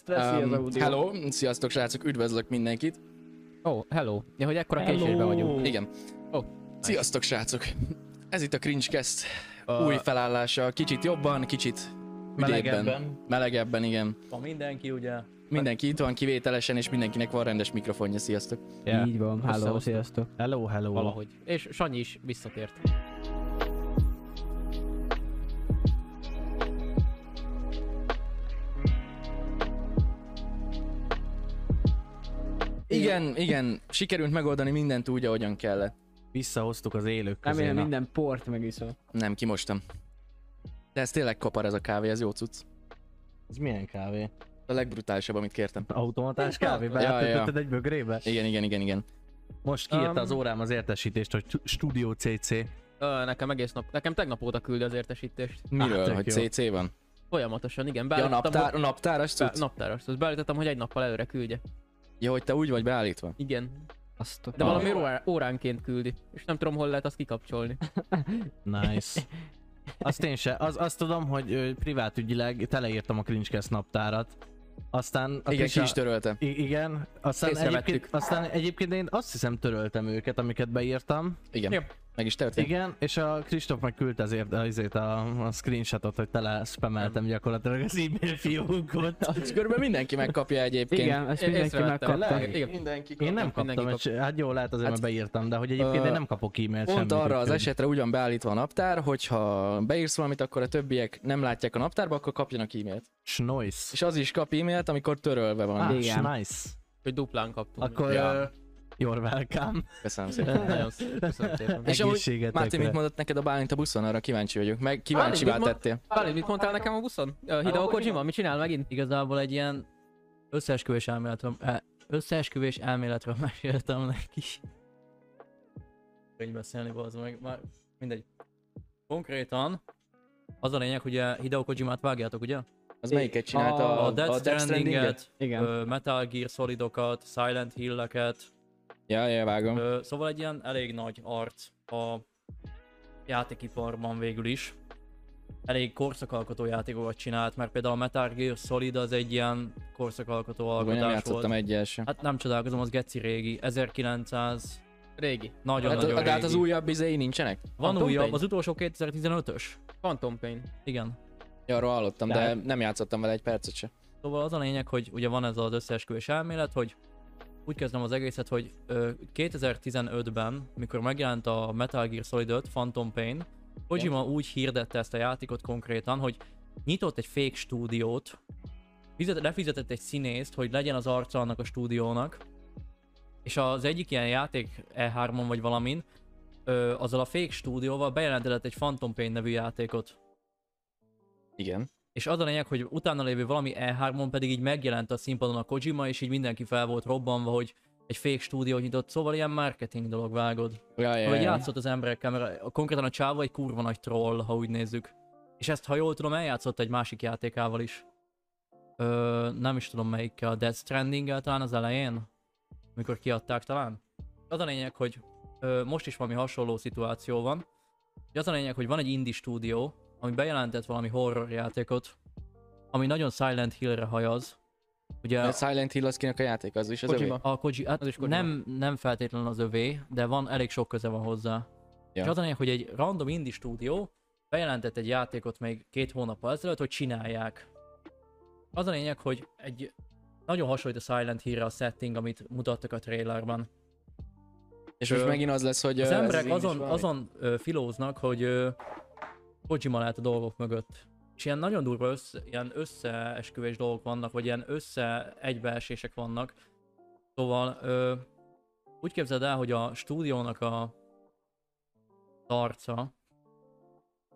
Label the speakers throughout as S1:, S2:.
S1: Stresszi az
S2: Öm,
S1: audio.
S2: hello, sziasztok srácok, üdvözlök mindenkit.
S3: Ó, oh, hello. Ja, hogy ekkora
S1: Hello.
S3: késésben vagyunk.
S2: Igen.
S3: Ó,
S2: Sziasztok srácok. Ez itt a Cringecast új felállása. Kicsit jobban, kicsit ügyébben.
S1: Melegebben.
S2: Melegebben, igen.
S1: Ha mindenki ugye.
S2: Mindenki itt van kivételesen, és mindenkinek van rendes mikrofonja. Sziasztok.
S3: Yeah.
S4: Így van, hello,
S3: Összehoztuk.
S4: sziasztok.
S5: Hello, hello.
S3: Valahogy. És Sanyi is visszatért.
S2: Igen, igen, sikerült megoldani mindent úgy, ahogyan kellett.
S5: Visszahoztuk az élők közé.
S4: Remélem
S5: na.
S4: minden port megiszol.
S2: Nem, kimostam. De ez tényleg kapar ez a kávé, ez jó cucc.
S5: Ez milyen kávé?
S2: A legbrutálisabb, amit kértem.
S5: Automatás kávé?
S2: Ja,
S5: Beállítetted egy bögrébe?
S2: Igen, igen, igen, igen.
S5: Most kiírta az
S3: Um,
S5: órám az értesítést, hogy Studio CC.
S3: Ö, nekem egész nap, nekem tegnap óta küldi az értesítést.
S2: Miről?
S5: tök
S2: hogy
S5: jó.
S2: CC van?
S3: Folyamatosan,
S2: Ja,
S3: igen.
S2: a
S3: Beállítottam,
S2: naptár,
S3: hogy-
S2: a naptáras
S3: Be,
S2: cucc?
S3: naptáros. Azt beállítottam, hogy egy nappal előre küldje.
S2: Ja, hogy te úgy vagy beállítva.
S3: Igen.
S4: Azt
S3: De
S2: Ah.
S3: valami órá, óránként küldi. És nem tudom, hol lehet azt kikapcsolni.
S5: Nice. Azt én se. Az, azt tudom, hogy ö, privátügyileg teleírtam a Cringecast naptárat. Aztán a
S2: igen, ki
S5: Krisa-
S2: Hát is törölte.
S5: I- igen, aztán
S2: Észrevettük.
S5: egyébként, aztán egyébként én azt hiszem töröltem őket, amiket beírtam.
S2: Igen.
S3: Jó.
S2: Meg is történt.
S5: Igen, és a Kristóf meg küldte azért azért a, a screenshotot, hogy tele spameltem gyakorlatilag az e-mail fiókot.
S2: Hát körülbelül mindenki megkapja egyébként.
S4: Igen, ezt
S3: Én-
S4: mindenki
S3: észrevettem.
S4: megkapta.
S3: Le- igen.
S2: Mindenki
S5: Én nem
S3: Mindenki
S5: kaptam, egy, hát jó, lehet azért,
S2: Hát,
S5: mert beírtam, de hogy egyébként
S2: ö,
S5: én nem kapok e-mailt
S2: Pont
S5: semmit.
S2: arra az
S5: úgyhogy-
S2: esetre ugyan beállítva a naptár, hogyha beírsz valamit, akkor a többiek nem látják a naptárba, akkor kapjanak e-mailt.
S5: Snoise.
S2: És az is kap e-mailt, amikor törölve van.
S5: Ah,
S4: Igen.
S5: nice.
S3: Hogy duplán kaptunk.
S5: Akkor
S2: Ja.
S5: ja. you're welcome.
S2: Köszönöm szépen.
S3: Nagyon szép, köszönöm szépen.
S2: És amúgy,
S5: Egészségetekre.
S2: Máté, mit mondott neked a Bálint a buszon, arra kíváncsi vagyok. Meg kíváncsivá
S3: mit mond-
S2: tettél.
S3: Bálint, mit mondtál nekem a buszon? Ö, Hideo Kojima, mit csinál megint?
S6: igazából egy ilyen összeesküvés elméletről, e- összeesküvés elméletről meséltem neki. Könnyű beszélni, bazd meg, már mindegy. Konkrétan, az a lényeg, hogy a Hideo Kojimát vágjátok, ugye?
S2: Az melyiket csinálta?
S6: A, Death Stranding-et,
S4: Igen.
S6: ö, Metal Gear Solidokat, Silent Hill-eket,
S2: Ja, ja, vágom.
S6: ö, szóval egy ilyen elég nagy art a játékiparban végül is. Elég korszakalkotó játékokat csinált, mert például a Metal Gear Solid az egy ilyen korszakalkotó
S2: Vagy nem
S6: alkotás volt.
S2: játszottam egyel sem.
S6: Hát nem csodálkozom, az geci régi, 1900,
S3: Régi.
S2: Hát,
S6: nagyon-nagyon
S2: de hát
S6: régi.
S2: az újabb izéi nincsenek?
S6: Van
S3: Phantom
S6: újabb,
S3: Pain?
S6: az utolsó 2015-ös,
S3: Phantom Pain.
S6: igen.
S2: Ja, arról hallottam, de nem játszottam vele egy percet se.
S6: Szóval az a lényeg, hogy ugye van ez az összeesküvés elmélet, hogy úgy kezdem az egészet, hogy ö, 2015-ben, mikor megjelent a Metal Gear Solid 5 Phantom Pain, Kojima úgy hirdette ezt a játékot konkrétan, hogy nyitott egy fake stúdiót, fizet, lefizetett egy színészt, hogy legyen az arca annak a stúdiónak, és az egyik ilyen játék E3-on vagy valamin, ö, azzal a fake stúdióval bejelentett egy Phantom Pain nevű játékot.
S2: Igen.
S6: És az a lényeg, hogy utána lévő valami E3-on pedig így megjelent a színpadon a Kojima, és így mindenki fel volt robbanva, hogy egy fake stúdió nyitott, szóval ilyen marketing dolog vágod.
S2: Ja, ja,
S6: Vagy
S2: ja.
S6: játszott az emberekkel, mert konkrétan a csáva egy kurva nagy troll, ha úgy nézzük. És ezt, ha jól tudom, eljátszott egy másik játékával is. Ö, nem is tudom melyikkel, a Death stranding talán az elején? Mikor kiadták talán? Az a lényeg, hogy ö, most is valami hasonló szituáció van. Ugye Az a lényeg, hogy van egy indie stúdió, ami bejelentett valami horror játékot, ami nagyon Silent Hill-re hajaz. Ugye
S2: A Silent Hill az kinek a játék, az is az övé?
S3: Kojima.
S6: a Koji, hát
S3: Az is Kojima.
S6: nem, nem feltétlenül az övé, de van, elég sok köze van hozzá.
S2: Ja.
S6: Ja. És az a lényeg, hogy egy random indie stúdió bejelentett egy játékot még két hónappal ezelőtt, hogy csinálják. Az a lényeg, hogy egy nagyon hasonlít a Silent Hill-re a setting, amit mutattak a trailerben.
S2: És most
S6: Ö,
S2: megint az lesz, hogy...
S6: Az
S2: ö, ez
S6: emberek
S2: így is
S6: azon,
S2: valami.
S6: azon ö, filóznak, hogy ö, Kojima lehet a dolgok mögött. És ilyen nagyon durva össze, ilyen összeesküvés dolgok vannak, vagy ilyen össze egybeesések vannak. Szóval ö, úgy képzeld el, hogy a stúdiónak a arca,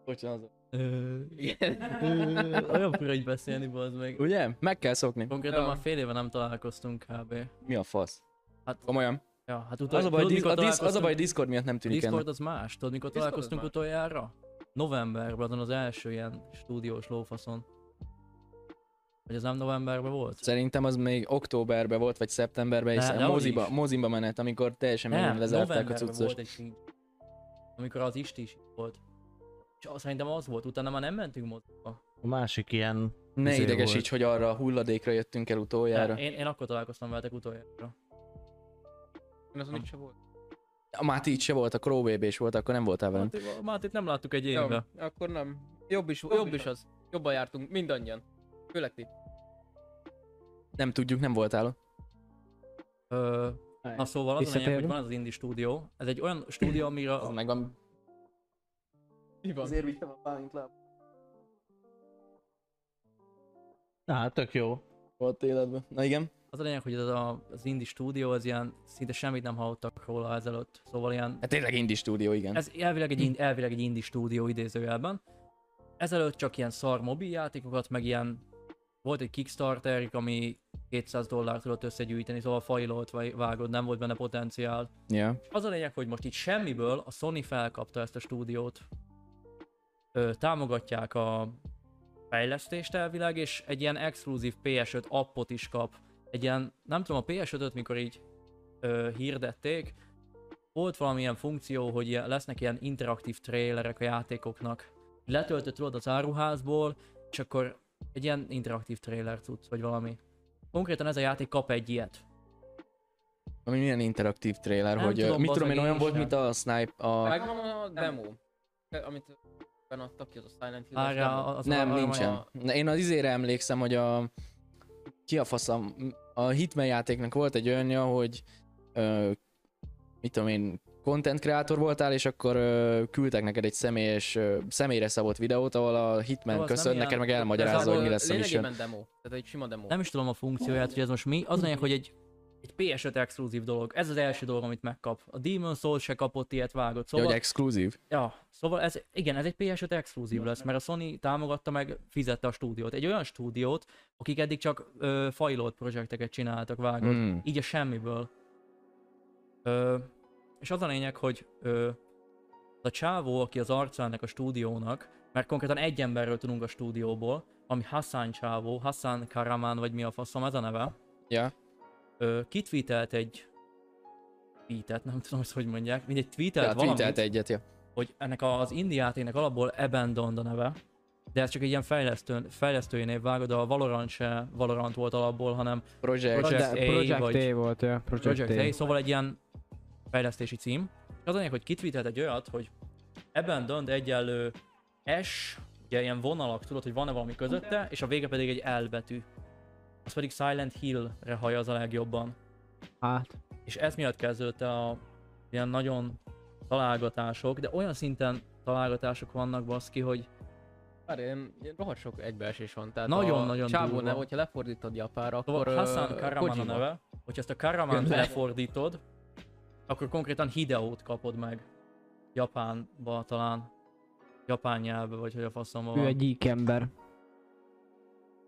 S2: Bocsánat.
S6: ö, igen, ö, olyan fura így beszélni, bazd meg.
S2: Ugye? Meg kell szokni.
S6: Konkrétan
S3: Ja.
S6: már fél éve nem találkoztunk kb.
S2: Mi a fasz?
S6: Hát,
S2: Komolyan.
S6: ja, hát utol,
S2: Az a, baj,
S6: tudod,
S2: dis-
S6: mikor
S2: a dis- az a baj,
S6: találkoztunk?
S2: Discord miatt nem tűnik ennek.
S6: Discord az más. Tudod, mikor
S3: Discord az
S6: találkoztunk
S3: más.
S6: utoljára? Novemberben, azon az első ilyen stúdiós lófaszon. Vagy az nem novemberben volt?
S2: Szerintem az még októberben volt, vagy szeptemberben, és
S6: Ne,
S2: a
S6: de az
S2: moziba,
S6: is.
S2: moziba menet, amikor teljesen megint lezárták a
S6: novemberben
S2: cuccos.
S6: volt egy így. Amikor az Isti is itt volt. És az, szerintem az volt, utána már nem mentünk moziba.
S5: A másik ilyen
S2: Ne
S5: izé
S2: idegesíts, hogy arra a hulladékra jöttünk el utoljára.
S6: Én, én akkor találkoztam veletek utoljára.
S3: Én azon itt sem volt.
S2: A Máté itt se volt, akkor OBB is volt, akkor nem voltál velem.
S6: Hát, hát itt nem láttuk egy
S3: Jó,
S6: éve.
S3: akkor nem. Jobb is, jobb is az. Jobban jártunk, mindannyian. Főleg ti.
S2: Nem tudjuk, nem voltál. ott.
S6: Ö, na szóval az a lényeg, hogy
S5: Visszatérünk.
S6: van az indie stúdió. Ez egy olyan stúdió, amire
S2: Az megvan.
S3: Mi van?
S2: vittem a Bálint láb.
S5: Na, hát tök jó.
S2: Volt életben. Na igen.
S6: az a lényeg, hogy ez a, az indie stúdió, az ilyen szinte semmit nem hallottak róla ezelőtt. Szóval ilyen
S2: Hát tényleg indie stúdió, igen.
S6: Ez elvileg egy, ind- elvileg egy indie stúdió idézőjelben. Ezelőtt csak ilyen szar mobil játékokat, meg ilyen volt egy kickstarter ami 200 dollárt tudott összegyűjteni, szóval fajlolt vagy vágod, nem volt benne potenciál.
S2: Ja.
S6: Az a lényeg, hogy most itt semmiből a Sony felkapta ezt a stúdiót. Ö, támogatják a fejlesztést elvileg, és egy ilyen exkluzív PS5 appot is kap. Egy ilyen, nem tudom, a PS5-öt mikor így ö, hirdették, volt valamilyen funkció, hogy ilyen, lesznek ilyen interaktív trailerek a játékoknak. Letöltöd tudod az áruházból, és akkor egy ilyen interaktív trailer tudsz, vagy valami. Konkrétan ez a játék kap egy ilyet.
S2: Ami milyen interaktív trailer,
S6: Nem
S2: hogy
S6: tudom,
S2: tudom, mit tudom
S6: bazeg,
S2: én, olyan
S6: én
S2: volt,
S6: sem.
S2: mint a Snipe, a...
S3: Meg van a demo. Amit adtak ki, az a Silent Hill.
S6: Várjál, az
S2: Nem,
S6: arra-
S2: nincsen.
S6: a-
S2: Na, Én az izére emlékszem, hogy a... Ki a faszam? A Hitman játéknak volt egy olyanja, hogy... Ö, mit tudom én, content kreátor voltál, és akkor ö, küldtek neked egy személyes, ö, személyre szabott videót, ahol a Hitman
S6: Jó, az nem
S2: köszön, neked
S6: ilyen-
S2: meg elmagyarázza, hogy mi lesz a mission.
S3: Lényegében demo. Tehát egy sima demo.
S6: Nem is tudom a funkcióját, hogy ez most mi. Az lényeg, hogy egy, egy PS5 exkluzív dolog. Ez az első dolog, amit megkap. A Demon Souls se kapott ilyet vágott.
S2: Ja,
S6: Szóval,
S2: hogy exkluzív.
S6: ja, szóval ez, igen, ez egy PS5 exkluzív lesz, mert a Sony támogatta meg, fizette a stúdiót. Egy olyan stúdiót, akik eddig csak ö, fajlolt projekteket csináltak, vágott.
S2: Mm.
S6: így a semmiből. Ö, és az a lényeg, hogy ö, az a csávó, aki az arca ennek a stúdiónak, mert konkrétan egy emberről tudunk a stúdióból, ami Hassan csávó, Hassan Karaman, vagy mi a faszom ez a neve,
S2: Ja.
S6: ö, kitweetelt egy tweetet, nem tudom, hogy hogy mondják, mindegy, tweetelt
S2: Ja,
S6: valamit,
S2: tweetelt egyet, ja.
S6: hogy ennek az indie játéknak alapból Abandoned a neve, de ez csak egy ilyen fejlesztő, fejlesztői név vágod, a Valorant se Valorant volt alapból, hanem
S2: Project.
S6: Project,
S1: Project,
S6: A,
S1: Project
S6: vagy
S1: A volt, ja. Project,
S6: Project A, szóval egy ilyen fejlesztési cím. És az a lényeg, hogy kitweetelt egy olyat, hogy ebben dönt egyenlő S, ugye ilyen vonalak, tudod, hogy van-e valami közötte, és a vége pedig egy L betű. Az pedig Silent Hill-re hajaz a legjobban.
S1: Hát,
S6: És ez miatt kezdődött el a ilyen nagyon találgatások, de olyan szinten találgatások vannak baszki, hogy
S3: Bár ilyen, ilyen rohadt sok egybeesés van. Tehát
S6: Nagyon-nagyon
S3: a csávó
S6: durva.
S3: neve, hogyha lefordítod japára, akkor...
S6: akkor Szóval Hassan
S3: ö,
S6: Karaman a
S3: Kojima.
S6: neve, hogyha ezt a Karaman
S3: Gömbe.
S6: lefordítod, akkor konkrétan Hideót kapod meg. Japánba talán. Japán nyelvbe, vagy hogy a faszomba van.
S1: ő egy geek ember.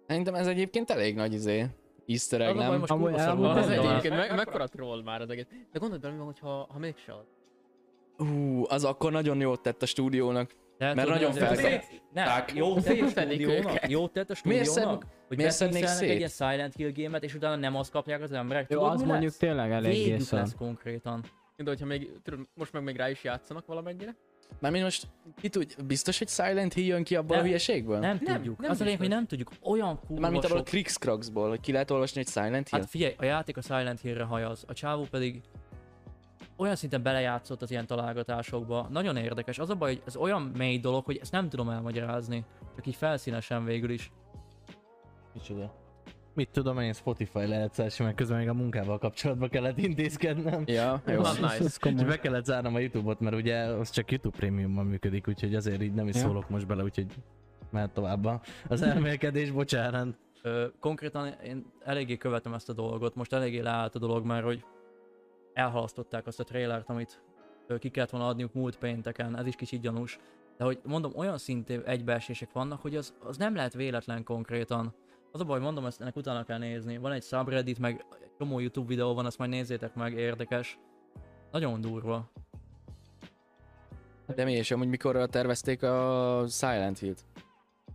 S2: Szerintem ez egyébként elég nagy izé. Easter
S6: Az
S2: egg,
S6: a baj,
S2: nem?
S6: most
S1: Amúgy
S6: kurva szarul
S1: elmúlt
S6: van
S3: Az
S1: Ez
S6: talán.
S3: egyébként me- mekkora troll már az egész. De gondold bele, mi van, hogyha, ha mégse az.
S2: Hú, az akkor nagyon jót tett a stúdiónak.
S6: Lehet
S2: Mert
S6: tudni,
S2: nagyon
S6: azért-
S2: felkap-
S6: Nem, jó tett a
S3: Szétszedik
S6: stúdiónak,
S3: őket.
S6: jó tett a
S2: Miért
S6: stúdiónak, hogy
S2: miért szednék
S6: beszélnek egy
S2: szét?
S6: ilyen Silent Hill gémet, és utána nem azt kapják az emberek.
S1: Jó,
S6: Tudod,
S1: az
S6: mi
S1: mondjuk
S6: lesz?
S1: tényleg eléggé
S6: Végük
S1: szar.
S6: lesz konkrétan.
S3: De hogyha még, tudod, most meg még rá is játszanak valamennyire.
S2: Mármint most, ki tudja, biztos, hogy Silent Hill jön ki abból
S6: Nem.
S2: a hülyeségből?
S6: Nem,
S3: nem
S6: tudjuk. Az a lényeg, hogy
S3: biztos.
S6: nem tudjuk. Olyan kurva
S2: Mármint abból a
S6: sok
S2: Krix Kraxból, hogy ki lehet olvasni, hogy Silent Hill.
S6: Hát figyelj, a játék a Silent Hill-re hajaz, a csávó pedig olyan szinten belejátszott az ilyen találgatásokba, nagyon érdekes. Az a baj, hogy ez olyan mély dolog, hogy ezt nem tudom elmagyarázni, csak így felszínesen végül is.
S5: Micsoda. Mit tudom én, Spotify lejátszási, mert közben még a munkával kapcsolatban kellett intézkednem.
S2: Ja, jó.
S3: Az
S1: Ez-
S3: nice.
S1: ez
S5: És
S1: komoly.
S5: be kellett zárnom a Youtube-ot, mert ugye az csak Youtube Premiumban működik, úgyhogy azért így nem is
S2: Ja.
S5: szólok most bele, úgyhogy mehet tovább a- az elmélkedés, bocsánat.
S6: Ö, konkrétan én eléggé követem ezt a dolgot, most eléggé leállt a dolog már, hogy elhalasztották azt a trailert, amit ö, ki kellett volna adniuk múlt pénteken, ez is kicsit gyanús. De hogy mondom, olyan szintű egybeesések vannak, hogy az, az nem lehet véletlen konkrétan. Az a baj, mondom, ezt ennek utána kell nézni. Van egy subreddit, meg egy csomó YouTube videó van, azt majd nézzétek meg, érdekes. Nagyon durva.
S2: De mi és amúgy mikorra tervezték a Silent Hill-t?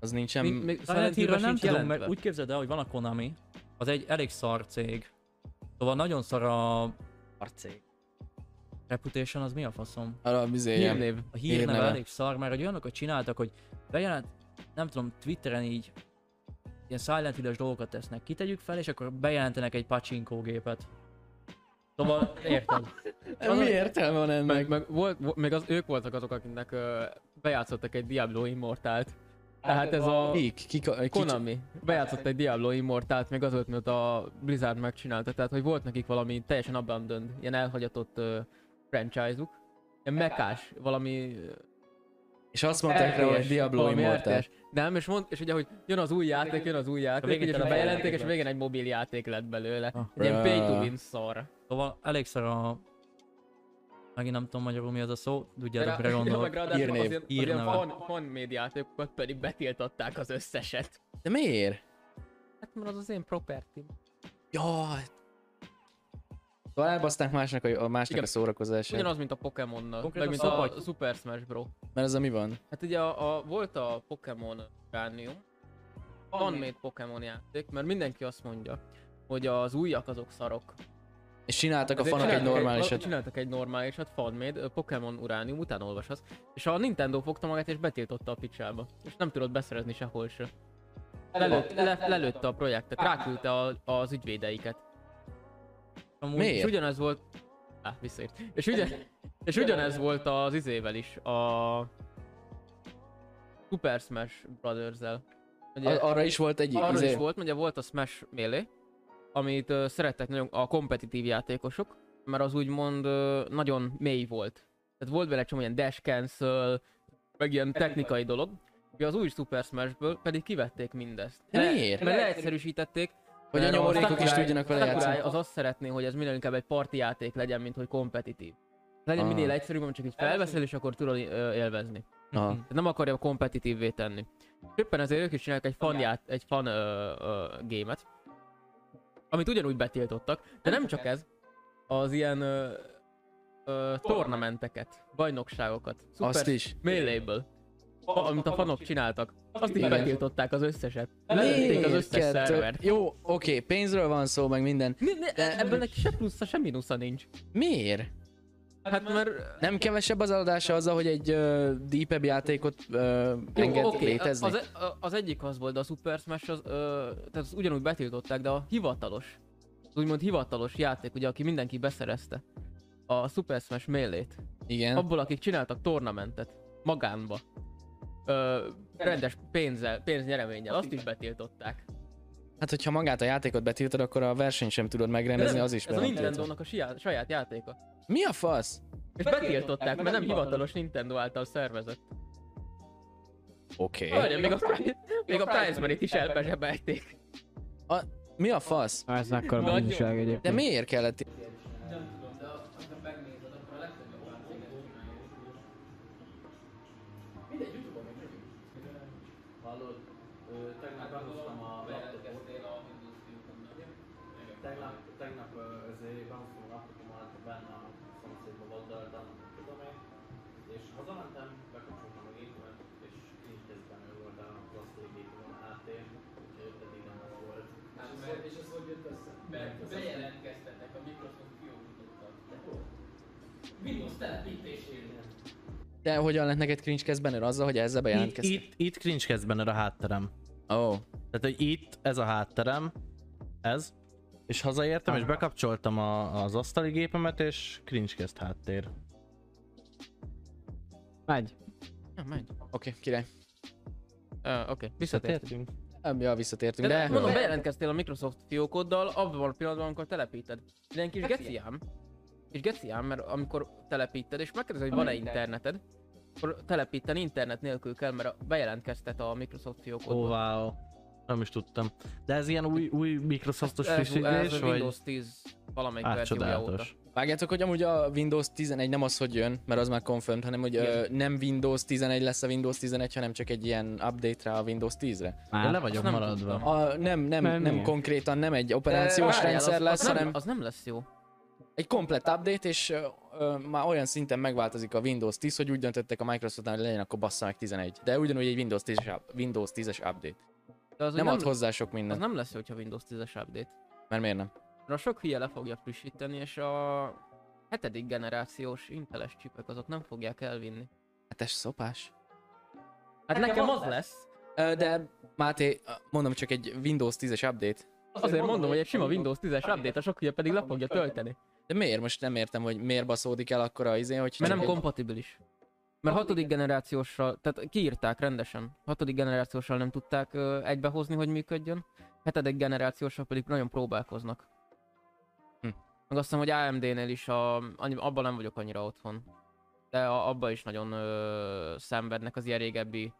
S2: Az nincsen...
S3: Még, még
S6: Silent
S3: Hill-ről
S6: Hill-ről nem
S3: sincs
S6: tudom,
S3: jelentve.
S6: mert úgy képzeld el, hogy van a Konami, az egy elég szar cég. Szóval nagyon szar a Reputation, az mi a faszom?
S2: Arra bizé,
S1: Hírnév.
S2: ilyen-
S6: a hírneve
S2: Hírneve.
S6: elég szar, mert hogy olyanokat csináltak, hogy bejelent, nem tudom, Twitteren így ilyen Silent hill dolgokat tesznek. Kitegyük fel, és akkor bejelentenek egy pacsinkó gépet. Szóval, érted?
S2: Mi értelme van ennek?
S3: Meg, meg, volt, vo- meg az, ők voltak azok, akiknek ö, bejátszottak egy Diablo Immortált. Tehát ez a...
S2: Mik? Kik, a- kik-
S3: Konami bejátszott egy Diablo Immortált még azelőtt, mielőtt a Blizzard megcsinálta, tehát hogy volt nekik valami teljesen abandoned, ilyen elhagyatott uh, franchise-uk, ilyen mekás, valami ö,
S2: És azt mondták rá, hogy
S3: RTS,
S2: Diablo
S3: valami
S2: Immortal.
S3: RTS. Nem, és, mond, és ugye, hogy jön az új játék, jön az új játék,
S6: végén
S3: és
S6: csak
S3: a bejelenték,
S6: játék
S3: és
S6: lett.
S3: végén egy mobil játék lett belőle.
S6: Ah,
S3: egy ilyen pay to
S2: bruh.
S3: win szar.
S6: Szóval elég szar a... Megint nem tudom magyarul mi az a szó, tudjátok, mire
S3: Ja, meg
S6: gondolok.
S3: ráadásul az
S2: Hírnév.
S3: ilyen- az ilyen
S6: Hírneve.
S3: fan- fan-made játékokat pedig betiltották az összeset.
S2: De miért?
S3: Hát mert az az én property.
S2: Jaj. Szóval elbaszták másnak a, a, másnak
S3: Igen.
S2: a szórakozását.
S3: Ugyanaz, mint a Pokémonnal, meg
S6: Konkrétan
S3: mint
S6: szabad.
S3: a Super Smash Bros.
S2: Mert ez a mi van?
S3: Hát ugye a, a, volt a Pokémon Gánium, fanmade Pokémon játék, mert mindenki azt mondja, hogy az újak azok szarok.
S2: És csináltak a
S3: Ezért
S2: fanok egy
S3: csináltak
S2: normálisat.
S3: Csináltak egy normálisat, fanmade, ö, Pokémon Uránium, utána olvashatsz. És a Nintendo fogta magát és betiltotta a picsába. És nem tudott beszerezni sehol se. Lelőtt, le, lelőtte a projektet, ráküldte a, az ügyvédeiket.
S6: Amúgy
S3: És
S2: Miért?
S3: ugyanez volt... Á, visszaért. És, ugyan... és ugyanez volt az izével is, a... Super Smash Brothers-el. Ugye,
S2: A- Arra is volt egy
S3: arra
S2: izé-
S3: is volt, ugye volt a Smash Melee, amit uh, szerettek nagyon a kompetitív játékosok, mert az úgymond uh, nagyon mély volt. Tehát volt vele csomó ilyen dash cancel, meg ilyen technikai dolog. Ugye az új Super Smashből pedig kivették mindezt.
S2: De
S3: Le-
S2: miért?
S3: Mert leegyszerűsítették,
S2: Hogy a
S3: mert
S2: nyomorékok is
S3: Sakurai-
S2: tudjanak vele
S3: Sakurai
S2: játszani.
S3: az azt szeretné, hogy ez minél inkább egy parti játék legyen, mint hogy kompetitív. Legyen
S2: Ah.
S3: minél egyszerűbb, amit csak így felveszel, és akkor tudod ö, élvezni.
S2: Aha.
S3: Tehát nem akarja kompetitívvé tenni. Éppen ezért ők is csinálják egy fan, ját, egy fan ö, ö, gémet, amit ugyanúgy betiltottak, de nem csak ez, az ilyen ö, ö, tornamenteket, bajnokságokat,
S2: Azt
S3: szuper
S2: is.
S3: melee-ből, fa- amit a fanok csináltak, azt is
S2: Igen.
S3: betiltották az összeset. Lelőtték az összes
S2: Kettő.
S3: szervert.
S2: Jó, oké, pénzről van szó, meg minden.
S3: Ne, ne,
S2: De-
S3: ebből neki se plusza, se mínusza nincs.
S2: Miért?
S3: Hát mert
S2: Nem kevesebb az eladása azzal, hogy egy uh, deepebb játékot uh,
S3: Jó,
S2: enged
S3: oké,
S2: létezni?
S3: Az, e- az egyik az volt, de a Super Smash az, ö, tehát az ugyanúgy betiltották, de a hivatalos, az úgymond hivatalos játék, ugye, aki mindenki beszerezte a Super Smash mélét,
S2: Igen.
S3: abból, akik csináltak tornamentet magánba, ö, rendes pénzzel, pénznyereménnyel, azt is betiltották.
S2: Hát, hogyha magát a játékot betiltod, akkor a versenyt sem tudod megrendezni, az is
S3: Ez a
S2: betiltva.
S3: Nintendo-nak a siá- saját játéka.
S2: Mi a fasz?
S3: És betiltották, mert nem hivatalos Nintendo által szervezett.
S2: Oké.
S3: Várjál, még a, még a Prize Money-t is elbezsebelték.
S2: Mi a fasz?
S1: Ez mekkora
S3: Nagyon.
S1: bizonyság egyébként.
S2: De
S3: Hm.
S2: miért kellett
S5: Tegnap, tegnap ö, azért bamfú napokon maradt benne a szomszédban volt dardán, tudom én, és hazamentem, bekapcsoltam a gépemet, és így kezdben ő volt a plastik gépen a háttér, úgyhogy eddig nem az volt. És ez hogy jött össze?
S4: Mert bejelentkeztetek, a Microsoft kiokította. Windows telepítéséről.
S2: Te hogyan lett neked cringe kezd benned azzal, hogy ezzel
S5: Itt,
S2: bejelentkeztél?
S5: itt, itt cringe kezd benned a hátterem.
S2: Ó, oh,
S5: Tehát, hogy itt ez a hátterem, ez, és hazaértem, és bekapcsoltam a, az asztali gépemet, és cringe kezd háttér.
S1: Megy.
S3: Ja, menj.
S2: oké, okay, király.
S3: Ö, Oké, visszatért.
S5: Visszatértünk.
S2: Em, Ja, visszatértünk,
S3: De,
S2: de...
S3: de mondom, bejelentkeztél a Microsoft fiókoddal abban a pillanatban, amikor telepíted. De ilyen kis geciám. És geciám, mert amikor telepíted, és megkérdezed, hogy van-e interneted, akkor telepíteni internet nélkül kell, mert a- bejelentkeztet a Microsoft
S5: Ó,
S3: fiókodba.
S5: wow. Nem is tudtam. De ez ilyen új, új Microsoftos frissítés,
S3: ez a
S5: vagy?
S3: Windows 10 valamelyik
S5: Á,
S3: verziója óta.
S5: csodálatos.
S2: Vágjátok, hogy amúgy a Windows 11 nem az, hogy jön, mert az már confirmed, hanem hogy ö, nem Windows 11 lesz a Windows 11, hanem csak egy ilyen update-re a Windows 10-re.
S5: Én
S1: Már.
S5: le vagyok
S3: nem
S5: maradva.
S3: tudtam.
S2: A, nem, nem,
S1: Mert
S2: nem,
S1: miért?
S2: konkrétan, nem egy operációs
S3: Várjál,
S2: rendszer
S3: az,
S2: lesz,
S3: az, nem,
S2: hanem
S3: az nem lesz jó.
S2: egy komplett update, és ö, ö, már olyan szinten megváltozik a Windows 10, hogy úgy döntöttek a Microsoftnál, hogy legyen akkor bassza meg 11. De ugyanúgy egy Windows 10-es, up- Windows 10-es update.
S3: De az,
S2: Nem,
S3: nem,
S2: ad hozzá sok
S3: az
S2: mindent,
S3: nem lesz jó, hogyha Windows 10-es update.
S2: mert miért nem?
S3: Mert a sok hülye le fogja frissíteni, és a hetedik generációs inteles csipek azok nem fogják elvinni.
S2: Hát ez szopás.
S3: Hát nekem az lesz,
S2: Ö, De Máté, mondom csak egy Windows 10-es update.
S3: Azért mondom, hogy egy sima Windows 10-es update, a sok hülye pedig le fogja tölteni.
S2: De miért? Most nem értem, hogy miért baszódik el akkor a izén, hogy...
S3: Mert
S2: csak
S3: nem
S2: egy-
S3: kompatibilis. Mert hatodik generációsra, tehát kiírták rendesen, hatodik generációssal nem tudták ö, egybehozni, hogy működjön, hetedik generációssal pedig nagyon próbálkoznak.
S2: Hm.
S3: Meg azt hiszem, hogy AMD-nél is, a, annyi, abban nem vagyok annyira otthon. De a, abban is nagyon ö, szenvednek az ilyen régebbi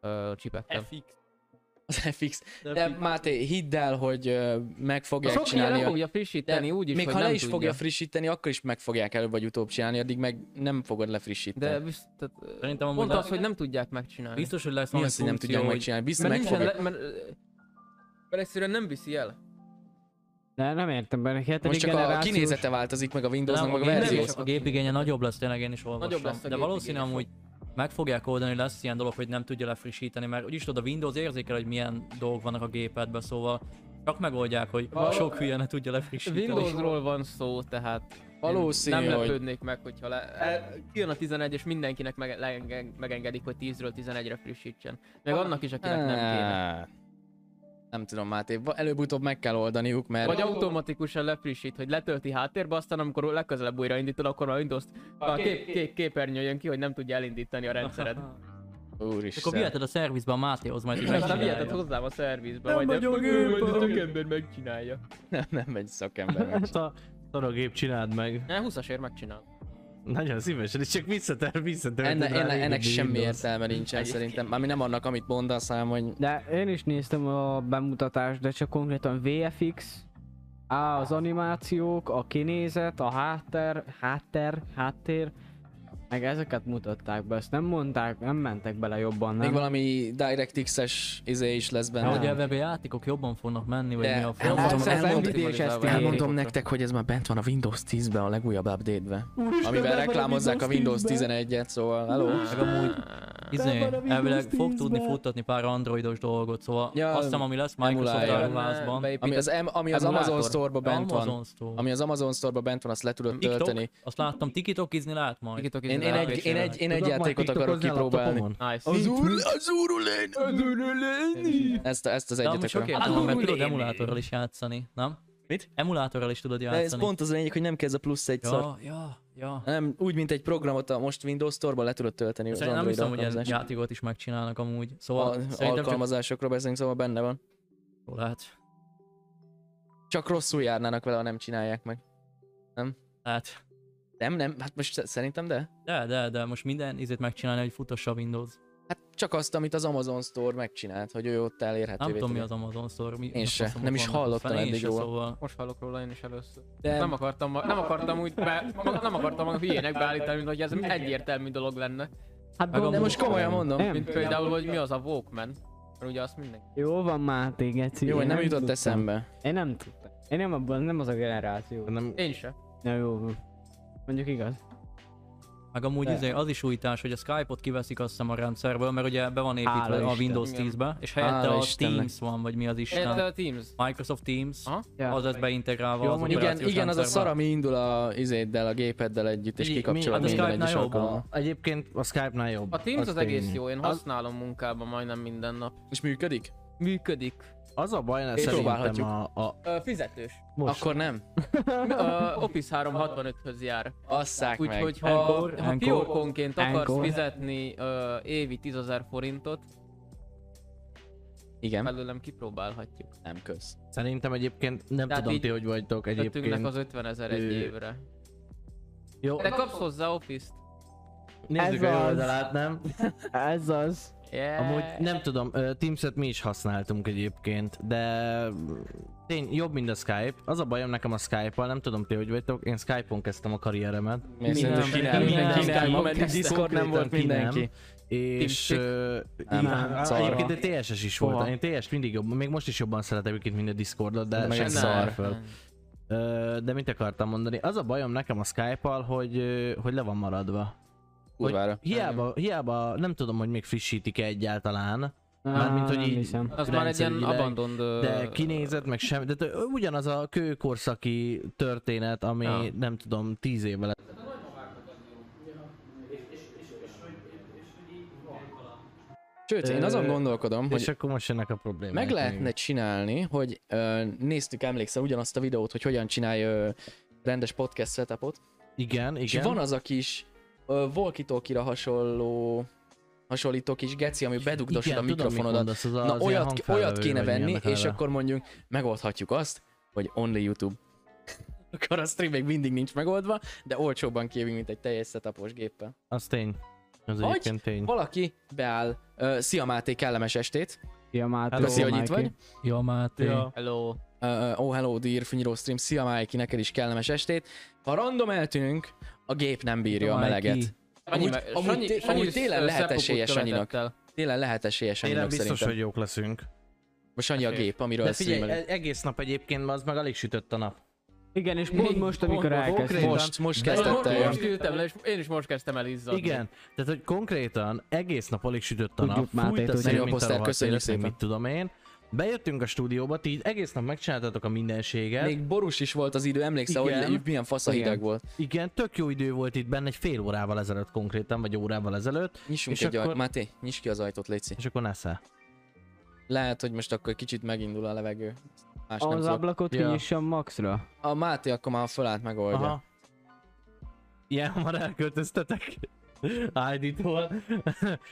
S3: ö, csipekkel.
S5: FX.
S2: Az FX. De Máté, hidd el, hogy ö, meg
S3: A
S2: fogják
S3: sok hülye
S2: csinálni.
S3: le
S2: a-
S3: fogja frissíteni, úgy is,
S2: Még
S3: hogy
S2: ha
S3: nem
S2: le is
S3: tudja.
S2: fogja frissíteni, akkor is meg fogják előbb vagy utóbb csinálni, addig meg nem fogod lefrissíteni.
S3: De
S2: De
S3: bizt, tehát, ö,
S6: Szerintem amúgy
S3: pont
S6: le-
S3: az, hogy nem tudják megcsinálni.
S6: Biztos, hogy lesz
S2: mi
S6: valami
S2: az, hogy nem
S6: funkció,
S2: tudják
S6: hogy
S2: megcsinálni? Biztos
S3: Mert
S2: meg
S3: nincsen,
S2: fogják.
S3: le, mert, mert egyszerűen nem viszi el.
S1: De nem értem, mert hetedik
S2: Most csak a
S1: generációs...
S2: kinézete változik, meg a Windowsnak,
S6: nem,
S2: meg a
S6: gép-
S2: verzió.
S3: is
S6: a gépigénye nagyobb lesz, tényleg én is olvastam.
S3: lesz a
S6: De valószínű
S3: gépigénye,
S6: amúgy meg fogják oldani, lesz ilyen dolog, hogy nem tudja lefrissíteni, mert úgyis tudod, a Windows érzékel, hogy milyen dolgok vannak a gépedben, szóval csak megoldják, hogy
S3: Való-
S6: sok hülye ne tudja lefrissíteni.
S3: Windowsról van szó, tehát én
S2: Valószínű,
S3: nem
S2: hogy-
S3: lepődnék meg, hogyha le, e, kijön a 11 és mindenkinek meg, leenge- megengedik, hogy 10-ről 11-re frissítsen. Meg
S2: Ah,
S3: annak is, akinek nem
S2: eh.
S3: kéne.
S2: Á, Nem tudom, Máté, va- előbb-utóbb meg kell oldaniuk, mert...
S3: Vagy automatikusan lefrissít, hogy letölti háttérbe, aztán amikor legközelebb újraindítod, akkor már Windows a kép, kép, képernyő jön ki, hogy nem tudja elindítani a rendszered.
S6: Akkor
S2: Úristen.
S6: viheted a szervizbe a Mátéhoz, majd hogy
S3: Aztán viheted
S6: megcsinálja.
S3: hozzám a szervizbe,
S6: Nem
S3: majd
S6: vagyok
S3: majd
S6: gépem.
S3: a szakember megcsinálja.
S2: Nem, nem egy szakember. meg.
S7: Hát a szaragép csináld meg.
S3: Ne, 20-asért megcsinál.
S7: Nagyon szívesen, és csak visszater, visszater.
S2: Enne, enne, ennek semmi értelme nincsen szerintem. Mármint nem annak, amit mondasz, hanem hogy
S1: De én is néztem a bemutatást, de csak konkrétan VFX, á, az animációk, a kinézet, a háttér, háttér, háttér, meg ezeket mutatták be, ezt nem mondták, nem mentek bele jobban,
S2: még
S1: nem?
S2: valami DirectX-es izé is lesz
S6: De hogy
S2: benne.
S6: ebbe a játékok jobban fognak menni, vagy
S2: De
S6: mi a
S2: elmondom,
S6: font?
S2: elmondom,
S1: Persze, az Nvidia is ezt ígéri.
S2: Elmondom nektek, hogy ez már bent van a Windows 10-be a legújabb update-be. Amivel reklámozzák a Windows 11-et, szóval hello.
S6: Meg amúgy izé, elvileg fog tudni futtatni pár androidos dolgot, szóval
S2: Ja,
S6: azt hiszem, ami lesz Microsoft
S2: emulálja.
S6: Advance-ban,
S2: Ami az, em- ami az
S3: Emulátor.
S2: Amazon Store-ba bent van.
S6: Amazon Store.
S2: Ami az Amazon Store-ba bent van, azt le tudod
S6: TikTok,
S2: tölteni.
S6: azt láttam, tikitokizni lehet majd.
S3: Tiktok is
S2: Én, én,
S3: rá,
S2: egy, én, egy, én egy
S7: Tudok majd
S2: játékot akarok
S7: tiktokozni a
S2: kipróbálni.
S7: laptopomon?
S3: Nice.
S2: az úrulén! Ezt, a- ezt az
S6: De
S2: egyet
S6: amúgy sok
S2: akarom.
S6: ilyen van, mert tudod emulátorral is játszani, nem?
S2: Hát Mit?
S6: Emulátorral is tudod
S2: De ez
S6: játszani.
S2: pont az a lényeg, hogy nem kell ez a plusz egy szar.
S6: Ja, ja, ja.
S2: Nem, úgy, mint egy programot a most Windows Store-ban le tudod tölteni az
S6: Szerintem nem
S2: Android
S6: hiszem, hogy ilyen
S2: alkalmazást.
S6: játékot is megcsinálnak amúgy. Szóval
S2: A-
S6: szerintem csak hát,
S2: Alkalmazásokról beszélünk, szóval benne van.
S6: lehet.
S2: Csak rosszul járnának vele, ha nem csinálják meg.
S6: lehet.
S2: Nem, nem, hát most sze- szerintem de.
S6: De, de, de most minden izét megcsinálni, hogy futassa a Windows.
S2: Hát csak azt, amit az Amazon Store megcsinált, hogy ő ott elérhetővé
S6: Nem tudom mi
S2: tegye.
S6: az Amazon Store. Mi,
S2: Én se.
S6: faszomok
S2: Nem is
S6: vannak ott
S2: hallottam
S6: fenn, én
S2: eddig
S6: se,
S2: róla.
S6: Szóval
S3: Most hallok róla én is először.
S2: De
S3: Nem akartam, ma- nem akartam úgy be, ma- nem akartam magam hülyének beállítani, mint hogy ez egyértelmű dolog lenne.
S1: Hát
S6: meg
S2: de
S1: gondolom-
S2: most komolyan mondom.
S1: Nem.
S3: Mint például, hogy mi az a Walkman. Mert ugye azt mindenki.
S1: Jó van Máté, Geci.
S2: Jó,
S1: én
S2: hogy nem jutott
S1: tudtam.
S2: eszembe.
S1: Én nem tudtam. Én nem abban, nem az a generáció.
S7: Nem,
S3: Én se.
S1: Na jó, van. mondjuk igaz.
S6: meg amúgy
S2: De.
S6: izé, az is újítás, hogy a Skype-ot kiveszik azt hiszem a rendszerből, mert ugye be van építve
S1: Hála
S6: a
S1: Isten.
S6: Windows
S3: Igen.
S6: 10-be, és helyette
S2: Hála
S6: a
S2: Istennek.
S6: Teams van, vagy mi az
S3: Ez
S6: Isten.
S3: a Teams.
S6: Microsoft Teams,
S3: Aha.
S1: Ja.
S6: az lesz beintegrálva
S1: Jó,
S6: az
S1: mondjuk
S2: Igen,
S6: operációs
S2: igen, az a
S6: rendszerbe.
S2: szar, ami indul a izéddel, a gépeddel együtt, és
S7: Mi- mi-
S2: kikapcsolod
S6: hát a
S2: minden
S6: Skype-nál
S2: egyes
S6: jobban.
S2: alkalommal.
S7: egyébként a Skype-nál jobb.
S3: A Teams az,
S7: tény.
S3: egész jó, én használom munkában majdnem minden nap.
S2: És működik?
S3: Működik.
S7: Az a baj,
S2: És
S7: szerintem
S2: próbálhatjuk.
S7: a, a...
S3: Ö, fizetős.
S7: Most.
S2: Akkor nem.
S3: Ö, Office 365-höz jár.
S2: Asszák meg.
S3: Úgyhogy ha,
S6: Encore,
S3: ha
S6: encore.
S3: fiókonként akarsz
S1: Encore.
S3: fizetni ö, évi 10.000 forintot,
S6: Hát-
S2: Igen.
S3: belőlem kipróbálhatjuk.
S2: Nem köz.
S7: Szerintem egyébként nem
S3: Tehát
S7: tudom
S3: így
S7: ti, hogy vagytok
S3: Ötünknek
S7: egyébként.
S3: az 50 ezer egy
S7: Ö,
S3: évre.
S7: Jó,
S3: De kapsz hozzá Office-t.
S7: nézzük
S1: Ez
S7: a jó
S1: az.
S7: oldalát, nem?
S1: Ez az.
S3: Yeah.
S7: Amúgy nem tudom, ö, Teams-et mi is használtunk egyébként, de tény, jobb, mint a Skype. Az a bajom nekem a Skype-al, nem tudom ti, hogy vagytok, én Skype-on kezdtem a karrieremet.
S2: Miért szerintem ki nem?
S7: Mi nem?
S2: Mindenki nem,
S7: Skype-on
S2: ameddig
S7: kezdtem.
S2: Discord nem volt
S7: Konkrétan ki nem.
S2: mindenki.
S7: És
S3: Teamspeak?
S7: ö,
S2: Nem,
S7: igen,
S2: szar.
S7: egyébként én TS-es is
S1: Oha.
S7: voltam, én TS mindig jobban, még most is jobban szeretem egyébként, mint a Discordot, de,
S2: De
S7: de
S2: meg
S7: sem
S2: egy
S7: szar
S2: szar.
S7: föl. Ö, de mit akartam mondani? Az a bajom nekem a Skype-al, hogy, ö, hogy le van maradva.
S2: Kurvára.
S7: Hiába, hiába, nem tudom, hogy még frissítik-e egyáltalán, Mármint,
S1: Mármint,
S7: hogy
S1: hogy nem
S7: így-
S1: hiszem.
S3: Az már egy ilyen
S7: rendszerileg,
S3: abandoned... ö,
S7: de kinézet, meg semmi, de t- ugyanaz a kőkorszaki történet, ami
S3: Ja.
S7: nem tudom, tíz évvel
S2: Sőt, én azon
S7: Ö,
S2: gondolkodom, hogy
S7: És akkor most jönnek a problémák.
S2: Meg lehetne
S7: még.
S2: csinálni, hogy ö, néztük, emlékszel ugyanazt a videót, hogy hogyan csinálj ö, rendes podcast setupot.
S7: Igen,
S2: És
S7: igen.
S2: van az a kis ö, walkie hasonló hasonlító kis geci, ami bedugdosod
S7: igen,
S2: a
S7: tudom, mit
S2: mikrofonodat.
S7: mondasz, az a-
S2: Na
S7: az ilyen
S2: olyat,
S7: hangfelvevő,
S2: olyat kéne
S7: vagy
S2: venni,
S7: ilyenek
S2: és
S7: eleve.
S2: akkor mondjuk megoldhatjuk azt, hogy only YouTube. akkor a stream még mindig nincs megoldva, de olcsóbban kívül, mint egy teljes setupos géppel.
S7: Az tény. Az
S2: Vagy
S7: egyébként tény.
S2: Valaki beáll, ö, szia Máté, kellemes estét,
S1: Ja, Máté,
S7: Hello,
S2: köszi, hogy itt
S1: Mikey.
S2: vagy.
S6: Ja, Máté. Ja.
S3: Hello.
S2: Uh, oh hello dear Finyíró stream, szia Mikey, neked is kellemes estét. Ha random eltűnünk, a gép nem bírja a meleget. Amúgy,
S3: Sanyi-
S2: amúgy,
S3: Sanyi-
S2: té-
S3: Sanyi
S2: amúgy
S3: is,
S2: télen
S3: ö,
S2: lehet
S3: szepopot
S2: esélye Sanyinak.
S3: követett el.
S2: Télen lehet esélye
S7: Télen
S2: Sanyinak
S7: biztos,
S2: szerintem.
S7: hogy jók leszünk.
S2: Most Sanyi a gép, amiről
S7: De
S2: streamelünk.
S7: figyelj, e- egész nap egyébként, ma az meg alig sütött a nap.
S1: Igen, és pont most, amikor elkezdtem.
S2: Most, most
S7: De-
S2: kezdett el.
S3: Most ültem le, és én is most kezdtem el izzadni.
S7: Igen, tehát hogy konkrétan egész nap alig sütött a
S1: Tudjuk,
S7: nap,
S1: Máté,
S7: fújt a
S1: tudjuk.
S7: szél,
S2: Nagyon
S7: mint a
S2: poszter,
S7: rohadt
S2: köszönjük
S7: élet, meg
S2: szépen.
S7: mit tudom én. Bejöttünk a stúdióba, ti így egész nap megcsináltatok a mindenséget.
S2: Még borús is volt az idő, emlékszel,
S7: Igen.
S2: hogy milyen fasz a
S7: Igen.
S2: hideg volt.
S7: Igen, tök jó idő volt itt benne, egy fél órával ezelőtt konkrétan, vagy órával ezelőtt,
S2: Nyissunk
S7: És
S2: egy
S7: akkor-
S2: ajtót. Máté, nyisd ki az ajtót, Léci.
S7: és akkor Nessa.
S2: Lehet, hogy most akkor kicsit megindul a levegő. Más nem
S1: Az
S2: tudok.
S1: ablakot
S7: Ja.
S1: kinyissam maxra.
S2: A Máté akkor már fölállt megoldja.
S7: Ilyen hamar elköltöztetek. Ájdítól.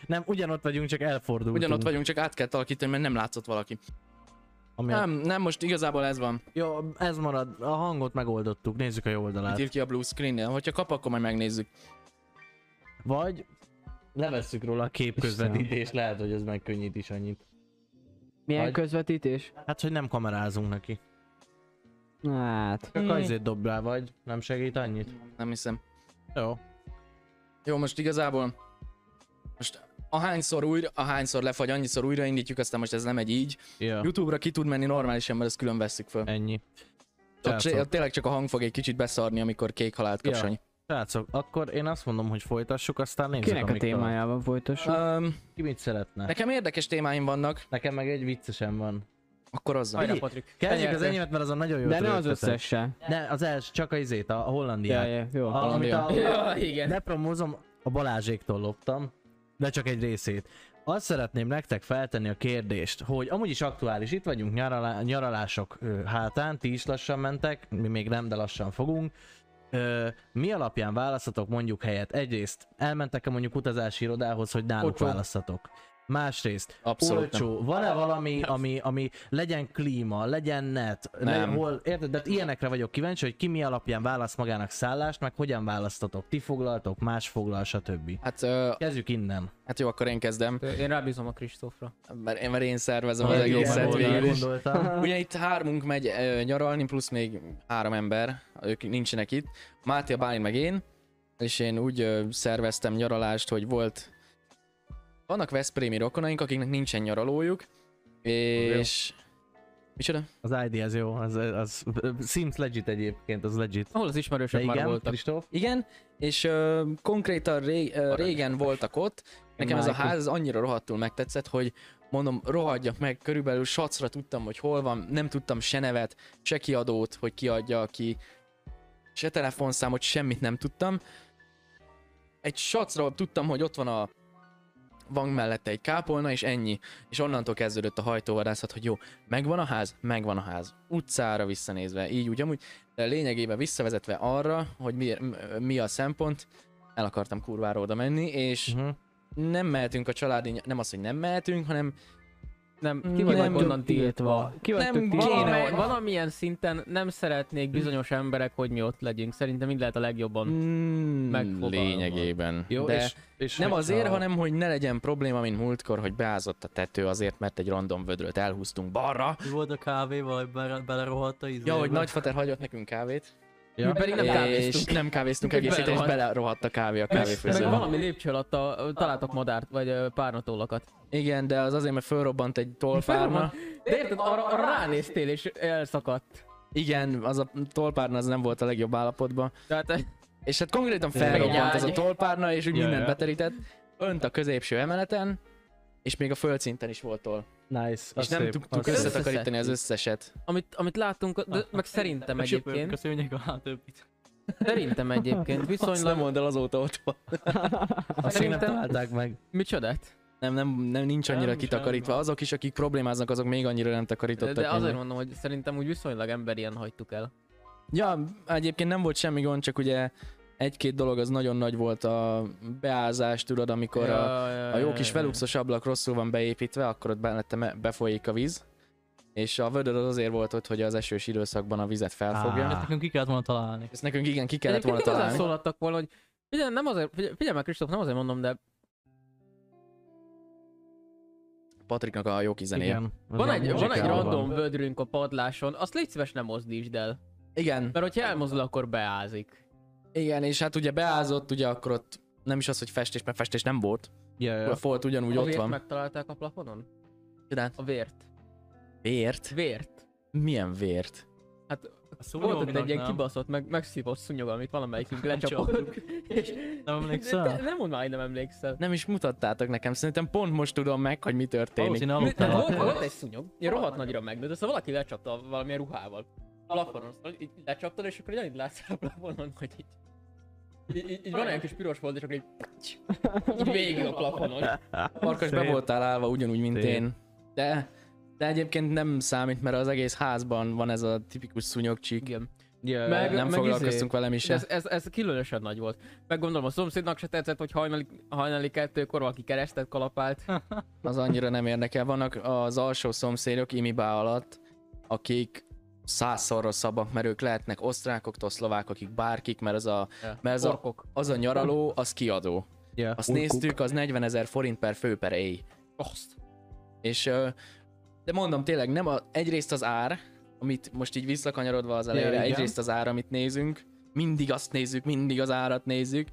S7: Nem, ugyanott vagyunk, csak elfordultunk.
S2: Ugyanott vagyunk, csak át kell alakítani, mert nem látszott valaki.
S7: Ami a-
S2: Nem, nem, most igazából ez van.
S7: Jó, ez marad. A hangot megoldottuk, nézzük a jó
S2: Mit
S7: oldalát.
S2: ír ki a blue screen-nél? Hogyha kap, akkor majd megnézzük.
S7: Vagy levesszük róla a képközvetítést, lehet, hogy ez megkönnyít is annyit.
S1: Milyen
S7: Vagy-
S1: közvetítés?
S7: Hát, hogy nem kamerázunk neki.
S1: Hát.
S2: Hmm.
S7: Csak azért dob rá vagy, nem segít annyit.
S2: Nem hiszem.
S7: Jó.
S2: Jó, most igazából... Most ahányszor újra, ahányszor lefagy, annyiszor újraindítjuk, aztán most ez nem egy így.
S7: Jó.
S2: Youtube-ra ki tud menni normálisan, mert ezt külön vesszük föl.
S7: Ennyi.
S2: Ott,
S7: Srácok,
S2: sé- ott tényleg csak a hang fog egy kicsit beszarni, amikor kék halált kap
S7: Ja.
S2: Sanyi.
S7: srácok, akkor én azt mondom, hogy folytassuk, aztán nézzük,
S1: Kinek a
S7: amik talál.
S1: témájában folytassuk?
S2: Öm,
S7: Ki mit szeretne?
S2: nekem érdekes témáim vannak,
S7: Nekem meg egy viccesen van.
S2: akkor azzal.
S3: Hajrá, Patrik.
S7: Kezdjük az
S3: Tenyerted.
S7: enyémet, mert az a nagyon jó
S1: De ne az összessel.
S7: Ne, az első, csak a izét, a
S1: Ja,
S7: hollandiát.
S1: ja, jó.
S7: A- amit a,
S3: Ja, igen.
S7: Ne promózom, a Balázséktól loptam, de csak egy részét. Azt szeretném nektek feltenni a kérdést, hogy amúgy is aktuális, itt vagyunk nyaralá- nyaralások ö, hátán, ti is lassan mentek, mi még nem, de lassan fogunk. Ö, mi alapján választatok mondjuk helyet? Egyrészt elmentek-e mondjuk utazási irodához, hogy náluk
S2: Olcsó.
S7: választatok? Másrészt,
S2: Abszolút nem.
S7: olcsó, van-e valami, ami, ami legyen klíma, legyen net,
S2: Nem.
S7: Le, hol, érted? De hát ilyenekre vagyok kíváncsi, hogy ki mi alapján választ magának szállást, meg hogyan választatok. Ti foglaltok, más foglal, stb.
S2: Hát, ö,
S7: Kezdjük innen.
S2: hát jó, akkor én kezdem,
S3: Én rábízom a Kristófra.
S2: mert én, mert én szervezem az
S7: Jobban
S2: egészet.
S7: volna,
S2: végül is.
S7: gondoltam.
S2: Ugye itt hármunk megy ö, nyaralni, plusz még három ember, ők nincsenek itt. Máté, a Bálint meg én, és én úgy ö, szerveztem nyaralást, hogy volt... Vannak veszprémi rokonaink, akiknek nincsen nyaralójuk, és... Micsoda?
S7: Az ID az jó, az, az, az Sims legit egyébként, az legit.
S3: Ahol az
S7: De
S3: ismerősök már
S7: igen,
S3: voltak.
S7: Kristóf?
S2: Igen, és ö, konkrétan ré, ö, régen voltak ott. Nekem ez a
S1: Michael.
S2: ház ez annyira rohadtul megtetszett, hogy mondom, rohadjak meg, körülbelül sacra tudtam, hogy hol van, nem tudtam se nevet, se kiadót, hogy kiadja ki, se telefonszámot, semmit nem tudtam. Egy sacra tudtam, hogy ott van a van mellette egy kápolna, és ennyi. És onnantól kezdődött a hajtóvadászat, hogy jó, megvan a ház, megvan a ház. Utcára visszanézve, így úgy amúgy, de lényegében visszavezetve arra, hogy mi, m- mi a szempont, el akartam kurvára oda menni, és
S7: Uh-huh.
S2: nem mehetünk a családi, ny- nem az, hogy nem mehetünk, hanem
S3: Nem, ki
S2: Nem
S3: vagyok
S2: vagytok
S3: onnan tiltva.
S1: Ki vagytok
S2: Nem
S1: tiltva?
S2: kéne.
S3: Valamely, valamilyen szinten nem szeretnék bizonyos emberek, hogy mi ott legyünk. Szerintem mind lehet a legjobban.
S2: mm,
S3: Megfogalmaz.
S2: lényegében.
S7: Hm. Jó,
S2: De
S7: és, és
S2: nem
S7: hogyha-
S2: azért, hanem hogy ne legyen probléma, mint múltkor, hogy beázott a tető azért, mert egy random vödröt elhúztunk balra.
S6: Mi volt a kávéval, be- belerohadt a izé? izébe?
S2: Ja, hogy nagyfater hagyott nekünk kávét.
S7: Ja.
S2: Mi pedig nem kávéztunk. És nem kávéztunk egész hét, és
S3: Belerohadt.
S2: belerohadt a kávé a
S3: Meg
S2: kávéfőzőbe.
S3: valami lépcső alatt a, találtak madárt, vagy ö, párnatólakat.
S2: Igen, de az azért, mert fölrobbant egy tolpárna.
S3: De érted, arra, arra ránéztél és elszakadt.
S2: Igen, az a tolpárna az nem volt a legjobb állapotban.
S3: Tehát
S2: És hát konkrétan felrobbant ez a tolpárna, és úgy
S7: Ja,
S2: mindent
S7: ja.
S2: beterített. Önt a középső emeleten, és még a földszinten is volt toll.
S7: Nice,
S2: És
S7: az
S2: nem
S7: szép,
S2: tudtuk
S7: az szép.
S2: összetakarítani az összeset.
S3: amit, amit láttunk, de, meg szerintem
S6: A csöpör
S3: egyébként,
S6: Köszönjük a többit.
S3: szerintem egyébként
S2: Azt nem
S3: viszonylag,
S2: mondd el azóta ott van.
S7: Azt még nem
S3: Szerintem-
S7: találták meg.
S3: micsodát?
S2: nem, nem, nem nincs annyira
S6: Nem,
S2: kitakarítva.
S6: sem.
S2: Azok is, akik problémáznak, azok még annyira nem
S3: De,
S2: takarítottak.
S3: de azért
S2: mindent.
S3: mondom, hogy szerintem úgy viszonylag emberien hagytuk el.
S2: Ja, egyébként nem volt semmi gond, csak ugye egy-két dolog az nagyon nagy volt a beázás, tudod, amikor a, a jó kis veluxos ablak rosszul van beépítve, akkor ott belette befolyik a víz. És a vödör az azért volt ott, hogy az esős időszakban a vizet felfogja.
S7: Á.
S2: Ah.
S6: Ezt nekünk ki kellett volna találni.
S2: Ezt nekünk igen, ki kellett
S3: Egyébként
S2: volna találni.
S3: igazán szólattak volna, hogy figyelj, nem azért, figyelj, figyelj meg Kristóf, nem azért mondom, de
S2: Patriknak a jó kis zenéje. Igen.
S7: Igen.
S3: van
S7: Az
S3: egy,
S7: a
S3: van egy
S7: muzsikában.
S3: random vödrünk a padláson, azt légy szíves nem mozdítsd el.
S2: igen.
S3: Mert hogyha elmozdul, akkor beázik.
S2: Igen, és hát ugye beázott, ugye akkor ott nem is az, hogy festés, mert festés nem volt.
S7: Ja, ja.
S2: A folt ugyanúgy
S3: a
S2: ott
S3: vért
S2: van.
S3: megtalálták a plafonon?
S2: Csinált.
S3: A vért.
S2: Vért?
S3: Vért.
S2: Milyen vért?
S6: A
S3: szóval Volt ott
S6: szúnyognak
S3: egy ilyen
S6: nem.
S3: kibaszott, meg, megszívott szúnyog, amit valamelyikünk lecsapott. És-
S6: Nem
S3: De- de-
S6: emlékszel?
S3: Nem mondd már, hogy nem emlékszel.
S2: Nem is mutattátok nekem, szerintem pont most tudom meg, hogy mi történik.
S6: Valószínű
S3: Tehát
S6: aludtál.
S3: volt, volt egy szúnyog, ilyen rohadt nagyra megnőtt, aztán valaki lecsapta valamilyen ruhával. A plafonon, szóval így lecsaptad, és akkor így annyit látsz a plafonon, hogy így... Így, így, így van olyan kis piros volt, és akkor így... Így végig a plafonon.
S2: Markas, be
S7: Szép.
S2: voltál állva ugyanúgy, mint
S7: Szép.
S2: én. De, de egyébként nem számít, mert az egész házban van ez a tipikus szúnyogcsík.
S3: Igen.
S7: Ja,
S3: Meg-
S2: Nem
S3: izé-
S2: foglalkoztunk vele mi
S3: És ez,
S2: se.
S3: ez, ez különösen nagy volt. Meg gondolom a szomszédnak se tetszett, hogy hajnali, hajnali kettőkor valaki keresztet kalapált.
S2: Az annyira nem érdekel. Vannak az alsó szomszédok Imibá alatt, akik százszor rosszabbak, mert ők lehetnek osztrákoktól szlovákok, akik bárkik, mert az a,
S3: Ja.
S2: mert az a,
S3: Orkok.
S2: az a nyaraló, az kiadó.
S7: ja.
S2: Azt néztük, az 40 ezer forint per fő per éj.
S3: Azt.
S2: És ö, de mondom tényleg, nem a, egyrészt az ár, amit most így visszakanyarodva az elejére,
S7: igen.
S2: egyrészt az ár, amit nézünk, mindig azt nézzük, mindig az árat nézzük,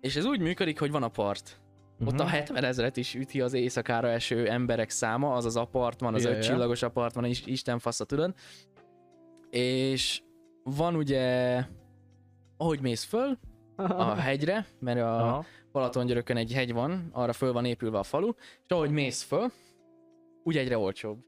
S2: és ez úgy működik, hogy van apart. Ott
S7: Mhm.
S2: a 70 ezeret is üti az éjszakára eső emberek száma, az az apartman, az
S7: Ja,
S2: yeah,
S7: ja.
S2: ötcsillagos apartman, is, Isten fasza, tudod. És van ugye, ahogy mész föl a hegyre, mert a,
S7: Aha.
S2: Balatongyörökön egy hegy van, arra föl van épülve a falu, és ahogy mész föl, úgy egyre olcsóbb.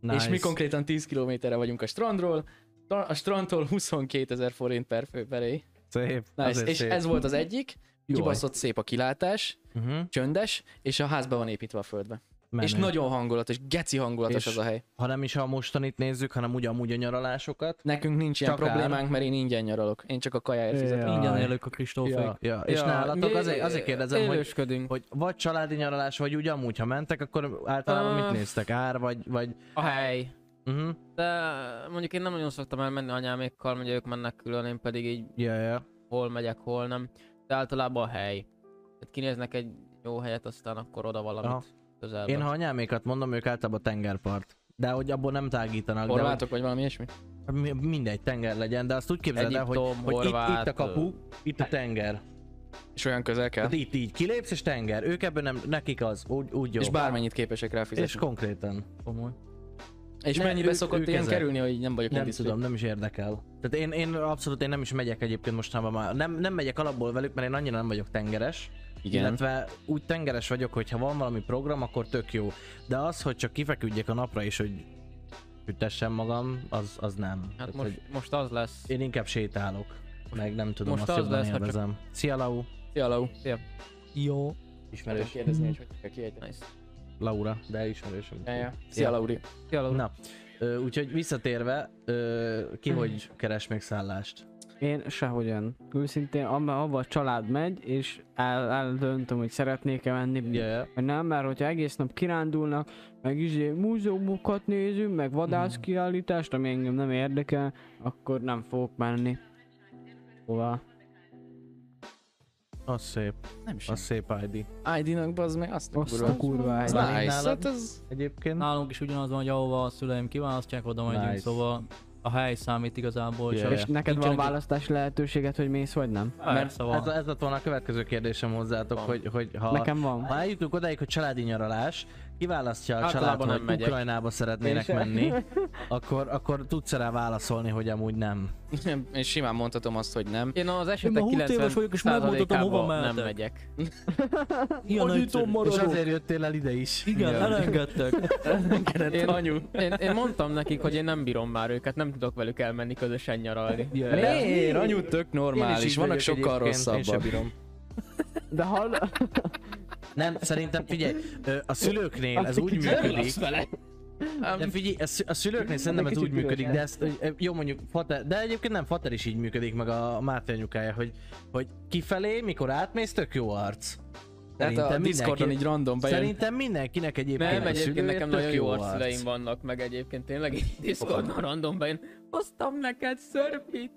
S7: Nice.
S2: Nice. És mi konkrétan 10 kilométerre vagyunk a strandról, tra- a strandtól 22 ezer forint per fő belé.
S7: Szép.
S2: Nice.
S7: azért
S2: És
S7: szép.
S2: ez volt az egyik,
S7: Jaj.
S2: kibaszott szép a kilátás,
S7: Uh-huh.
S2: csöndes, és a ház be van építve a földbe. És nagyon hangulatos, geci hangulatos
S7: És-
S2: és... az a hely.
S7: Ha nem is a mostanit nézzük, hanem úgy amúgy a nyaralásokat.
S2: Nekünk nincs ilyen
S7: Csak
S2: Csak problémánk, mert én ingyen nyaralok. Én csak a kajáért fizetek.
S7: Ja.
S6: Ingyen élők a Kristófék.
S7: Ja, ja. És nálatok
S3: mi-
S7: azért, azért kérdezem, hogy
S3: élősködünk.
S7: hogy vagy családi nyaralás, vagy úgy amúgy, ha mentek, akkor általában
S3: Ö,
S7: mit néztek? Ár, vagy... vagy...
S3: A hely.
S7: Uh-huh.
S3: De mondjuk én nem nagyon szoktam elmenni anyámékkal, ugye ők mennek külön, én pedig így
S7: Ja, ja.
S3: hol megyek, hol nem. De általában a hely. Tehát kinéznek egy jó helyet, aztán akkor oda valamit
S7: Aha.
S3: Aha. közelbe.
S7: Én ha anyámékat mondom, ők általában tengerpart. De hogy abból nem tágítanak, de hogy
S2: Horvátok vagy valami ilyesmi?
S7: mi- mindegy tenger legyen, de azt úgy képzeld el, hogy,
S3: Egyiptom,
S7: hogy itt,
S3: horvát,
S7: itt a kapu, itt a tenger.
S2: És olyan közel kell.
S7: Tehát itt Hát így kilépsz és tenger. Ők ebben nem, nekik az, úgy, úgy jó.
S2: És bármennyit képesek rá fizetni.
S7: és
S2: És,
S7: konkrétan.
S6: Komoly.
S2: és
S7: Ne,
S2: mennyibe
S7: ők-
S2: szokott
S7: ők
S2: ilyen
S7: ezek.
S2: kerülni, hogy nem vagyok
S7: Nem
S2: indítő?
S7: tudom, nem is érdekel. Tehát én, én abszolút én nem is megyek egyébként mostanában már. Nem, nem megyek alapból velük, mert én annyira nem vagyok tengeres.
S2: Igen.
S7: Illetve úgy tengeres vagyok, hogy ha van valami program, akkor tök jó. De az, hogy csak kifeküdjek a napra és hogy ütessem magam, az, az nem.
S3: Hát
S7: Tehát,
S3: most,
S7: hogy
S3: most az lesz.
S7: Én inkább sétálok. Meg nem tudom,
S3: most
S7: most azt
S3: az
S7: jobban
S3: lesz, ha csak-
S7: élvezem. Szia Lau,
S2: Szia, Lau.
S6: Jó.
S2: Ismerős. kérdezni, hogy hogy kell kiejteni.
S3: Nice.
S7: Laura, de ismerősöm.
S2: Ja, ja.
S7: Szia.
S2: Szia, Lauri.
S3: Hello.
S7: Na, ö, úgyhogy visszatérve, ö, ki hogy keres még szállást?
S1: Én sehogyan. Őszintén abba, abba a család megy, és el, eldöntöm, hogy szeretnék-e menni,
S7: Ja, ja.
S1: vagy nem, mert hogyha egész nap kirándulnak, meg izé múzeumokat nézünk, meg vadászkiállítást, ami engem nem érdekel, akkor nem fogok menni. Hova?
S7: Az szép,
S2: Nem sem.
S7: az szép ID.
S2: ID-nak bazd meg, azt a
S1: Azt
S2: kurva.
S1: a kurva
S2: Ez
S1: egy.
S7: Nice.
S2: nice.
S7: Nálad?
S2: Hát ez...
S7: Egyébként?
S6: Nálunk is ugyanaz van, hogy ahova a szüleim kiválasztják, oda megyünk,
S7: Nice.
S6: szóval a hely számít igazából.
S7: Yeah.
S6: csak
S7: És
S1: És neked van
S6: nincsenek-
S1: választás lehetőséget, hogy mész vagy nem?
S6: Persze
S7: Ez,
S6: szóval.
S7: ez lett volna a következő kérdésem hozzátok, hogy, hogy ha,
S1: Nekem van.
S7: ha eljutunk odáig, hogy családi nyaralás, kiválasztja a
S3: Általában
S7: család,
S3: nem
S7: hogy
S3: megyek.
S7: Ukrajnába szeretnének
S1: Én sem.
S7: menni, akkor, akkor tudsz rá válaszolni, hogy amúgy nem.
S2: Én simán mondhatom azt, hogy nem.
S3: Én az
S6: Én
S3: esetek
S6: ma 20 éves
S3: 90
S6: vagyok, és megmutatom, hova
S3: százalékába nem
S6: mehetek.
S3: megyek.
S6: Ilyen egyszerű.
S7: És azért jöttél el ide is.
S6: Igen,
S7: Ja.
S6: elengedtek.
S3: Én,
S2: Anyu.
S3: én, én, mondtam nekik, hogy én nem bírom már őket, nem tudok velük elmenni közösen nyaralni.
S2: Miért? Anyu tök
S7: Én is
S2: normális,
S7: így
S2: vannak
S7: vagyok
S2: sokkal Hát
S7: egyébként, én se
S2: rosszabbak.
S7: bírom.
S1: De hall...
S7: Nem, szerintem figyelj, ö, a szülőknél ez úgy működik. De figyelj, a szü- a szülőknél szerintem ez úgy működik, de ezt, ö, jó mondjuk, Fater, de egyébként nem, Fater is így működik, meg a Máté anyukája, hogy, hogy kifelé, mikor átmész, tök jó arc.
S2: Tehát hát a
S7: Szerintem
S2: Discordon
S7: mindenki-
S2: így random bejön.
S7: Szerintem mindenkinek egyébként
S3: Nem,
S7: a
S3: egyébként
S7: szülője
S3: nekem
S7: tök
S3: nagyon jó
S7: arc.
S3: arcleim vannak, meg egyébként tényleg így Discordon randomban én hoztam neked szörpit,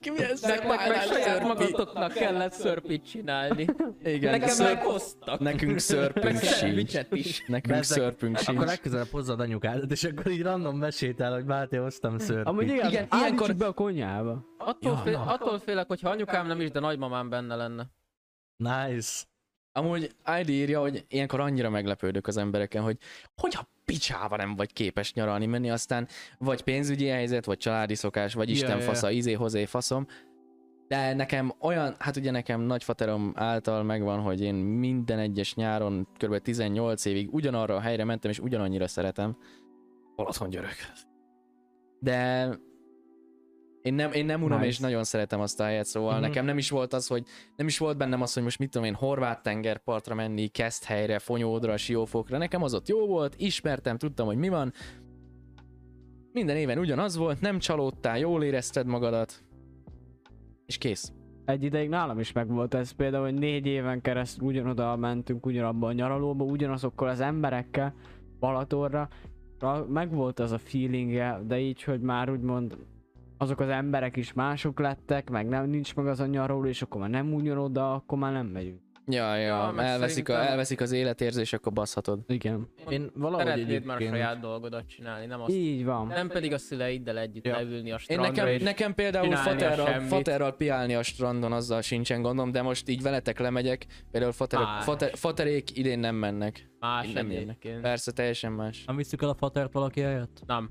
S2: Ki milyen
S3: meg, meg, meg
S2: szörpálás
S3: saját
S2: szörpi?
S3: magatoknak kellett szörpit csinálni.
S2: Igen,
S3: Nekem meg
S2: szörp-
S3: hoztak.
S2: Nekünk szörpünk sincs.
S3: Sandwichet is.
S2: Nekünk
S7: Bezzeg.
S2: szörpünk
S7: Akkor
S2: sincs.
S7: legközelebb hozzad anyukádat, és akkor így random mesétál, hogy Máté hoztam szörpit.
S1: Amúgy igen,
S3: Igen,
S1: igen
S3: ilyenkor-
S1: ilyenkor... be a konyhába.
S3: Attól,
S7: Ja,
S3: fél,
S7: na.
S3: attól félek, hogyha anyukám nem is, de nagymamám benne lenne.
S7: Nice.
S2: Amúgy ID írja, hogy ilyenkor annyira meglepődök az embereken, hogy hogy a picsába nem vagy képes nyaralni menni, aztán vagy pénzügyi helyzet, vagy családi szokás, vagy
S7: Ja,
S2: Isten
S7: ja, ja.
S2: fasza, izé, hozé, faszom. De nekem olyan, hát ugye nekem nagyfaterom által megvan, hogy én minden egyes nyáron kb. 18 évig ugyanarra a helyre mentem, és ugyanannyira szeretem. Balaton györök. De én nem, én nem unom,
S1: Nice.
S2: és nagyon szeretem azt a helyet, szóval
S7: Mhm.
S2: nekem nem is volt az, hogy nem is volt bennem az, hogy most mit tudom én, horvát tengerpartra menni, kezd helyre, fonyódra, siófokra. Nekem az ott jó volt, ismertem, tudtam, hogy mi van. Minden éven ugyanaz volt, nem csalódtál, jól érezted magadat. És kész.
S1: Egy ideig nálam is megvolt ez például, hogy négy éven keresztül ugyanoda mentünk, ugyanabba a nyaralóba, ugyanazokkal az emberekkel Balatonra. Ra- Megvolt az a feelingje, de így, hogy már úgymond azok az emberek is mások lettek, meg nem nincs meg az a nyaraló, és akkor már nem úgy jön oda, akkor már nem megyünk.
S2: Ja, ja,
S3: Ja,
S2: ja
S3: meg
S2: elveszik, a,
S3: szerintem-
S2: elveszik az életérzés, akkor baszhatod.
S1: Igen.
S7: Én valahogy
S3: Szeretnéd már a
S7: egyébként-
S3: saját dolgodat csinálni, nem azt.
S1: Így van.
S3: Nem pedig a szüleiddel együtt
S7: Ja.
S3: leülni a
S2: Én
S3: strandra
S2: nekem,
S3: és
S2: nekem például
S3: csinálni a
S2: faterral,
S3: semmit.
S2: faterral piálni a strandon, azzal sincsen gondom, de most így veletek lemegyek, például fater,
S3: Á.
S2: fater, faterék idén nem mennek.
S3: más
S2: Én nem jönnek.
S3: egyébként.
S2: Persze, teljesen más.
S6: Nem visszük el a fatert valaki helyett?
S3: Nem.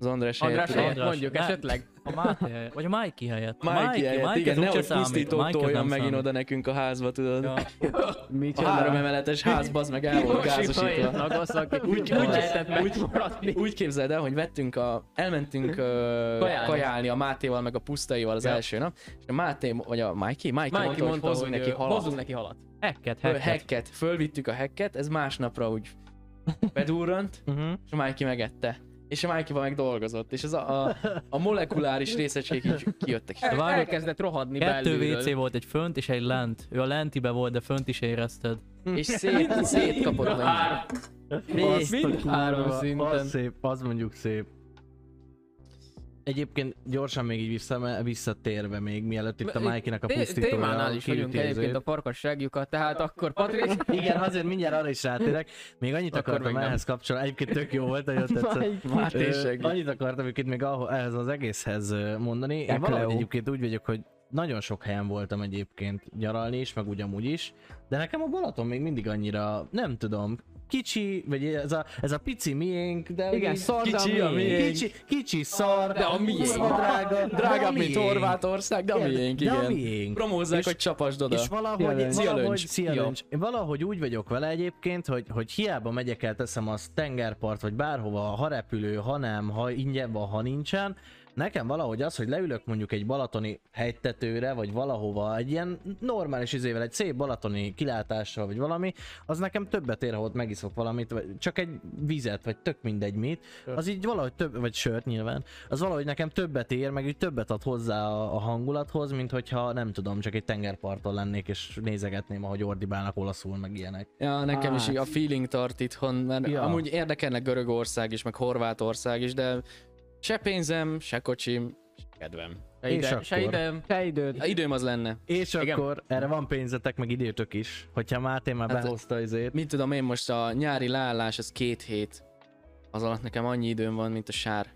S2: Az András
S3: András
S2: helyett-
S3: helyett
S6: András,
S3: mondjuk
S6: nem.
S3: esetleg.
S6: A Máté helyett? Vagy a Mikey helyett? A
S2: Mikey helyett,
S6: Mikey
S2: igen,
S6: az úgyse
S2: nehogy
S6: számít,
S2: pusztító
S6: Mikey az
S2: toljon
S6: nem
S2: megint
S6: számít.
S2: oda nekünk a házba, tudod.
S6: Ja.
S1: Mit
S2: A három emeletes ház, bazd meg el volt gázosítva.
S3: Nagasaki. Úgy, úgy
S2: úgy-
S3: lehetett megmaradni.
S2: Úgy képzeld el, hogy vettünk a, elmentünk ö,
S3: Kajálni.
S2: kajálni a Mátéval, meg a pusztaival az
S6: Ja.
S2: első nap, és a Máté, vagy a Mikey, Mikey,
S3: Mikey
S2: mondta, hogy
S3: mondta,
S2: hozzunk
S3: hogy
S2: neki
S3: neki
S2: halat.
S3: Hozzunk neki halat.
S6: Hacket,
S2: Hacket.
S6: hacket.
S2: hacket. Fölvittük a hacket, ez másnapra úgy bedurrant,
S7: Mhm.
S2: és a Mikey megette. És a Mikey meg dolgozott, és az a, a, a molekuláris részecskék így kijöttek.
S3: El,
S6: várj.
S3: elkezdett rohadni
S6: Kettő
S3: belülről.
S6: WC volt, egy fönt és egy lent. Ő a lentibe volt, de fönt is érezted.
S2: És szét, szétkapott
S3: Mind a
S2: meg.
S3: három.
S7: Azt a
S3: Mind három
S7: kurva,
S3: szinten.
S7: Az szép, az mondjuk szép. Egyébként gyorsan még így vissza, visszatérve még, mielőtt itt a
S3: Itt
S7: Mikey-nek a
S3: té-
S7: pusztítója.
S3: Témánál is vagyunk
S7: kiütézőt.
S3: egyébként a parkasságjukat, tehát akkor Patrik...
S7: Igen, azért mindjárt arra is rátérek. Még annyit
S3: Akkor
S7: akartam
S3: még nem.
S7: ehhez kapcsolni, egyébként tök jó volt, nagyon tetszett.
S2: Máté
S7: Ö,
S2: segít.
S7: annyit akartam itt még ahhoz, ehhez az egészhez ö, mondani. Én valahogy
S1: Ekleo.
S7: egyébként úgy vagyok, hogy nagyon sok helyen voltam egyébként nyaralni is, meg ugyanúgy is, de nekem a Balaton még mindig annyira, nem tudom, kicsi, vagy ez a, ez a pici miénk, de
S1: Igen,
S7: így-
S1: szar, de a
S7: kicsi,
S1: miénk.
S7: kicsi, kicsi szar, de
S2: a miénk.
S7: drága, de a
S2: Drágább, mint
S7: miénk.
S2: Horvátország, de a
S7: Igen,
S2: miénk,
S7: De a
S2: igen.
S7: miénk.
S2: Promózzák,
S7: És-
S2: hogy csapasd oda.
S7: És valahogy,
S1: Szia,
S2: Löncs.
S7: valahogy,
S2: Szia,
S7: szia,
S2: Löncs.
S7: Löncs. Én valahogy úgy vagyok vele egyébként, hogy, hogy hiába megyek el, teszem az tengerpart, vagy bárhova, ha repülő, ha nem, ha ingyen van, ha nincsen, nekem valahogy az, hogy leülök mondjuk egy balatoni hegytetőre, vagy valahova, egy ilyen normális izével, egy szép balatoni kilátással, vagy valami, az nekem többet ér, ha ott megiszok valamit, vagy csak egy vizet, vagy tök mindegy mit, az így valahogy több, vagy sört nyilván, az valahogy nekem többet ér, meg így többet ad hozzá a, a hangulathoz, mint hogyha nem tudom, csak egy tengerparton lennék, és nézegetném, ahogy ordibálnak olaszul, meg ilyenek.
S2: Ja, nekem is
S1: Á.
S2: így a feeling tart itthon, mert
S7: Hát. Ja.
S2: amúgy érdekelne Görögország is, meg Horvátország is, de se pénzem, se kocsim, se kedvem.
S3: Se
S7: És
S3: ide,
S7: akkor?
S3: se ide.
S1: Se időt.
S2: Ha időm az lenne.
S7: És
S3: Igen.
S7: akkor erre van pénzetek, meg időtök is, hogyha Máté már
S2: Hát-
S7: behozta izét.
S2: Mit tudom én most, a nyári leállás az két hét. Az alatt nekem annyi időm van, mint a sár.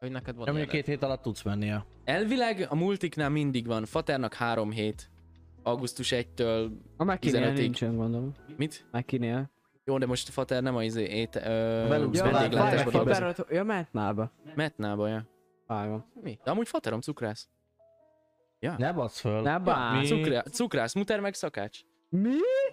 S3: Hogy neked
S7: Ja,
S3: van
S7: mondjuk
S3: ilyened.
S7: két hét alatt tudsz menni a
S2: Elvileg a multiknál mindig van, Faternak három hét. Augusztus 1-től,
S1: A Mekinél
S2: 15-ig.
S1: nincsen, gondolom.
S2: mit?
S1: Mekinél.
S2: Jó, de most Fater nem a izé, éte, ö,
S7: Velux
S1: várj,
S2: vendéglátásokat
S7: Fater-
S2: dolgozik.
S1: Faber- ja, Metnába.
S2: Metnába, ja.
S1: Vágom.
S2: De amúgy Faterom cukrász.
S7: Ne basz föl.
S1: Ne bánj.
S7: Mi?
S2: Cukrá, cukrász, muter meg szakács.
S1: Mi?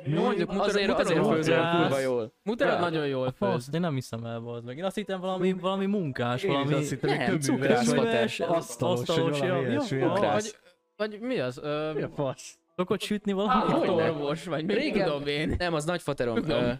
S3: Jó, mondjuk muter-
S2: Azért,
S3: muterod
S2: azért
S3: nagyon-
S2: főzöl
S6: cukrász.
S2: kurva jól.
S3: Muterod
S2: Ja.
S3: nagyon jól főz.
S6: Fasz, de nem hiszem el, az meg. Én azt hittem valami, valami munkás,
S7: Én is
S6: valami...
S7: azt hittem, hogy
S2: Nem,
S7: köműves
S2: cukrász
S7: vagy.
S2: fater.
S7: Asztalos, vagy
S6: Asztalos,
S7: valami
S6: ja,
S7: ilyesmi.
S6: ja,
S7: Cukrász.
S3: Vagy, vagy mi az? Ö,
S7: Mi a fasz?
S6: Szokott sütni valami?
S3: Állatorvos, vagy még
S2: Régen-
S3: tudom én.
S2: Nem, az nagyfaterom.
S3: Tudom.
S2: Ö,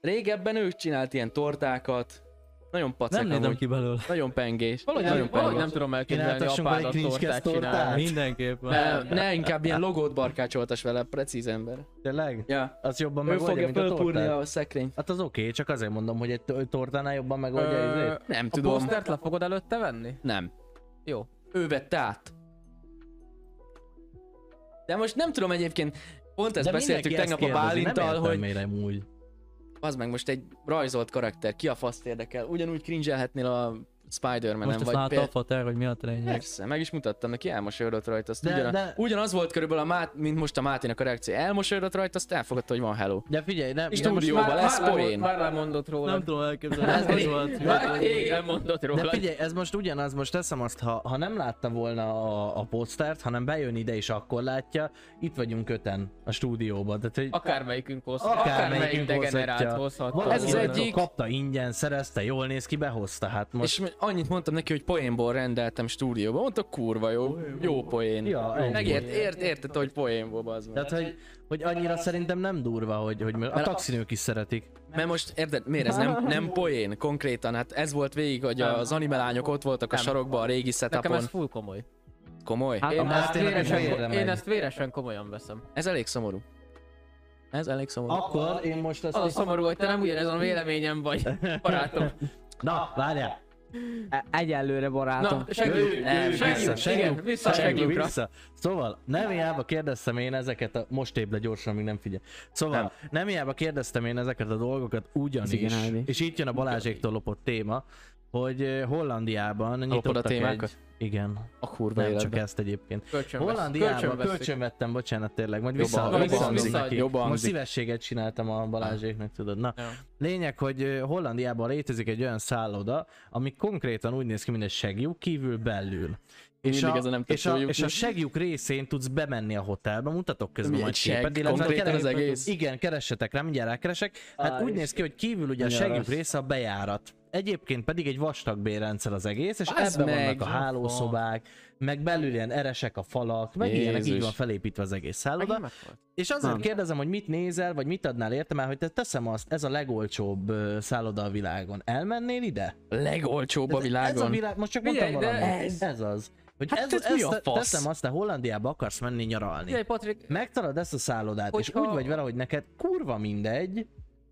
S2: régebben ő csinált ilyen tortákat. Nagyon pacek
S6: Nem nézem
S2: amúgy.
S6: ki belőle.
S2: Nagyon pengés.
S3: Valahogy
S2: nagyon
S3: nem, valahogy nem
S2: pengés.
S3: tudom elképzelni
S7: Csináltassunk
S3: apádat
S7: valami
S3: tortát
S7: Klinskes tortát?
S3: csinálni.
S6: Mindenképpen.
S2: Ne, ne, inkább ilyen logót barkácsoltas vele, precíz ember.
S7: Tényleg?
S2: Ja.
S7: Az jobban
S2: Ő
S7: megoldja,
S2: fogja
S7: mint a
S2: fölpúrni
S7: tortát?
S2: a szekrényt.
S7: Hát az oké, okay, csak azért mondom, hogy egy to- tortánál jobban megoldja
S3: Ö,
S7: izét.
S2: Nem
S3: A
S2: tudom.
S3: posztert le fogod előtte venni?
S2: Nem.
S3: Jó.
S2: Ő vette át. De most nem tudom egyébként, pont ezt
S7: De
S2: beszéltük
S7: mindenki
S2: tegnap
S7: ezt
S2: a
S7: kérdezi,
S2: Bálintal,
S7: nem
S2: hogy
S7: értem, hogy... Úgy.
S2: az meg most egy rajzolt karakter, ki a faszt érdekel, ugyanúgy cringe-elhetnél a Spider-Man-en,
S6: Most ezt
S2: vagy
S6: látta a
S2: például...
S6: fater, hogy mi a tényleg.
S2: Persze, meg is mutattam neki, elmosolyodott rajta, azt
S7: De-
S2: ugyanaz,
S7: de-
S2: ugyanaz volt körülbelül, a Mát, mint most a Máténak a reakció, elmosolyodott rajta, azt elfogadta, hogy van hello.
S7: De figyelj, nem,
S2: És
S7: de most-
S2: stúdióban lesz
S3: lemond-
S2: poén.
S3: Már lemondott róla.
S6: Nem tudom elképzelni, ez az volt.
S3: Már rég lemondott róla.
S7: de figyelj, ez most ugyanaz, most teszem azt, ha, ha nem látta volna a, a posztert, hanem bejön ide és akkor látja, itt vagyunk öten a stúdióban. Tehát, hogy
S3: Akármelyikünk hozhat.
S7: akármelyikünk
S3: Akármelyik degenerált
S7: hozhatja.
S3: hozhat.
S7: Van
S2: Ez az
S7: olyan,
S2: egyik-
S7: Kapta ingyen, szerezte, jól néz ki, behozta. Hát most...
S2: Most... És annyit mondtam neki, hogy poénból rendeltem stúdióba, mondta kurva jó, jó poén.
S7: Ja, egy
S2: Megért, ért, értette, hogy poénból, bazd meg.
S7: Tehát, hogy, hogy annyira szerintem nem durva, hogy, hogy a taxinők is szeretik.
S2: Mert most, érted, miért ez nem, nem poén konkrétan? Hát ez volt végig, hogy az animelányok ott voltak a sarokban a régi
S3: Nekem
S2: setupon.
S3: ez full komoly.
S2: Komoly?
S1: Hát
S3: Én,
S1: a
S3: ezt
S7: Máté nekem
S3: véresen,
S7: vérre
S3: én
S7: megy.
S3: ezt véresen komolyan veszem.
S2: Ez elég szomorú. Ez elég szomorú.
S7: Akkor én most
S3: Az a
S7: ezt...
S3: szomorú, hogy te nem ugyanezen a véleményem vagy, barátom.
S7: Na, várjál!
S1: Egyelőre barátom.
S3: Na, segíts!
S2: Nem,
S3: Segíts! Igen,
S7: Segjünk
S3: visszasegjünk rá.
S7: vissza. Szóval, nem hiába kérdeztem én ezeket a... Most épp le gyorsan, még nem figyel. Szóval, nem. nem hiába kérdeztem én ezeket a dolgokat ugyanis.
S1: Igen, Ivy.
S7: és itt jön a Balázséktól lopott téma, hogy eh, Hollandiában
S2: Lopod a
S7: nyitottak egy...
S2: témákat?
S7: Igen,
S2: A kurva
S7: nem
S2: életben.
S7: csak ezt egyébként.
S3: Kölcsönvesz-
S7: Hollandiában
S3: kölcsönveszük.
S7: kölcsön vettem, bocsánat, tényleg, majd
S2: Jobban-
S7: vissza,
S2: jobban
S7: visszaadom
S2: hangzik.
S7: neki.
S2: Jobban
S7: Most
S2: hangzik.
S7: szívességet csináltam a Balázséknak, tudod. Na, lényeg, hogy ö, Hollandiában létezik egy olyan szálloda, ami konkrétan úgy néz ki, mint egy segjuk kívül belül. És
S2: Mindig
S7: a,
S2: ezen nem
S7: és, a,
S2: tetszőjük.
S7: és a segjuk részén tudsz bemenni a hotelbe, mutatok közben
S2: Mi
S7: majd
S2: egy seg?
S7: képet, illetve
S2: Konkrétan
S7: keres-
S2: az egész?
S7: Igen, keressetek rá, mindjárt rákeresek. Hát úgy néz ki, hogy kívül ugye a segjuk része a bejárat. Egyébként pedig egy vastag bérrendszer az egész, és
S2: Bazd
S7: ebben
S2: meg!
S7: vannak a hálószobák, meg belül ilyen eresek a falak, meg ilyenek, így
S2: Jézus.
S7: van felépítve az egész szálloda. És azért
S1: Nem.
S7: kérdezem, hogy mit nézel, vagy mit adnál érte, mert hogy te teszem azt, ez a legolcsóbb ö, szálloda a világon. Elmennél ide?
S2: A legolcsóbb a
S7: Ez- Ez a
S2: világon.
S7: világ, most csak mondtam
S3: Figyelj, de
S7: valamit. Ez, ez az. Hogy
S2: Hát
S7: ez,
S2: ez mi
S7: ezt
S2: a
S7: te-
S2: fasz?
S7: teszem azt, te Hollandiába akarsz menni nyaralni.
S3: Figyelj, Patrik,
S7: Megtalad ezt a szállodát, és
S3: Hogyha-
S7: úgy vagy vele, hogy neked kurva mindegy,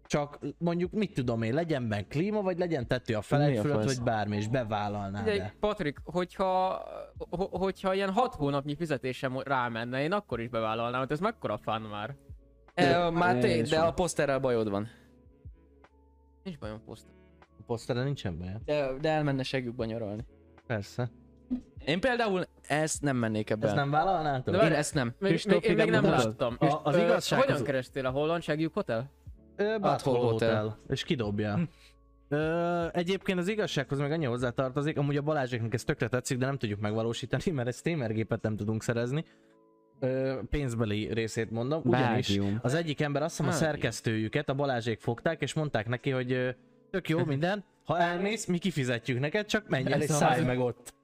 S7: csak mondjuk mit tudom én, legyen benne klíma, vagy legyen tető a
S2: Mi
S7: felek
S2: a
S7: fölött,
S2: fasz?
S7: vagy bármi, és bevállalnád
S3: Figyelj,
S7: -e.
S3: Patrik, hogyha, ho- hogyha ilyen hat hónapnyi fizetésem rámenne, én akkor is bevállalnám, hát ez mekkora fán már.
S2: E, már te,
S1: Jézusom.
S2: de a poszterrel bajod van.
S3: Nincs bajom posztál.
S7: A posztere nincsen baj, hát
S2: De, de elmenne segjükbe nyaralni.
S7: persze.
S2: Én például ezt nem mennék ebbe.
S7: Ezt
S2: el.
S7: nem vállalnátok?
S3: De
S2: Én
S3: várj,
S2: ezt nem.
S3: Még,
S1: Kristóf,
S3: még, én még
S1: ide
S3: nem
S1: mutatod?
S3: láttam.
S7: A- az
S3: Ö,
S7: igazság
S3: Hogyan
S7: az-
S3: kerestél a holland segjuk hotel?
S7: Ö, Butthole
S2: Hotel.
S7: Hotel. És
S3: Hm.
S7: kidobja. Ö, egyébként az igazsághoz meg annyi hozzátartozik, amúgy a Balázséknak ez tökre tetszik, de nem tudjuk megvalósítani, mert ezt témergépet nem tudunk szerezni. Ö, pénzbeli részét mondom, ugyanis
S1: Belgium.
S7: az egyik ember azt hiszem a
S2: Belgium.
S7: szerkesztőjüket, a Balázsék fogták, és mondták neki, hogy ö, tök jó minden, ha elmész, mi kifizetjük neked, csak menj el és
S1: Ez az-
S7: szállj meg ott.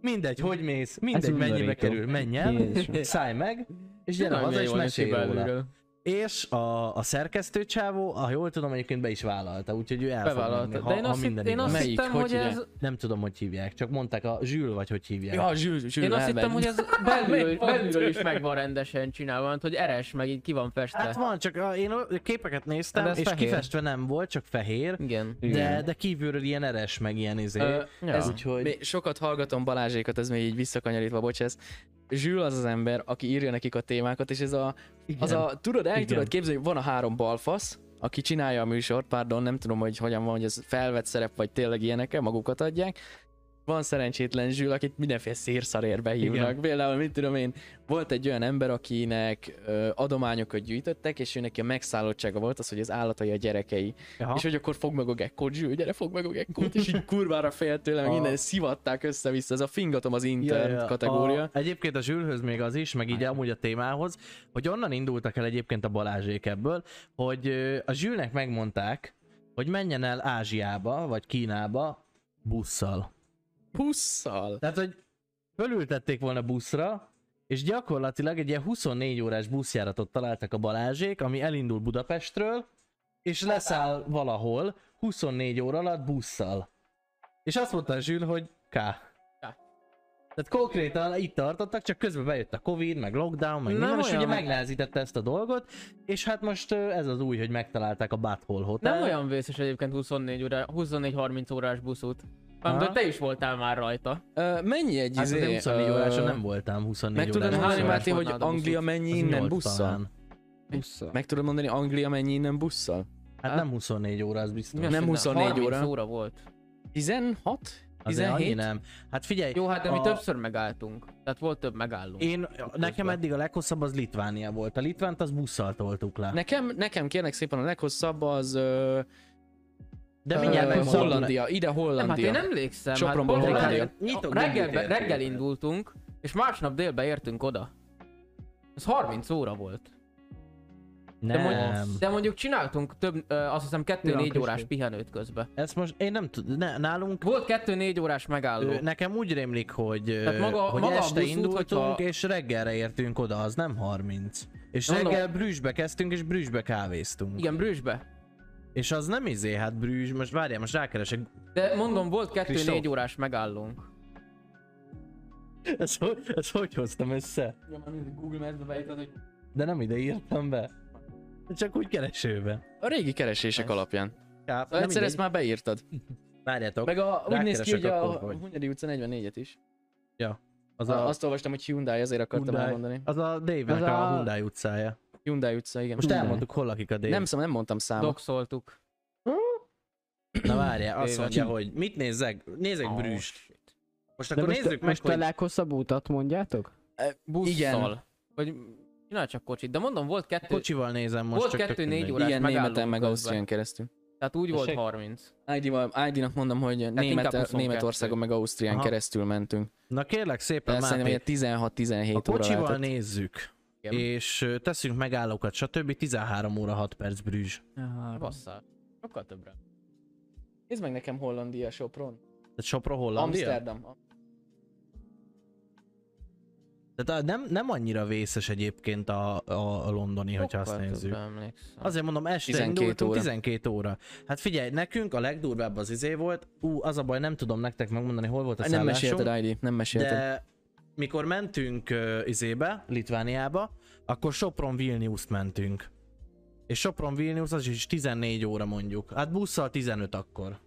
S7: Mindegy, hogy mész, mindegy, mennyibe
S1: undorító.
S7: kerül, menj el,
S1: Jézusom.
S7: szállj meg, és gyere
S3: Nagyon
S7: haza,
S3: jó
S7: és
S3: van a
S7: mesélj
S3: Siba
S7: róla.
S3: előről.
S7: És a, a szerkesztő csávó, ha jól tudom, egyébként be is vállalta, úgyhogy ő el fog
S3: Bevállalta.
S7: menni,
S3: De én
S7: ha, ha
S3: azt, hitt-
S7: minden
S3: én azt
S7: igaz.
S2: Melyik?
S3: hittem,
S2: Hogy
S3: hogy
S2: ugye?
S3: ez...
S7: Nem tudom, hogy hívják, csak mondták a Zsül, vagy hogy hívják.
S2: Ja, zsűl, zsűl,
S3: Én azt
S2: elmegy.
S3: hittem, hogy ez belülről, belülről is meg van rendesen csinálva, mert hogy eres, meg így ki van
S7: hát
S3: festve.
S7: van, csak a, én a képeket néztem,
S3: De
S7: és
S3: ez fehér.
S7: kifestve nem volt, csak fehér,
S3: Igen.
S7: de, de kívülről ilyen eres, meg ilyen izé.
S2: Ö, ez,
S7: Úgyhogy-
S2: még sokat hallgatom Balázsékat, ez még így visszakanyarítva, bocs, ez. Zsül az az ember, aki írja nekik a témákat, és ez a, az a, tudod, el
S7: Igen.
S2: tudod képzelni, van a három balfasz, aki csinálja a műsort, pardon, nem tudom, hogy hogyan van, hogy ez felvett szerep, vagy tényleg ilyenek, magukat adják. Van szerencsétlen Zsül, akit mindenféle szérszarért behívnak.
S7: Igen.
S2: Igen. Például, mit tudom én, volt egy olyan ember, akinek ö, adományokat gyűjtöttek, és ő neki a megszállottsága volt az, hogy az állatai a gyerekei.
S7: Aha.
S2: És hogy akkor fog meg a gekkót, Zsül, gyere, fog meg a gekkót, és így kurvára fél tőle, meg minden szivatták össze-vissza, ez a fingatom az intern kategória.
S7: A, egyébként a Zsülhöz még az is, meg így amúgy a témához, hogy onnan indultak el egyébként a Balázsék ebből, hogy ö, a Zsülnek megmondták, hogy menjen el Ázsiába, vagy Kínába busszal.
S2: Pusszal.
S7: Tehát, hogy fölültették volna buszra, és gyakorlatilag egy ilyen 24 órás buszjáratot találtak a Balázsék, ami elindul Budapestről, és leszáll valahol 24 óra alatt busszal. És azt mondta a Zsül, hogy K. Tehát konkrétan itt tartottak, csak közben bejött a Covid, meg lockdown, meg
S6: Nem
S7: minden, és
S6: olyan-
S7: ugye megnehezítette ezt a dolgot, és hát most ö, ez az új, hogy megtalálták a Butthole Hotel.
S3: Nem olyan vészes egyébként 24 óra, 24-30 órás buszút. Mert
S7: Aha.
S3: te is voltál már rajta.
S2: Ö, mennyi egy
S7: Hát
S2: izé,
S7: azért 24
S2: ö,
S7: óráson nem voltam, 24
S2: Meg tudod
S7: órás
S2: mondani,
S7: buszon.
S2: Máté, hogy
S3: Az nyolc
S2: Anglia mennyi
S7: Az
S2: innen
S7: nyolc
S2: busszal?
S7: talán.
S1: Busszal.
S2: Meg tudod mondani, Anglia mennyi innen busszal?
S7: Hát nem 24 óra, az biztos.
S3: Mi az,
S2: Nem
S3: hogy
S2: 24
S3: 30
S2: óra.
S3: óra volt.
S2: 16?
S7: Azért annyi
S2: 17?
S7: nem. Hát figyelj,
S3: Jó, hát de mi
S7: a-
S3: többször megálltunk. Tehát volt több megállunk.
S7: Én, nekem eddig a leghosszabb az Litvánia volt. A Litvánt az busszal toltuk le.
S2: Nekem, nekem kérlek szépen a leghosszabb az ö,
S7: De
S2: ö,
S7: mindjárt meg
S2: Hollandia, ide
S3: Nem, hát
S2: Hollandia.
S3: én emlékszem.
S2: Sopronból
S3: hát, pont
S2: Hollandia.
S3: reggel-
S7: Nyitok,
S3: reggel,
S7: debütért
S3: reggel
S7: tényleg.
S3: indultunk, és másnap délbe értünk oda. Ez 30 óra volt. De,
S7: Nem.
S3: mondjuk, de mondjuk csináltunk több, ö, azt hiszem 2-4
S6: Kriszti.
S3: órás pihenőt közben.
S7: Ezt most én nem tudom. Ne, nálunk
S3: Volt 2-4 órás megálló.
S7: ö, nekem úgy rémlik, hogy, ö,
S3: Tehát maga-
S7: hogy
S3: maga a
S7: este
S3: buszút,
S7: indultunk,
S3: hogyha-
S7: és reggelre értünk oda, az nem 30. És
S3: Mondom-
S7: reggel Brüsszbe kezdtünk, és Brüsszbe kávéztunk.
S3: Igen, Brüsszbe.
S7: És az nem izé, hát Brüssz, most várjál, most rákeresek.
S3: De mondom, volt 2-4
S7: Kristóf.
S3: órás megállónk.
S7: Ez, hogy- ez hogy hoztam össze?
S3: Igen, mert Google Maps-be beírtad, hogy
S7: De nem ide írtam be. Csak úgy keresőben.
S2: A régi keresések
S3: Ez.
S2: alapján.
S7: Káp,
S2: Szóval egyszer ezt már beírtad.
S7: Várjátok,
S2: Meg a, úgy néz ki,
S7: Rákeresek
S2: hogy a
S7: akkor, hogy.
S2: Hunyadi utca 44-et is.
S7: az
S2: A,
S7: a,
S2: azt olvastam, hogy Hyundai, ezért akartam
S7: Hyundai.
S2: elmondani.
S7: az a Dave-nek
S1: az
S7: a...
S1: a-
S7: Hyundai utcája.
S2: Hyundai utca, igen.
S7: Most
S2: Hyundai.
S7: elmondtuk, hol lakik a Dave.
S2: Nem, szóval nem mondtam számot.
S3: doxoltuk.
S7: Na várjál, azt
S3: Dave.
S7: mondja, hogy mit nézzek? Nézzek
S3: Ah.
S7: oh, Brüst. Most
S1: De
S7: akkor
S1: most,
S7: nézzük meg,
S1: most
S7: hogy...
S1: a leghosszabb utat mondjátok?
S3: Busszal.
S2: E, Igen.
S3: Vagy csinálj csak kocsit. De mondom, volt kettő,
S7: Kocsival nézem most,
S3: Volt
S7: csak tök
S3: kettő, négy
S7: mindegy.
S3: óra.
S2: Igen,
S3: megállunk
S2: németen meg
S3: közben.
S2: Ausztrián keresztül.
S3: tehát úgy volt
S7: Tessék?
S3: 30.
S2: ID-nak mondom, hogy
S3: inkább
S2: német,
S3: 22.
S2: Németországon meg Ausztrián
S7: Aha.
S2: keresztül mentünk.
S7: Na kérlek szépen,
S2: De szerintem
S7: Máté,
S2: ilyen 16-17
S7: a
S2: óra
S7: kocsival
S2: lehetett.
S7: nézzük.
S3: Igen.
S7: És ö, teszünk megállókat, stb. 13 óra 6 perc Brüzs.
S6: Három.
S3: Basszal. Sokkal többre.
S2: Nézd meg nekem Hollandia, Sopron.
S7: Tehát Sopron Hollandia?
S2: Amsterdam.
S7: Tehát a- nem, nem annyira vészes egyébként a, a, a londoni, hogyha azt nézzük. Azért mondom, este
S2: 12
S7: 12
S2: óra.
S7: indultunk, óra. 12 óra. Hát figyelj, nekünk a legdurvább az izé volt. Ú, az a baj, nem tudom nektek megmondani, hol volt a
S2: Nem
S7: szállásunk,
S2: mesélted, ID, nem mesélted.
S7: de mikor mentünk uh, izébe, Litvániába, akkor sopron vilnius mentünk. És sopron vilnius az is 14 óra mondjuk. Hát busszal 15 akkor.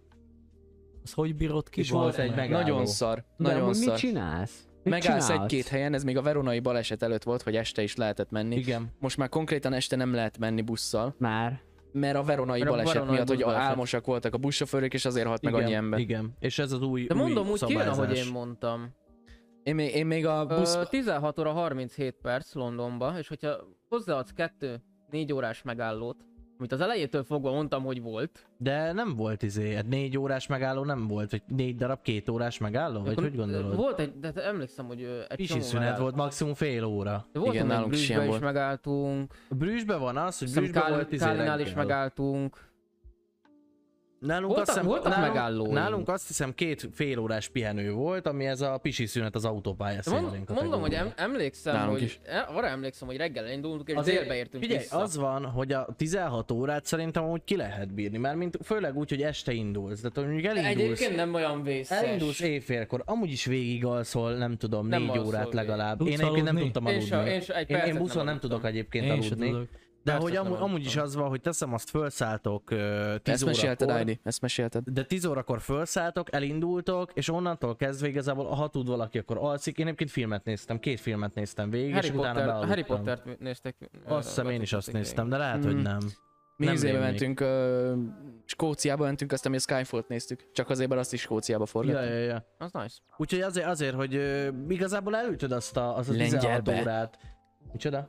S6: Azt hogy bírod ki?
S7: És volt
S6: bazd
S7: egy
S6: meg?
S7: meg- megálló.
S2: Nagyon szar,
S1: de
S2: nagyon
S1: amúgy mit
S2: szar.
S1: csinálsz? Mit
S2: Megállsz
S1: csinálsz?
S2: egy-két helyen, ez még a veronai baleset előtt volt, hogy este is lehetett menni.
S7: Igen.
S2: Most már konkrétan este nem lehet menni busszal,
S1: Már.
S2: mert a veronai
S3: Mert a
S2: baleset
S3: veronai
S2: miatt, hogy
S3: buszbaleset.
S2: álmosak voltak a buszsofőrök, és azért halt meg
S7: igen,
S2: annyi ember.
S7: Igen. És ez az új
S3: De mondom,
S7: új
S3: úgy kijön,
S7: szabályzás.
S3: ahogy én mondtam.
S2: Én még, én még a busz...
S3: Ö, 16 óra 37 perc Londonba, és hogyha hozzáadsz kettő 4 órás megállót, amit az elejétől fogva mondtam, hogy volt,
S7: De nem volt izé, hát négy órás megálló nem volt, vagy négy darab két órás megálló, vagy
S3: akkor,
S7: hogy
S3: ö,
S7: gondolod?
S3: Volt egy, de hát emlékszem, hogy ö, egy
S7: Pisi
S3: csomó
S7: szünet
S3: megálló.
S7: volt, maximum fél óra.
S3: De volt,
S2: Igen,
S3: Igen,
S2: nálunk is ilyen
S3: nálunk is
S2: volt.
S3: megálltunk,
S7: A Brüsszbe van az, hogy
S3: hiszem
S7: Brüsszbe volt
S3: Kál-
S7: 10
S3: Kálinál is
S7: reggel.
S3: megálltunk.
S7: Nálunk
S3: Voltak-
S7: azt hiszem,
S3: voltak
S7: nálunk,
S3: megállóink.
S7: Nálunk azt hiszem két fél órás pihenő volt, ami ez a pisi szünet az autópálya
S3: De mond, mondom, hogy em, emlékszem,
S2: Nálunk
S3: hogy
S2: is.
S3: e- arra emlékszem, hogy reggel indultunk, és délbe értünk
S7: Figyelj,
S3: vissza.
S7: az van, hogy a 16 órát szerintem úgy ki lehet bírni, mert mint, főleg úgy, hogy este indulsz, de tudod, mondjuk elindulsz,
S3: Egyébként nem olyan vészes.
S7: elindulsz éjfélkor, amúgy is végig alszol, nem tudom,
S3: Nem
S7: négy
S3: alszol
S7: órát
S3: végig.
S7: legalább.
S6: Tudsz
S7: én egyébként nem
S6: aludni?
S7: tudtam
S3: Én se-
S7: aludni.
S3: én se- egy
S7: én,
S3: percet
S7: én
S3: nem
S7: buszon nem
S3: aludtam.
S7: tudok egyébként
S6: Én se
S7: aludni.
S6: tudok.
S7: De
S3: Percet
S7: hogy
S3: nem
S7: amúgy, amúgy is
S3: aludtam.
S7: az van, hogy teszem azt felszálltok ö, 10
S2: Ezt mesélted,
S7: órakor,
S2: ID, ezt mesélted.
S7: de 10 órakor felszálltok, elindultok, és onnantól kezdve igazából, ha tud valaki, akkor alszik. Én egyébként filmet néztem, két filmet néztem végig,
S3: Harry,
S7: és utána
S3: Potter,
S7: bealudtam.
S3: Harry Pottert néztek. ö,
S7: Azt hiszem én is azt
S3: vetítették
S7: néztem, de lehet,
S2: Mm.
S6: Mhm.
S7: hogy nem.
S2: Mi
S7: Nem
S2: izébe
S7: rémlik.
S2: mentünk, ö, Skóciába mentünk, aztán mi a Skyfall-t néztük. Csak azért, mert azt is Skóciába
S7: Ja,
S2: forgattuk.
S7: ja, ja.
S3: még. Az nice.
S7: Úgyhogy azért, azért hogy ö, igazából elütöd azt a, az a 16
S2: Lengyelbe.
S7: órát. Micsoda?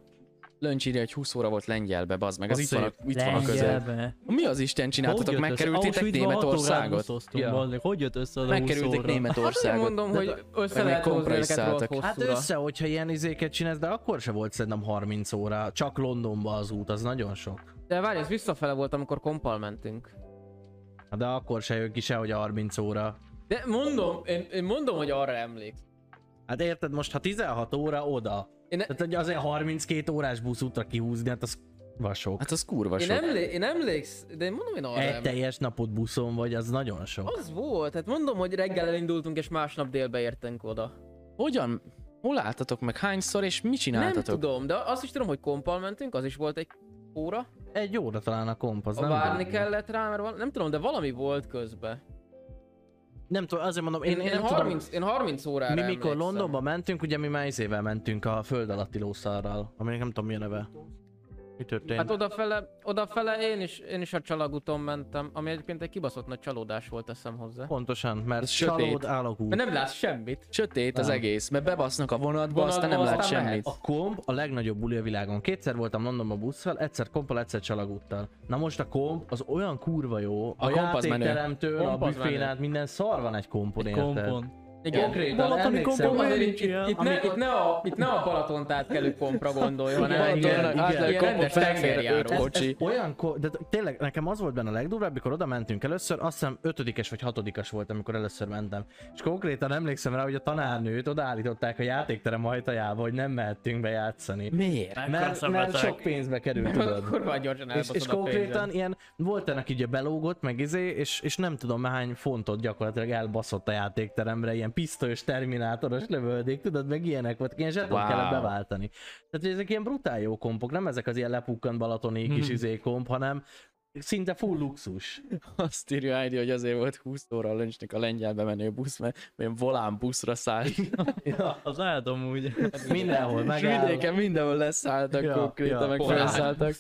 S2: Löncs írja, hogy 20 óra volt Lengyelbe, bazd meg, az
S7: Az
S2: itt van, a, itt van a közel.
S6: Lengyelbe.
S2: Mi az Isten csináltatok?
S6: Hogy jött össze?
S2: Megkerültétek
S6: Auschwitzba hat órát
S2: Németországot?
S6: buszoztunk,
S7: Ja.
S6: bazd meg. Hogy jött össze az a 20
S2: Megkerülték
S6: óra?
S3: Azért
S2: Németországot.
S3: mondom, Hát, hogy össze
S2: meg
S3: lehet hozni
S2: kompromisszáltak.
S3: ezeket rohadt
S7: Hát
S3: hosszúra.
S7: össze, hogyha ilyen izéket csinálsz, de akkor se volt szerintem 30 óra. Csak Londonba az út, az nagyon sok.
S3: De várj, ez visszafele volt, amikor kompal mentünk.
S7: Hát De akkor se jön ki se, hogy 30 óra.
S3: De mondom, én, én mondom, hogy arra emlékszem.
S7: Hát érted, most ha 16 óra oda,
S3: Én, ne-
S7: tehát hogy azért 32 órás busz útra kihúzni, hát az vasok.
S2: Hát az kurva
S3: én,
S2: sok.
S3: emlé- én emléksz, de én mondom, én arra
S7: Egy
S3: emlékszem.
S7: teljes napot buszon vagy, az nagyon sok.
S3: Az volt, hát mondom, hogy reggel elindultunk és másnap délbe értünk oda.
S2: Hogyan? Hol álltatok meg? Hányszor és mit
S3: Nem
S2: csináltatok?
S3: tudom, de azt is tudom, hogy kompal mentünk, az is volt egy óra.
S7: Egy óra talán a komp, az
S3: A
S7: nem
S3: várni
S7: durva.
S3: kellett rá, mert val- nem tudom, de valami volt közben.
S7: Nem tudom, azért mondom, én,
S3: Én,
S7: én,
S3: én,
S7: nem
S3: 30, én 30 órára
S7: tudom, mi mikor
S3: emlékszem.
S7: Londonba mentünk, ugye mi már izével mentünk a föld alatti lószarral, aminek nem tudom mi a neve. Mi történt?
S3: Hát odafele, odafele én, is, én is a csalagúton mentem, ami egyébként egy kibaszott nagy csalódás volt, teszem hozzá.
S7: Pontosan, mert
S2: Ez sötét.
S7: csalód alakul.
S3: Mert nem látsz semmit.
S2: Sötét az
S7: Nem.
S2: egész, mert bebasznak a vonatba,
S3: Vonatba,
S2: aztán nem lát
S3: aztán
S2: semmit.
S7: A komp a legnagyobb buli a világon. Kétszer voltam Londonban busszal, egyszer kompal, egyszer csalagúttal. Na most a komp az olyan kurva jó, a, a
S2: komp az menő.
S7: játékteremtől, a
S3: Komp az
S7: büfén
S3: menő.
S7: át, minden szar van egy kompon,
S6: Egy
S7: érted?
S6: kompon.
S3: Igen.
S7: Konkrétan,
S6: Balatoni
S7: emlékszem,
S6: kompon
S3: Azért
S6: Olyan
S3: itt,
S6: nincs ilyen.
S3: itt, itt, ne, itt, ne a, itt ne a Balatont átkelő kompra gondolj, hanem
S7: Igen,
S3: egy
S7: igen,
S3: ilyen-
S7: igen.
S3: ilyen
S2: Átkelő
S3: rendes
S2: kompon felfér öt
S3: tengerjáró.
S2: kocsi.
S7: Ez olyan, ko- de tényleg nekem az volt benne a legdurvább, amikor oda mentünk először, azt hiszem ötödikes vagy hatodikas volt, amikor először mentem. És konkrétan emlékszem rá, hogy a tanárnőt odaállították a játékterem ajtajába, hogy nem mehettünk be játszani.
S2: Miért?
S7: Mert, mert sok pénzbe került, tudod.
S3: Kurva gyorsan
S7: És,
S3: elbaszod
S7: és
S3: a
S7: konkrétan
S3: pénzed.
S7: ilyen, volt ennek így a belógott, meg izé, és, és nem tudom már hány fontot gyakorlatilag elbaszott a játékteremre, ilyen pisztolyos terminátoros lövöldék, tudod, meg ilyenek volt, ilyen zsetot
S2: Wow.
S7: kellett beváltani. Tehát hogy ezek ilyen brutál jó kompok, nem ezek az ilyen lepukkant balatoni kis izé komp, hanem szinte full luxus.
S2: Azt írja ID, hogy azért volt 20 óra a lunchnek a lengyelbe menő busz, mert olyan volán buszra szállt.
S6: Az áldom úgy.
S7: Mindenhol
S2: És
S7: megáll.
S2: vidéken mindenhol leszálltak
S7: Ja,
S2: konkrétan,
S7: ja.
S2: meg
S7: Volán.
S2: felszálltak.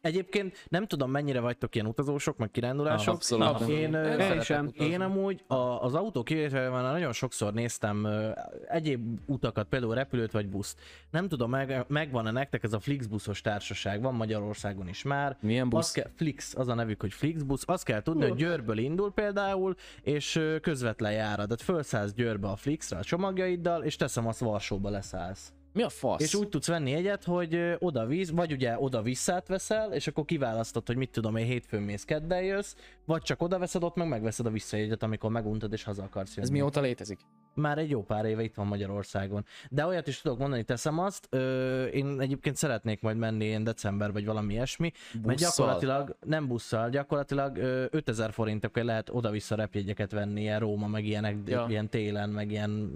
S7: Egyébként nem tudom mennyire vagytok ilyen utazósok, meg kirándulások.
S2: Abszolút.
S3: Abszolút.
S7: Én, ö,
S1: Én
S3: szeretek
S1: sem.
S3: utazni.
S7: Én amúgy a, az autó kivételével már nagyon sokszor néztem ö, egyéb utakat, például repülőt vagy buszt. Nem tudom, meg, megvan-e nektek ez a Flixbuszos társaság, van Magyarországon is már.
S2: Milyen
S7: Az
S2: busz?
S7: kell, Flix, az a nevük, hogy Flixbusz. Azt kell tudni, hogy Győrből indul például, és ö, közvetlen járat. Tehát felszállsz Győrbe a Flixra a csomagjaiddal, és teszem azt Varsóba leszállsz.
S2: Mi a fasz?
S7: És úgy tudsz venni egyet, hogy ö, oda-víz, vagy ugye oda-visszát veszel, és akkor kiválasztod, hogy mit tudom én, hétfőn mész, kedden jössz, vagy csak oda veszed, ott meg megveszed a visszajegyet, amikor meguntad és haza akarsz jönni.
S2: Ez mióta létezik?
S7: Már egy jó pár éve itt van Magyarországon. De olyat is tudok mondani, teszem azt, ö, én egyébként szeretnék majd menni ilyen december vagy valami ilyesmi, mert
S2: Busszal?
S7: gyakorlatilag, nem busszal, gyakorlatilag ö, 5000 forintokért lehet oda-vissza repjegyeket venni, ilyen Róma, meg ilyenek,
S2: Ja.
S7: ja. ilyen télen, meg ilyen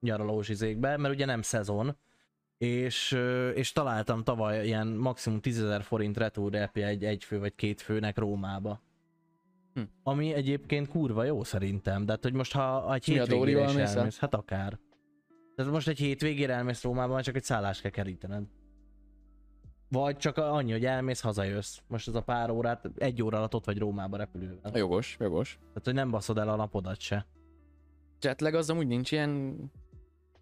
S7: nyaralós izékbe, mert ugye nem szezon, és, ö, és találtam tavaly ilyen maximum 10.000 forint retúr repje egy egyfő vagy két főnek Rómába.
S2: Hm.
S7: Ami egyébként kurva jó szerintem, de hát, hogy most ha egy
S2: Mi a
S7: hétvégére
S2: Dórival
S7: is
S2: mész el?
S7: elmész, hát akár. Tehát most egy hétvégére elmész Rómába, már csak egy szállást kell kerítened. Vagy csak annyi, hogy elmész, hazajössz. Most ez a pár órát, egy óra alatt ott vagy Rómába repülővel.
S2: Jogos, jogos.
S7: Tehát, hogy nem baszod el a napodat se.
S2: Jetlag az amúgy nincs ilyen...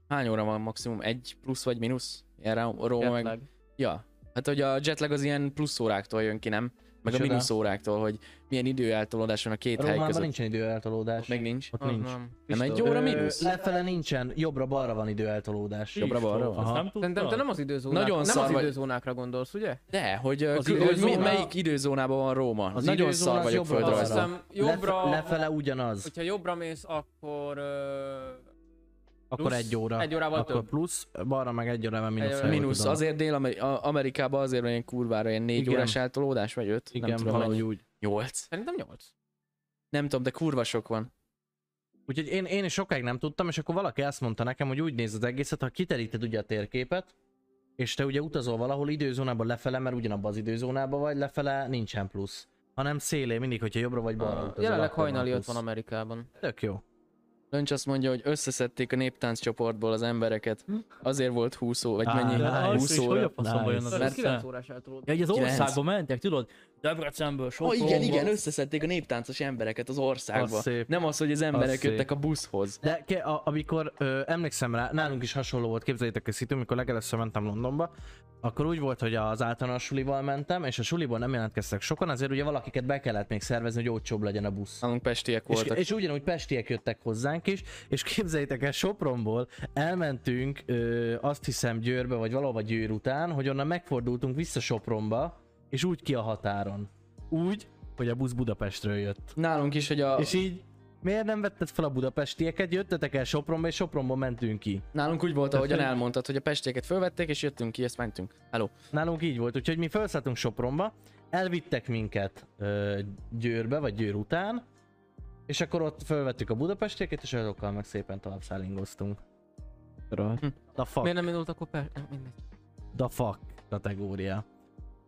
S2: Hány óra van maximum? Egy plusz vagy mínusz? Erre Róma meg...
S3: Jetlag.
S2: Ja. Hát, hogy a jetlag az ilyen plusz óráktól jön ki, nem? Meg a
S7: Micsoda?
S2: mínusz óráktól, hogy milyen időeltolódás van a két hely
S7: Rómában
S2: között.
S7: nincsen időeltolódás.
S2: Meg nincs.
S7: Ott
S3: Az
S7: nincs.
S3: nem.
S2: Nem egy
S7: Ö,
S2: óra mínusz?
S7: Lefele nincsen, jobbra-balra van időeltolódás.
S2: Jobbra-balra van.
S6: Azt
S7: Aha.
S6: nem
S3: Szerintem te
S6: tudtam.
S3: nem az időzónákra,
S2: Nagyon
S3: nem
S2: szar
S3: az
S2: vagy.
S3: időzónákra gondolsz, ugye?
S2: De, hogy, az
S3: Az
S2: kül, hogy mi,
S3: időzóna-
S2: melyik időzónában van Róma? Az
S7: Az
S2: Nagyon
S7: időzóna
S2: szar
S7: az
S2: vagyok
S7: jobbra
S3: Azt
S7: balra.
S2: földrajzban.
S3: hiszem, jobbra,
S7: Lefe- lefele ugyanaz,
S3: hogyha jobbra mész, akkor... ö,
S7: akkor
S3: plusz
S7: egy óra.
S3: egy órával
S7: akkor
S3: több.
S7: plusz, balra meg egy órával mínusz.
S3: Egy
S7: ha jól
S2: Mínusz,
S7: tudom.
S2: azért Dél-Amerikában azért van ilyen kurvára ilyen négy
S7: Igen.
S2: órás eltolódás, vagy öt?
S7: Igen,
S2: nem tudom,
S7: valahogy
S2: hogy
S7: úgy.
S2: nyolc.
S3: Szerintem 8.
S2: Nem tudom, de kurva sok van.
S7: Úgyhogy én, én is sokáig nem tudtam, és akkor valaki azt mondta nekem, hogy úgy néz az egészet, ha kiteríted ugye a térképet, és te ugye utazol valahol időzónában lefele, mert ugyanabban az időzónában vagy, lefele nincsen plusz. Hanem szélé mindig, hogyha jobbra vagy balra utazol.
S3: Ah, Jelenleg
S7: akkor
S3: hajnali ott
S7: plusz.
S3: van Amerikában.
S7: Tök jó.
S2: Löncs azt mondja, hogy összeszedték a néptánc csoportból az embereket. Azért volt 20 óra, vagy
S7: Á,
S2: mennyi?
S6: De
S7: de Nice.
S6: az
S2: 20
S6: is, hogy a
S2: óra.
S6: faszomba jön az
S2: Nice.
S3: Ez 9
S6: össze.
S3: órás eltolódás.
S6: Ja, így az
S2: Kilenc.
S6: országba mentek, tudod? Debrecenből,
S2: Oh,
S6: Sopronból.
S2: igen, igen, összeszedték a néptáncos embereket az országba.
S7: Az szép.
S2: Nem az, hogy az emberek
S7: Az szép.
S2: jöttek a buszhoz.
S7: De ke, a, amikor ö, emlékszem rá, nálunk is hasonló volt, képzeljétek a szitu, amikor legelőször mentem Londonba, akkor úgy volt, hogy az általános sulival mentem, és a suliból nem jelentkeztek sokan, azért ugye valakiket be kellett még szervezni, hogy olcsóbb legyen a busz.
S2: Nálunk pestiek
S7: És,
S2: voltak.
S7: és ugyanúgy pestiek jöttek hozzánk is, és képzeljétek el, Sopronból elmentünk, ö, azt hiszem Győrbe, vagy valahova Győr után, hogy onnan megfordultunk vissza Sopronba, és úgy ki a határon. Úgy, hogy a busz Budapestről jött.
S2: Nálunk is, hogy a
S7: És így Miért nem vetted fel a budapestieket? Jöttetek el Sopronba, és Sopronba mentünk ki.
S2: Nálunk úgy volt, ahogyan elmondtad, hogy a pestéket fölvették, és jöttünk ki, ezt mentünk. Hello.
S7: Nálunk így volt, úgyhogy mi felszálltunk Sopronba, elvittek minket ö, Győrbe, vagy Győr után, és akkor ott fölvettük a budapestieket, és azokkal meg szépen tovább szállingoztunk.
S1: Rohadt.
S7: Da fuck,
S3: Miért nem indult akkor per... nem, mindegy.
S7: da fuck kategória.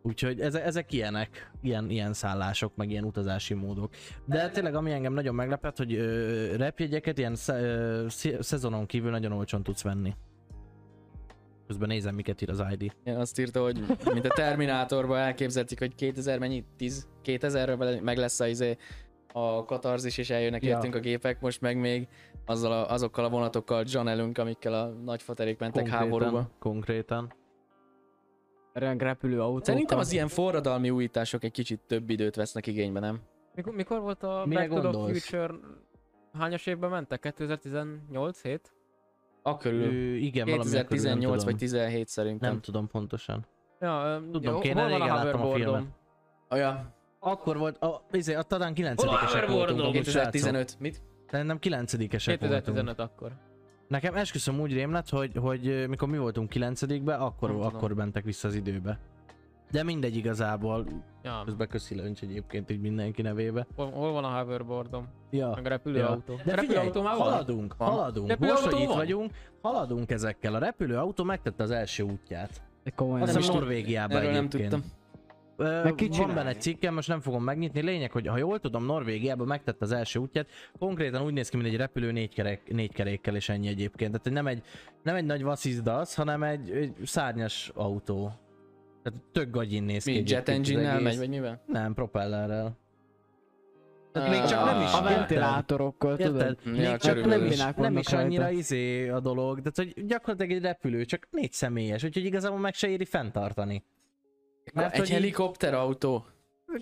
S7: Úgyhogy eze, ezek ilyenek, ilyen, ilyen szállások, meg ilyen utazási módok. De tényleg ami engem nagyon meglepett, hogy ö, repjegyeket ilyen sze, ö, szé- szezonon kívül nagyon olcsón tudsz venni. Közben nézem, miket ír az ID.
S2: Én azt írta, hogy mint a Terminátorban elképzelték, hogy 2000 mennyi? 10? 2000-ről meg lesz a, izé, a katarzis, és eljönnek
S7: Ja.
S2: értünk a gépek, most meg még azzal a, azokkal a vonatokkal zsanelünk, amikkel a nagyfaterék mentek háborúba.
S7: Konkrétan.
S1: Reng repülő autó.
S2: Szerintem az ilyen forradalmi újítások egy kicsit több időt vesznek igénybe, nem?
S3: Mikor, mikor volt a
S7: Mire
S3: Back to the
S7: gondolsz?
S3: Future? Hányas évben mentek? 2018 7
S2: Akörül.
S7: Ő, igen, valami akkor nem
S2: 2018
S7: tudom.
S2: vagy 17 szerintem.
S7: Nem tudom pontosan.
S3: Ja,
S7: Tudom, kéne, régen láttam a filmet.
S2: Olyan.
S7: Akkor volt, a, izé, a talán 9-esek voltunk. amúgy, srácok.
S2: 2015. Mit?
S7: Szerintem 9-esek voltunk.
S3: 2015 akkor.
S7: Nekem esküszöm úgy rém lett, hogy, hogy ö, mikor mi voltunk 9-be, akkor,
S2: Nem tudom.
S7: akkor mentek vissza az időbe. De mindegy igazából,
S3: Ja,
S7: közben köszi löncs egyébként így mindenki nevébe.
S3: hol, hol van a hoverboardom?
S7: Ja.
S3: Meg a repülőautó.
S7: De figyelj,
S3: repülőautó már van?
S7: haladunk, haladunk.
S3: Repülőautó
S7: Most, hogy itt
S3: van?
S7: vagyunk, haladunk ezekkel. A repülőautó megtette az első útját.
S1: De komolyan.
S7: Azt
S1: nem
S7: hiszem
S1: is
S7: Norvégiában
S2: Erről nem
S7: egyébként.
S2: tudtam.
S7: Ö,
S1: Meg ki
S7: van
S1: csinálja?
S7: benne egy cikkem, most nem fogom megnyitni. Lényeg, hogy ha jól tudom, Norvégiában megtette az első útját. Konkrétan úgy néz ki, mint egy repülő négy, kerek, négy kerékkel, és ennyi egyébként. Tehát nem egy, nem egy nagy vasszizda az, hanem egy, egy szárnyas autó. Tehát tök gagyin néz ki.
S2: Mi? Jet
S7: egyébként az
S2: engine-nel
S7: egész.
S2: megy, vagy mivel?
S7: Nem, propellerrel.
S1: Hát
S7: Tehát
S2: Ah.
S7: még csak nem is
S1: A
S2: Érted?
S1: ventilátorokkal, tudod?
S7: Érted?
S2: Ja,
S7: Még csak
S2: körülbelül.
S7: Hát nem is,
S1: Turbinák
S7: nem
S1: Hát
S7: is
S1: vannak
S7: annyira
S1: rajta.
S7: izé a dolog, de hogy gyakorlatilag egy repülő, csak négy személyes, úgyhogy igazából meg se éri fenntartani. Mert
S2: Egy
S7: hogy így-
S2: helikopterautó?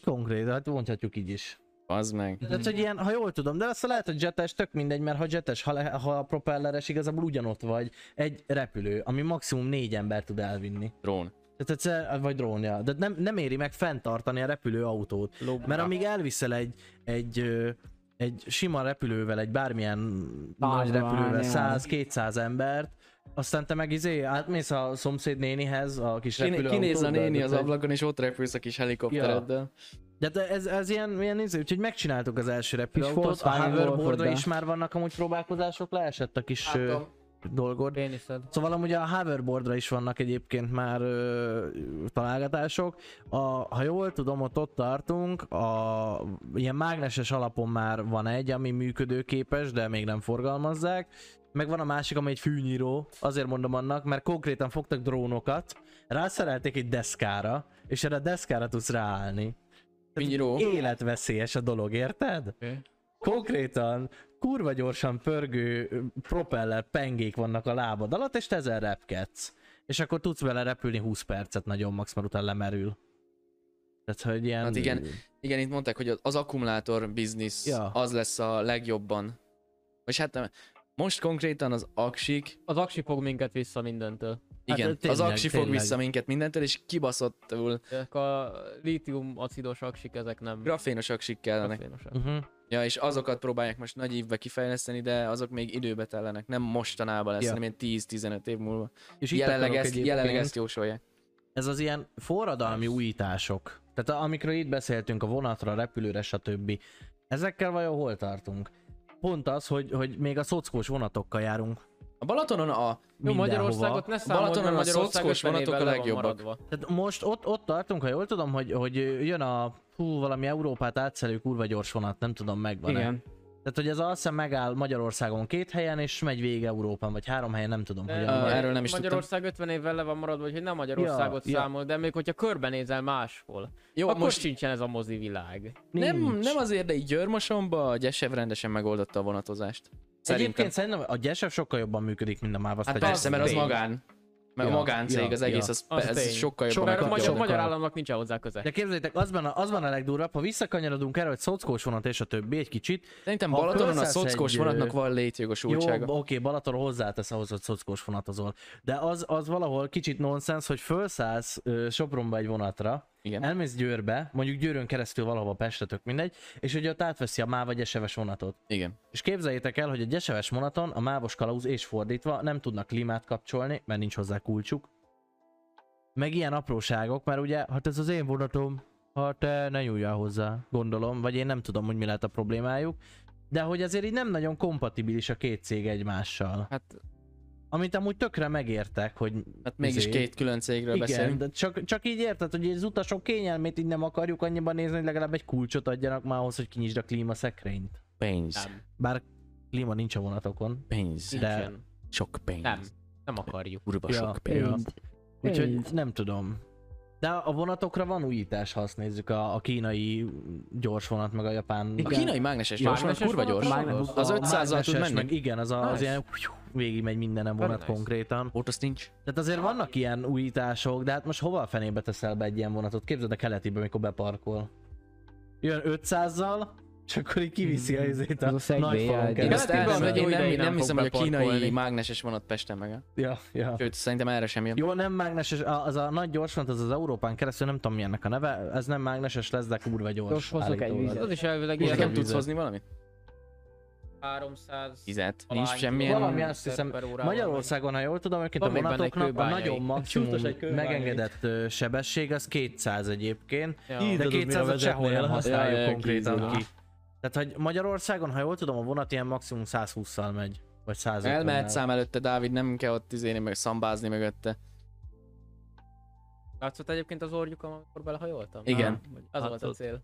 S7: Konkrét, hát mondhatjuk így is.
S2: Az meg.
S7: Tehát, hogy ilyen, ha jól tudom, de aztán lehet, hogy jetes, tök mindegy, mert ha jetes, ha, le, ha propelleres, igazából ugyanott vagy egy repülő, ami maximum négy ember tud elvinni.
S2: Drón.
S7: Tehát egyszer, vagy drónja. De nem, nem éri meg fenntartani a repülőautót.
S3: Lobra.
S7: Mert amíg elviszel egy, egy, ö, egy sima repülővel, egy bármilyen nagy
S1: Távolról,
S7: repülővel
S1: ja.
S7: 100-200 embert, aztán te meg izé, átmész a szomszéd nénihez, a kis
S2: Kiné-
S7: repülőautóddal.
S2: Kinéz a néni az
S7: tehát-
S2: ablakon, és ott repülsz a kis helikoptereddel.
S7: de te ez, ez ilyen, ilyen izé, úgyhogy megcsináltuk az első repülőautót, a
S1: Volkswagen
S7: hoverboardra
S1: Golfodra.
S7: is már vannak amúgy próbálkozások, leesett a kis ö, dolgod.
S3: Péniszed.
S7: Szóval amúgy a hoverboardra is vannak egyébként már ö, találgatások. A, ha jól tudom, ott ott tartunk, a ilyen mágneses alapon már van egy, ami működőképes, de még nem forgalmazzák. Meg van a másik, ami egy fűnyíró, azért mondom annak, mert konkrétan fogtak drónokat, rászerelték egy deszkára, és erre a deszkára tudsz ráállni.
S2: Fűnyíró.
S7: Életveszélyes a dolog, érted?
S2: Oké.
S7: Konkrétan kurva gyorsan pörgő ö, propeller pengék vannak a lábad alatt, és te ezzel repkedsz. És akkor tudsz vele repülni 20 percet nagyon max, mert utána lemerül. Tehát, hogy ilyen...
S2: Hát igen. Igen, itt mondták, hogy az- az akkumulátor biznisz
S7: Ja.
S2: az lesz a legjobban. Vagy hát nem. Most konkrétan az aksik,
S3: Az aksi fog minket vissza mindentől.
S7: Hát,
S2: igen,
S7: tényleg,
S2: az aksi fog
S7: tényleg.
S2: vissza minket mindentől, és kibaszottul
S3: Ezek a lítium acidos aksik, ezek nem
S2: grafénos aksik kellenek.
S3: grafénosak.
S7: Uh-huh.
S2: Ja, és azokat próbálják most nagy évbe kifejleszteni, de azok még időbe tellenek. Nem mostanában lesz,
S7: Ja.
S2: hanem ilyen 10-15 év múlva.
S7: És itt
S2: Jelenleg
S7: akarok
S2: ezt, jelenleg
S7: egyébként-
S2: ezt jósolják.
S7: ez az ilyen forradalmi újítások. Tehát a- amikről itt beszéltünk, a vonatra, a repülőre, stb. Ezekkel vajon hol tartunk? Pont az, hogy, hogy még a szockós vonatokkal járunk.
S2: A Balatonon a
S3: Jó,
S7: mindenhova.
S3: Magyarországot ne számold,
S2: Balatonon
S3: mert
S2: a
S3: Magyarország
S2: szockós
S3: 50
S2: vonatok
S3: évvel
S2: a
S3: le van
S2: legjobbak.
S3: maradva.
S7: Tehát most ott, ott tartunk, ha jól tudom, hogy, hogy jön a hú, valami Európát átszelő kurva gyors vonat, nem tudom, megvan-e.
S1: Igen.
S7: Tehát, hogy ez azt hiszem megáll Magyarországon két helyen, és megy végig Európán, vagy három helyen, nem tudom, hogy
S3: De
S2: Ah,
S7: van.
S2: erről nem is tudtam.
S3: Magyarország 50 évvel le van maradva, hogy nem Magyarországot
S7: Ja, ja.
S3: számol, de még hogyha körbenézel máshol,
S2: Jó,
S3: akkor
S2: most
S3: sincsen ez a mozi világ.
S2: nem,
S7: Nincs.
S2: nem azért, de így Györmosomba a Gyesev rendesen megoldotta a vonatozást. Szerintem.
S7: Egyébként szerintem a Gyesev sokkal jobban működik, mint a Mávaszt.
S2: hát persze, mert az
S3: tény.
S2: magán. Mert
S7: Ja,
S2: a magáncég
S7: ja,
S2: az egész,
S7: ja.
S2: az,
S3: Az
S2: ez
S3: tény.
S2: sokkal jobban
S3: Mert a
S7: Sokkal
S2: megkapja.
S3: magyar,
S7: jobban.
S3: magyar államnak nincsen hozzá köze.
S7: De képzeljétek, az van, a, az van a legdurvább, ha visszakanyarodunk erre, hogy szockós vonat és a többi egy kicsit.
S2: Szerintem
S7: Ha
S2: Balatonon a
S7: felszállsz
S2: szockós
S7: egy,
S2: vonatnak
S7: ö,
S2: van létjogosultsága.
S7: Jó, oké, Balaton hozzátesz ahhoz, hogy szockós vonatozol. De az, az valahol kicsit nonsens, hogy felszállsz ö, Sopronba egy vonatra,
S2: Igen.
S7: elmész Győrbe, mondjuk Győrön keresztül valahova Pestre, tök mindegy, és ugye ott átveszi a MÁV vagy eseves vonatot.
S2: Igen.
S7: És képzeljétek el, hogy egy eseves vonaton a mávos kalauz és fordítva nem tudnak klímát kapcsolni, mert nincs hozzá kulcsuk. Meg ilyen apróságok, mert ugye, hát ez az én vonatom, hát te ne nyúljál hozzá, gondolom, vagy én nem tudom, hogy mi lehet a problémájuk. De hogy azért így nem nagyon kompatibilis a két cég egymással.
S2: Hát,
S7: Amit amúgy tökre megértek, hogy
S2: hát mégis
S7: izé-
S2: két külön cégről
S7: igen,
S2: beszélünk.
S7: de csak, csak így érted, hogy az utasok kényelmét így nem akarjuk annyiban nézni, hogy legalább egy kulcsot adjanak már ahhoz, hogy kinyisd a klíma szekrényt.
S2: Pénz.
S7: Bár klíma nincs a vonatokon.
S2: Pénz.
S7: De-
S3: Nincsen.
S2: Sok pénz.
S3: Nem. Nem akarjuk.
S2: Kurva
S7: Ja,
S2: sok pénz.
S7: ja. Úgyhogy
S1: Pénz.
S7: nem tudom. De a vonatokra van újítás, ha azt nézzük, a, a kínai gyors vonat, meg a japán.
S2: A
S1: Igen.
S2: kínai mágneses gyors vonat
S3: Mágneses
S2: kurva
S3: vonat?
S2: gyors.
S1: Mágneses
S2: Az
S1: vonat.
S2: 500-al tud
S7: Mágneses, meg
S2: menni.
S7: Igen, az, a, az
S2: Nice.
S7: ilyen végig megy mindenen
S2: Very
S7: vonat
S2: nice.
S7: konkrétan.
S2: Ott azt nincs.
S7: Tehát azért vannak ilyen újítások, de hát most hova a fenébe teszel be egy ilyen vonatot? Képzeld a keletibe, mikor beparkol. Jön 500-zal, és akkor így kiviszi a izét
S1: Az Hmm. a
S7: a
S1: szegvély,
S7: nagy falon
S1: egy-
S2: Én
S1: Én
S2: azt
S7: keresztül.
S2: tudom,
S3: elmegyek,
S2: hogy hát
S3: jó
S2: én nem,
S3: ideig
S2: nem
S3: nem
S2: hiszem, hogy
S3: fog
S2: a kínai
S3: beparkolni.
S2: mágneses vonat Pesten meg.
S7: Ja, ja.
S2: Sőt, szerintem erre sem jön.
S7: Jó, nem mágneses, a- az a nagy gyors vonat, az az Európán keresztül, nem tudom mi ennek a neve, ez nem mágneses lesz, de kurva gyors.
S1: Most hozok egy
S7: állítólag.
S1: vizet.
S3: Az is elvileg
S2: És
S3: ilyen
S2: nekem
S7: Húzom
S2: tudsz
S7: vizet.
S2: hozni valamit?
S3: 300...
S2: Tizet.
S3: Talán
S2: Nincs semmilyen...
S7: Valami azt hiszem,
S3: per órával
S7: Magyarországon, ha jól tudom, egyébként a
S3: Van még benne egy
S7: vonatoknak a
S3: kőbányai.
S7: nagyon maximum megengedett ö, sebesség az 200 egyébként,
S3: Ja.
S6: Így
S7: de
S6: tudod, mire
S7: 200 sehol nem
S6: vezetnél.
S7: használjuk
S2: Ja, ja,
S7: konkrétan
S2: kizárólag.
S7: ki. Tehát, hogy Magyarországon, ha jól tudom, a vonat ilyen maximum 120-szal megy, vagy 150
S2: Elmehet szám előtte, Dávid, nem kell ott izéni, meg szambázni mögötte.
S3: Látszott egyébként az orgyukom, amikor belehajoltam?
S2: Igen.
S6: Ah,
S3: Vagy Az volt a
S6: Látszott.
S3: cél.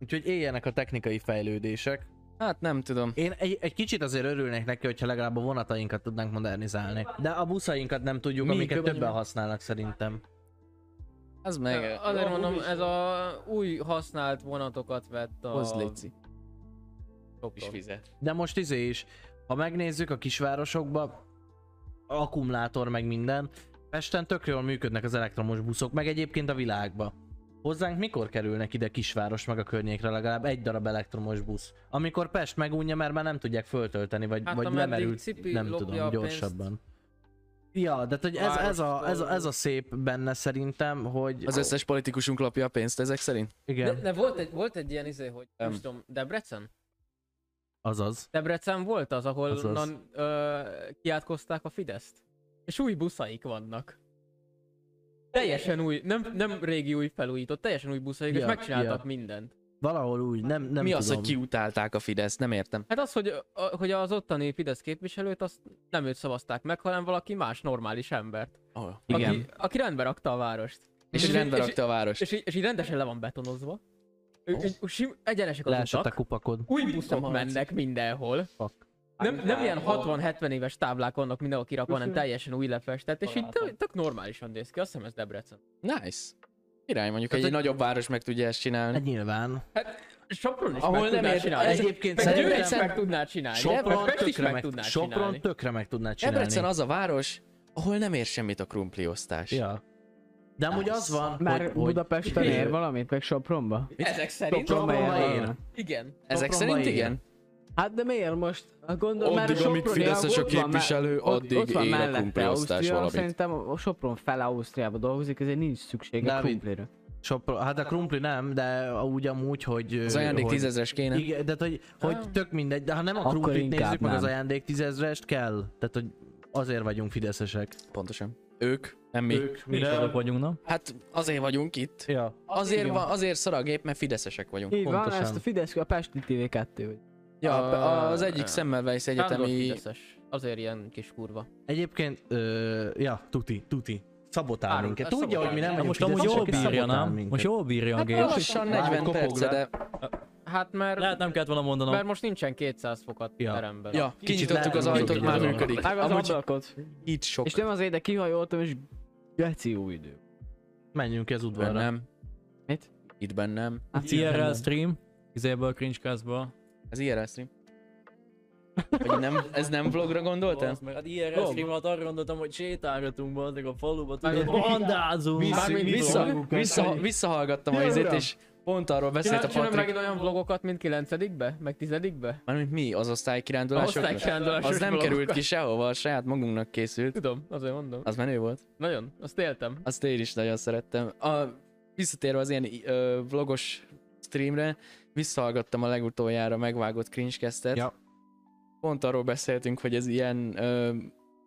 S7: Úgyhogy éljenek a technikai fejlődések.
S2: Hát nem tudom.
S7: Én egy, egy kicsit azért örülnék neki, hogyha legalább a vonatainkat tudnánk modernizálni. De a buszainkat nem tudjuk,
S2: Mi
S7: amiket
S2: kőbányai?
S7: többen használnak szerintem.
S2: Ez meg...
S3: Ja, Azért mondom, ez a új használt vonatokat vett a...
S2: Hozz léci.
S3: Soktól.
S2: És vizet.
S7: De most izé is, ha megnézzük a kisvárosokba, akkumulátor meg minden, Pesten tök jól működnek az elektromos buszok, meg egyébként a világba. Hozzánk mikor kerülnek ide kisváros meg a környékre legalább egy darab elektromos busz? Amikor Pest megunja, mert már nem tudják föltölteni, vagy,
S3: Hát,
S7: vagy
S3: ameddig
S7: lemerül,
S3: Cipi
S7: nem
S3: lopja
S7: tudom,
S3: a pénzt.
S7: gyorsabban. Ja, de hogy ez, ez, a, ez, a, ez a szép benne szerintem, hogy...
S2: Az összes politikusunk lopja a pénzt ezek szerint?
S3: De,
S7: Igen,
S3: de volt, egy, volt egy ilyen izé, hogy nem
S2: Nem.
S3: is tudom, Debrecen?
S7: azaz.
S3: Debrecen volt az, ahol
S7: Azaz.
S3: non, ö, kiátkozták a Fideszt. És új buszaik vannak. Teljesen új, nem, nem régi új felújított, teljesen új buszaik, és
S7: Ja,
S3: megcsináltak
S7: ja.
S3: mindent.
S7: Valahol úgy, nem, nem
S2: Mi
S7: tudom.
S2: az, hogy kiutálták a Fidesz? Nem értem.
S3: Hát az, hogy, a, hogy az ottani Fidesz képviselőt, azt nem őt szavazták meg, hanem valaki más normális embert.
S2: Oh,
S3: Aki, aki rendbe rakta a várost.
S2: És rendbe
S3: és-
S2: rakta a várost.
S3: És így, és így rendesen le van betonozva. Ő,
S2: Ó.
S3: így, sim, egyenesek az
S7: Leesett a
S3: utak. Hát
S7: kupakod.
S3: Új
S2: Nem
S3: buszok
S2: hallotsz.
S3: mennek mindenhol.
S7: Fuck.
S3: Nem, nem ilyen 60-70 éves táblák vannak mindenhol kirakva, hanem teljesen új lefestett, és így tök, tök normálisan néz ki, azt hiszem ez Debrecen.
S2: Nice. Király mondjuk,
S7: Tehát
S2: hogy egy
S7: egy-
S2: nagyobb város meg tudja ezt csinálni.
S7: Hát nyilván.
S3: Sopron is
S2: Ahol
S3: meg
S2: nem
S3: tudná
S2: ér-
S3: csinálni.
S7: Egyébként
S3: Meg Győr is
S7: szerintem-
S3: meg tudná csinálni.
S7: Sopron
S3: Pest is
S7: tökre
S3: meg
S7: meg,
S3: tudná
S7: Sopron
S3: csinálni.
S7: tökre meg tudná csinálni.
S2: Debrecen az a város, ahol nem ér semmit a krumpliosztás.
S7: Ja. De amúgy
S2: Nice.
S7: az van,
S1: Már
S7: hogy, hogy
S1: Budapesten
S7: hogy-
S1: ér valamit, meg Sopronba?
S3: Ezek szerint?
S1: Sopronba
S7: Sopronba ér.
S1: valamit?
S3: Igen.
S2: Ezek
S7: Sopronban
S2: szerint
S7: él.
S2: igen.
S1: Hát de miért most? Hát gondolom, már Soproni, ott van már- ott- ott van mellette Ausztria, Szerintem a Sopron fel Ausztriába dolgozik, ezért nincs szüksége a
S7: Dávid.
S1: krumplira.
S7: Sopron, hát a krumpli nem, de úgy amúgy, hogy...
S2: Az
S7: ö,
S2: ajándék
S7: hogy-
S2: tízezres kéne.
S7: Igen, de hogy, hogy tök mindegy, de ha nem a
S1: Akkor
S7: krumplit
S1: inkább
S7: nézzük, meg az
S1: nem.
S7: ajándék tízezrest kell. Tehát, hogy azért vagyunk fideszesek.
S2: Pontosan. Ők, nem mi.
S7: Ők,
S6: Mi is azok vagyunk, na?
S2: Hát azért vagyunk itt.
S7: Ja.
S2: Azért, van, azért szar a gép, mert fideszesek vagyunk.
S1: Így van,
S7: Pontosan.
S1: ezt a Fidesz, a Pesti TV2, hogy
S2: Ja,
S3: Ah,
S2: az egyik Semmelweis
S3: Sándor
S2: egyetemi...
S3: Fideszes. Azért ilyen kis kurva.
S7: Egyébként, ö, ja, tuti, tuti. Szabotál
S3: Árul-
S7: minket.
S3: a
S7: Tudja, hogy mi nem
S6: Na
S3: szabotál.
S7: vagyunk
S6: most amúgy jól
S7: fideszesek, és
S6: bírja,
S7: szabotál
S6: nem?
S7: minket.
S6: Most jól bírja a
S2: Hát
S6: gép.
S2: lassan
S7: Már
S2: 40
S7: kopog
S2: perce,
S7: le.
S2: de...
S3: Hát mert...
S6: Lehet nem kellett volna mondanom.
S3: Mert most nincsen 200 fokat
S7: Ja.
S3: teremben.
S2: Ja,
S7: Kicsit
S2: kinyitottuk az
S7: leállunk,
S2: ajtót,
S7: ugye,
S2: már
S7: dolog.
S2: működik.
S1: Meg az
S2: Amúgy
S1: ablakot.
S2: itt sok.
S1: És nem azért, de kihajoltam, és geci jó idő.
S7: Menjünk ki az
S2: Itt benn
S7: udvarra.
S2: nem.
S1: Mit?
S2: Itt benn nem.
S1: Hát
S6: IRL stream, izéből, cringecastból.
S2: Ez IRL stream. Vagy nem, ez nem vlogra gondoltál?
S6: Meg hát IRL stream alatt arra gondoltam, hogy sétálgatunk bazdmeg a faluba, tudod,
S3: Meg-
S6: bandázunk.
S7: Vissza-
S2: Vissza, visszahallgattam a izét, és Pont arról beszélt
S3: Csinál,
S2: a
S3: csinálunk
S2: Patrik.
S3: megint olyan vlogokat, mint 9 meg 10 be
S2: Mármint mi az osztálykirándulások?
S3: Osztálykirándulás.
S2: Az nem került ki sehova, a saját magunknak készült.
S3: Tudom, azért mondom.
S2: Az menő volt.
S3: Nagyon, azt éltem.
S2: Azt én is nagyon szerettem. A, visszatérve az ilyen ö, vlogos streamre, visszahallgattam a legutoljára megvágott cringecastet.
S7: Ja.
S2: Pont arról beszéltünk, hogy ez ilyen ö,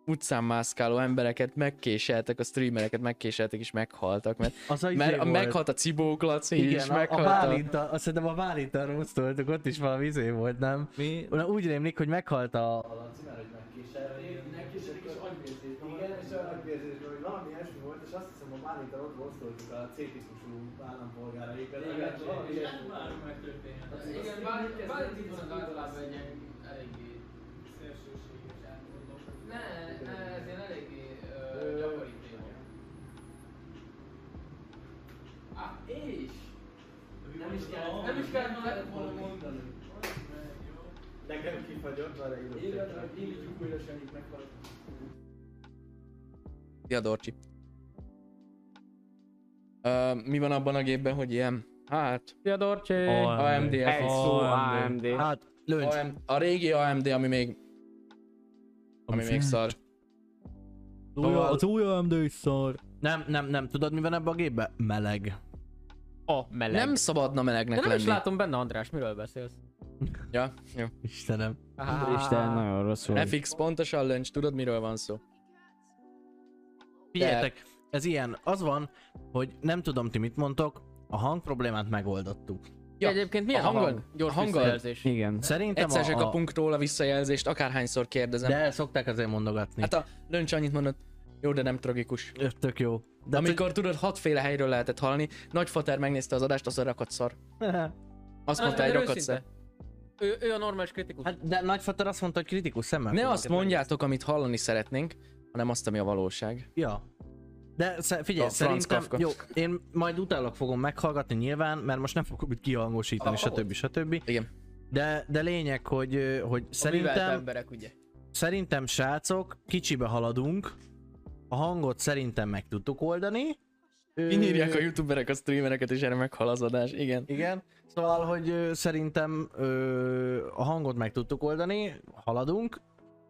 S2: utcán mászkáló embereket megkéseltek, a streamereket megkéseltek és meghaltak, mert,
S7: Az a izé
S2: mert a,
S7: volt.
S2: meghalt a Cibók Laci is,
S7: igen, a, a
S2: meghalt
S7: Bálint, a, azt szerintem a Bálint arról osztoltuk, ott is valami izé volt, nem?
S6: Mi?
S7: Na, Úgy rémlik, hogy meghalt a...
S5: A Laci, mert hogy megkísérték, megkísérték és agyvérzésben Igen, és olyan agyvérzésben, hogy valami ilyesmi volt, és azt hiszem a Bálintal ott osztoltuk a C-típusú állampolgáraikat. Igen, valami ilyesmi.
S4: Már megtörténhet. Igen, bár, bár itt van általában egy ilyen eléggé szélsőséges átmondó. Ne, ne, ez ilyen eléggé ö, gyakori téma. Á, és? Nem is kell, nem is kellett volna- volna mondani.
S5: Nekem kifagyott, arra
S4: Életem,
S5: írott.
S4: illik újra semmit meghalt.
S2: Ja, Dorcsi. Ö, mi van abban a gépben, hogy ilyen, hát,
S3: Szia Dorcsé!
S2: AMD,
S1: Egy szó,
S6: AMD.
S1: AMD.
S7: Hát, lőncs.
S2: AM, a régi AMD, ami még, ami még szar.
S6: Az új- Az új AMD is szar.
S7: Nem, nem, nem. Tudod, mi van ebbe a gépbe? Meleg.
S3: A meleg.
S2: Nem szabadna melegnek
S3: De nem is
S2: lenni.
S3: látom benne, András, miről beszélsz?
S2: Ja, jó.
S7: Istenem.
S1: Isten, nagyon rossz volt.
S2: FX pontosan löncs, tudod miről van szó?
S7: Figyeljetek, ez ilyen. Az van, hogy nem tudom ti mit mondtok, a hang problémát megoldottuk.
S2: Ja,
S3: Ja, egyébként milyen
S2: a
S3: a
S2: hanggal-
S3: hang? Gyors
S2: a hanggal-
S3: visszajelzés.
S1: Igen.
S7: Szerintem
S2: Egyszer
S7: a,
S2: se
S7: a,
S2: kapunk róla visszajelzést, akárhányszor kérdezem.
S7: De szokták azért mondogatni.
S2: Hát a löncs annyit mondott, jó, de nem tragikus.
S7: Ö, Tök jó.
S2: De
S7: De
S2: Amikor tudod, hatféle helyről lehetett hallani, nagyfater megnézte az adást, az a rakat szar.
S7: Hát,
S2: Azt
S3: Na,
S2: mondta egy
S3: erről
S2: rakat
S3: Hát, őszinte.
S2: szar.
S3: Ő, ő a normális kritikus.
S7: Hát, de nagyfater azt mondta, hogy kritikus szemmel.
S2: Ne
S3: Hát,
S7: fognak
S2: azt
S7: ebben.
S2: mondjátok, amit hallani szeretnénk, hanem azt, ami a valóság.
S7: Ja. De sze, figyelj,
S2: A Franz
S7: szerintem,
S2: Kafka.
S7: jó, én majd utálag fogom meghallgatni nyilván, mert most nem fogom itt kihangosítani, stb. stb.
S2: Igen.
S7: De, de lényeg, hogy, ö, hogy
S3: A művelt
S7: szerintem,
S3: emberek, ugye?
S7: szerintem srácok, kicsibe haladunk, a hangot szerintem meg tudtuk oldani. Ö,
S2: Kinyírják a youtuberek, a streamereket, és erre meghal az adás. Igen.
S7: Igen. Szóval, hogy ö, szerintem ö, a hangot meg tudtuk oldani, haladunk.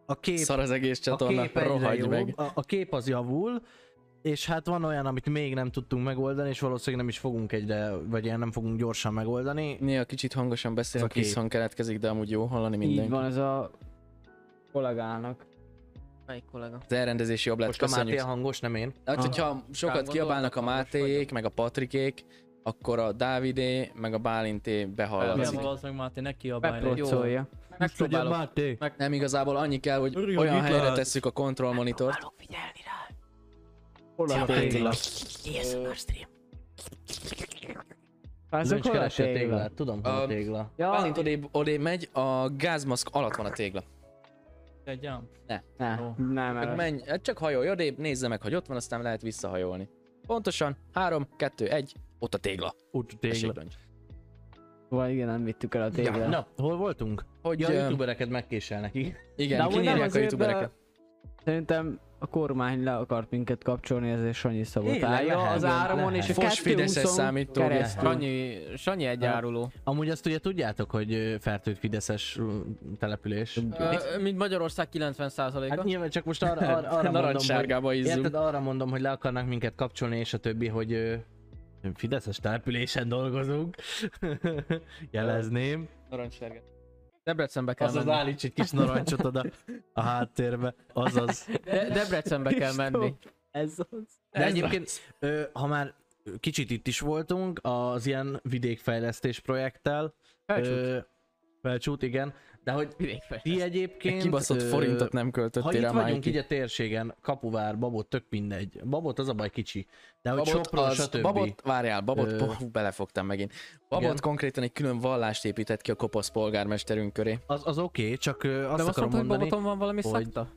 S7: A kép,
S2: Szar az egész
S7: a
S2: csatorna,
S7: kép egyre
S2: rohagy
S7: jobb,
S2: meg.
S7: A, a kép az javul, és hát van olyan, amit még nem tudtunk megoldani, és valószínűleg nem is fogunk egyre, vagy ilyen nem fogunk gyorsan megoldani.
S2: Néha kicsit hangosan beszélünk,
S7: Ez a kép.
S2: visszhang keletkezik, de amúgy jó hallani
S1: Így
S2: mindenki.
S1: van ez a kollégának.
S3: Melyik kollega?
S2: Az elrendezés jobb lett,
S7: Most a Máté
S2: köszönjük.
S7: a hangos, nem én.
S2: Hát, hogyha sokat
S3: gondolnak,
S2: kiabálnak a
S3: hangos
S2: Mátéék, meg a Patrikék, akkor a Dávidé, meg a Bálinté behallatszik.
S6: Valószínűleg meg már tényleg kiabálni.
S1: Beprocolja.
S3: Megpróbálok.
S7: Máté.
S2: Nem igazából annyi kell, hogy
S6: Örülj, hogy
S2: olyan
S6: itt
S2: helyre
S6: látsz.
S2: tesszük a kontrollmonitort.
S1: Hol a tégla? Azok
S7: Lőncs
S1: hol Hát a
S7: keresi a
S1: tégla?
S7: téglát, tudom, hol a
S2: Öm,
S7: tégla.
S1: Ja,
S2: Bálint odébb, odébb megy, a gázmaszk alatt van a tégla.
S6: Egy
S1: ne, nem,
S2: Csak
S1: mert
S2: menj, hát csak hajolj odébb, nézze meg, hogy ott van, aztán lehet visszahajolni. Pontosan, 3, 2, 1, ott a tégla.
S7: Úgy
S2: Tessék,
S7: tégla.
S2: Lancs.
S1: Vagy Szóval igen, nem vittük el a
S7: Ja.
S1: téglát.
S7: Na, hol voltunk?
S2: Hogy,
S7: Ja,
S2: ö,
S7: youtubereket megkéselnek, igen.
S2: igen,
S1: amúgy nem
S2: kinyírják a
S1: azért, de
S2: youtubereket.
S1: Szerintem a kormány le akart minket kapcsolni, ezért Sanyi
S7: Tényleg,
S1: szabotálja
S7: lehet,
S1: az áramon,
S7: lehet.
S1: és a
S2: Fos Fideszes
S1: 220
S2: számítógép.
S1: keresztül.
S3: Sanyi, Sanyi egy áruló.
S7: Amúgy azt ugye tudjátok, hogy ö, fertőt fideszes ö, település.
S3: Ö, Mint Magyarország 90%-a.
S7: Hát nyilván csak most arra, arra, arra mondom, hogy,
S2: Narancssárgába izzunk.
S7: érted, arra mondom, hogy le akarnak minket kapcsolni, és a többi, hogy ö, Fideszes településen dolgozunk. Jelezném.
S2: Narancssárga.
S3: Debrecenbe kell
S7: Azaz
S3: menni.
S7: állíts egy kis narancsot oda a háttérbe. Azaz.
S3: De- Debrecenbe kell menni.
S1: Ez az.
S7: De egyébként, ö, ha már kicsit itt is voltunk, az ilyen vidékfejlesztés projekttel.
S3: Felcsút.
S7: Ö, Felcsút, igen. De hogy
S3: Vidékfejlesztés.
S7: ti
S2: Egy
S7: egyébként...
S2: kibaszott
S7: ö,
S2: forintot nem
S7: Ha itt
S2: költöttél rá
S7: vagyunk
S2: máig.
S7: így a térségen, Kapuvár, Babot, tök mindegy. Babot az a baj kicsi. De hogy Sopron,
S2: az-
S7: stb.
S2: babot, várjál, babot,
S7: Ö.
S2: Ö... hú, belefogtam megint. Babot
S7: Igen.
S2: konkrétan egy külön vallást épített ki a kopasz polgármesterünk köré.
S7: Az, az oké, okay, csak ö, azt
S3: De azt
S7: akarom
S3: mondta, hogy
S7: mondani.
S3: Babaton van valami
S7: hogy-
S3: hogy... szakta?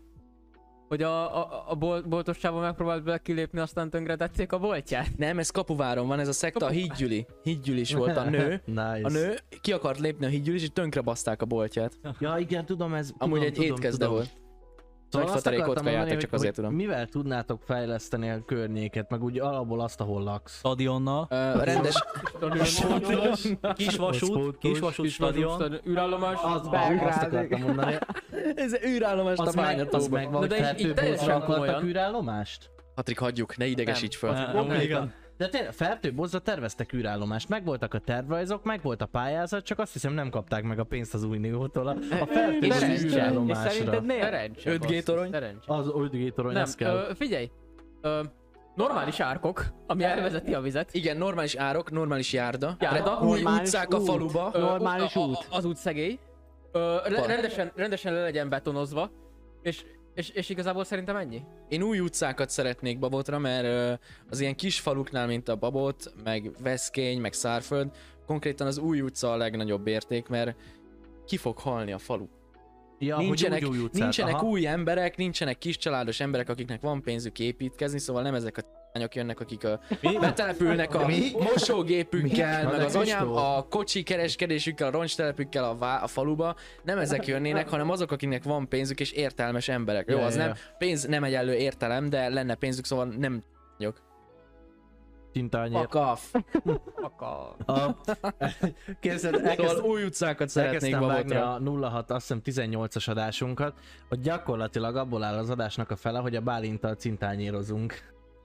S3: Hogy a, a, a bol- boltos csávó megpróbált bele kilépni, aztán tönkre tették a boltját.
S2: Nem, ez Kapuváron van, ez a szekta, a hídgyüli. Hídgyülis volt a nő.
S7: Nice.
S2: A nő ki akart lépni a hídgyülis, és tönkre baszták a boltját.
S7: Ja igen, tudom, ez tudom,
S2: Amúgy egy
S7: tudom,
S2: étkezde
S7: tudom.
S2: volt. Szóval Nagy
S7: azt
S2: fatarék
S7: akartam
S2: ott jártak,
S7: mondani,
S2: csak
S7: hogy-
S2: azért
S7: hogy
S2: tudom.
S7: Mivel tudnátok fejleszteni a környéket, meg úgy alapból azt, ahol laksz?
S6: stadionnal,
S2: Ö, rendes,
S6: kis vasút, kis vasút stadion,
S3: Űrállomás.
S7: Az, azt
S1: Belgrádig.
S7: akartam mondani.
S2: ez űrállomás
S7: Az, meg, az
S2: tapányatóban.
S7: meg
S3: Na
S7: van, hogy
S3: de így- így teljesen
S7: akartak
S3: komolyan.
S7: űrállomást?
S2: Patrik, hagyjuk, ne idegesíts föl.
S6: Á, Amerika.
S7: De tényleg, Fertőbozza terveztek űrállomást, megvoltak a tervrajzok, megvolt a pályázat, csak azt hiszem nem kapták meg a pénzt az Uniótól a, a
S2: és-
S7: Fertőbozza
S2: és
S1: És
S7: űrállomásra.
S1: szerinted miért?
S3: Szerencse.
S2: 5G
S3: basszus,
S2: torony?
S3: Szerencse.
S7: Az oldugé torony,
S3: Nem,
S7: ez kell.
S3: ö, figyelj. Ö, normális árkok, ami elvezeti a vizet.
S2: Igen, normális árok, normális járda,
S3: Járda,
S2: járda új
S1: normális
S2: utcák a
S1: út.
S2: faluba.
S3: Ö,
S1: Normális
S3: a- a-
S1: út.
S3: Az út szegély. Ö, re-
S2: Park.
S3: rendesen, rendesen le legyen betonozva. És, és, és igazából szerintem ennyi.
S2: Én új utcákat szeretnék Babotra, mert ö, az ilyen kis faluknál, mint a Babot, meg Veszkény, meg Szárföld, konkrétan az új utca a legnagyobb érték, mert ki fog halni a falu.
S7: Ja, hogy
S2: nincsenek
S7: úgy új utcát,
S2: nincsenek
S7: aha.
S2: új emberek, nincsenek kiscsaládos emberek, akiknek van pénzük építkezni, szóval nem ezek a anyok jönnek, akik a, betelepülnek a
S7: Mi?
S2: mosógépükkel,
S7: Mi?
S2: meg az
S7: Meg
S2: anyám
S7: Pistó?
S2: a kocsi kereskedésükkel, a roncstelepükkel a, vá- a faluba. Nem ezek jönnének, hanem azok, akiknek van pénzük és értelmes emberek. Jó,
S7: Ja,
S2: az
S7: ja,
S2: nem, pénz nem egyenlő értelem, de lenne pénzük, szóval nem
S7: Tintányért.
S2: fuck off.
S3: Faka.
S7: A... Képzeld,
S2: Szóval
S7: elkezd...
S2: új utcákat szeretnék
S7: Szeretnék vágni
S2: babotra.
S7: a 06, azt hiszem 18-as adásunkat, hogy gyakorlatilag abból áll az adásnak a fele, hogy a Bálintal cintányírozunk.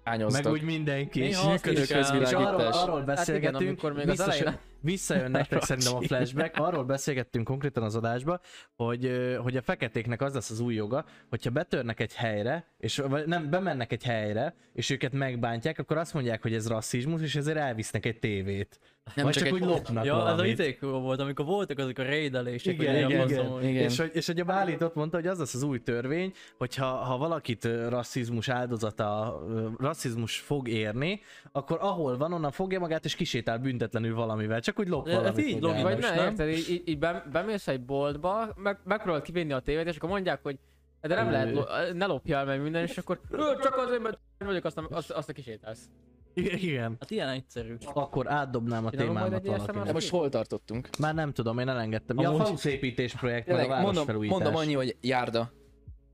S7: Meg
S2: Hányoztok.
S7: úgy mindenki.
S6: Néha
S7: És
S6: azt
S2: működő
S6: is el-
S2: közvilág.
S7: és arról,
S2: világítás.
S7: arról beszélgetünk,
S3: igen, amikor még az
S7: visszajön-
S3: elején-
S7: visszajön nektek szerintem a flashback, arról beszélgettünk konkrétan az adásba, hogy, ö, hogy a feketéknek az lesz az új joga, hogyha betörnek egy helyre, és vagy nem, bemennek egy helyre, és őket megbántják, akkor azt mondják, hogy ez rasszizmus, és ezért elvisznek egy tévét. Nem vagy
S2: csak
S7: csak,
S2: egy-
S7: úgy lopnak
S6: Ja, ez
S7: valamit.
S6: a itékó volt, amikor voltak azok a raidelések,
S7: Igen,
S6: hogy igen,
S7: igen, igen,
S6: hogy
S7: És hogy, és hogy a Bálint ott mondta, hogy az lesz az új törvény, hogy ha, ha valakit ö, rasszizmus áldozata, ö, rasszizmus fog érni, akkor ahol van, onnan fogja magát és kisétál büntetlenül valamivel, csak úgy lop
S6: Ez- ez
S7: valamit.
S6: így
S7: magával.
S6: logikus.
S3: Vagy
S6: Kínos,
S3: ne,
S6: nem?
S3: érted, így, így, így bem- bemész egy boltba, meg, megpróbálod kivinni a tévét, és akkor mondják, hogy "Hát de nem lehet, lo- ne lopjál meg minden, és akkor "Ö, csak azért, mert vagyok, aztán azt, azt a kisétálsz.
S7: Igen.
S6: Hát ilyen egyszerű.
S7: Akkor átdobnám a
S3: Csinálunk majd
S7: témámat
S3: egy ilyen
S2: De
S7: valakinek.
S3: szemet?
S2: most hol tartottunk?
S7: Már nem tudom, én elengedtem. Ja, a
S2: Amúgy-
S7: faluszépítés projekt, meg a
S2: Tényleg, mondom,
S7: városfelújítás.
S2: mondom annyi, hogy járda.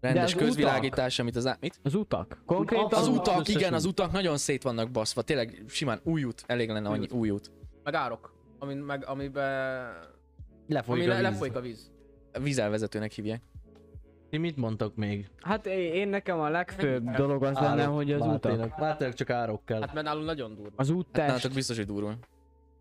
S2: Rendes
S1: az
S2: közvilágítás, amit az á... Mit?
S1: Az utak. Konkrétan
S2: Az
S7: Abszolút
S2: utak,
S7: összes
S2: igen,
S7: út.
S2: az utak nagyon szét vannak baszva, tényleg simán új út, elég lenne annyi új út.
S3: Meg árok, ami, meg, amiben...
S7: Lefolyik
S3: Ami le,
S7: a víz.
S3: lefolyik a víz.
S2: Vízelvezetőnek hívják. Hát
S7: Ti mit mondtok még?
S1: Hát én én nekem a legfőbb dolog az lenne,
S7: Árok,
S1: hogy az utak.
S7: Máténak- Máténak csak árok kell.
S3: Hát mert nálunk nagyon durva.
S1: Az
S2: Hát nálatok
S1: úttest.
S2: biztos, hogy durul.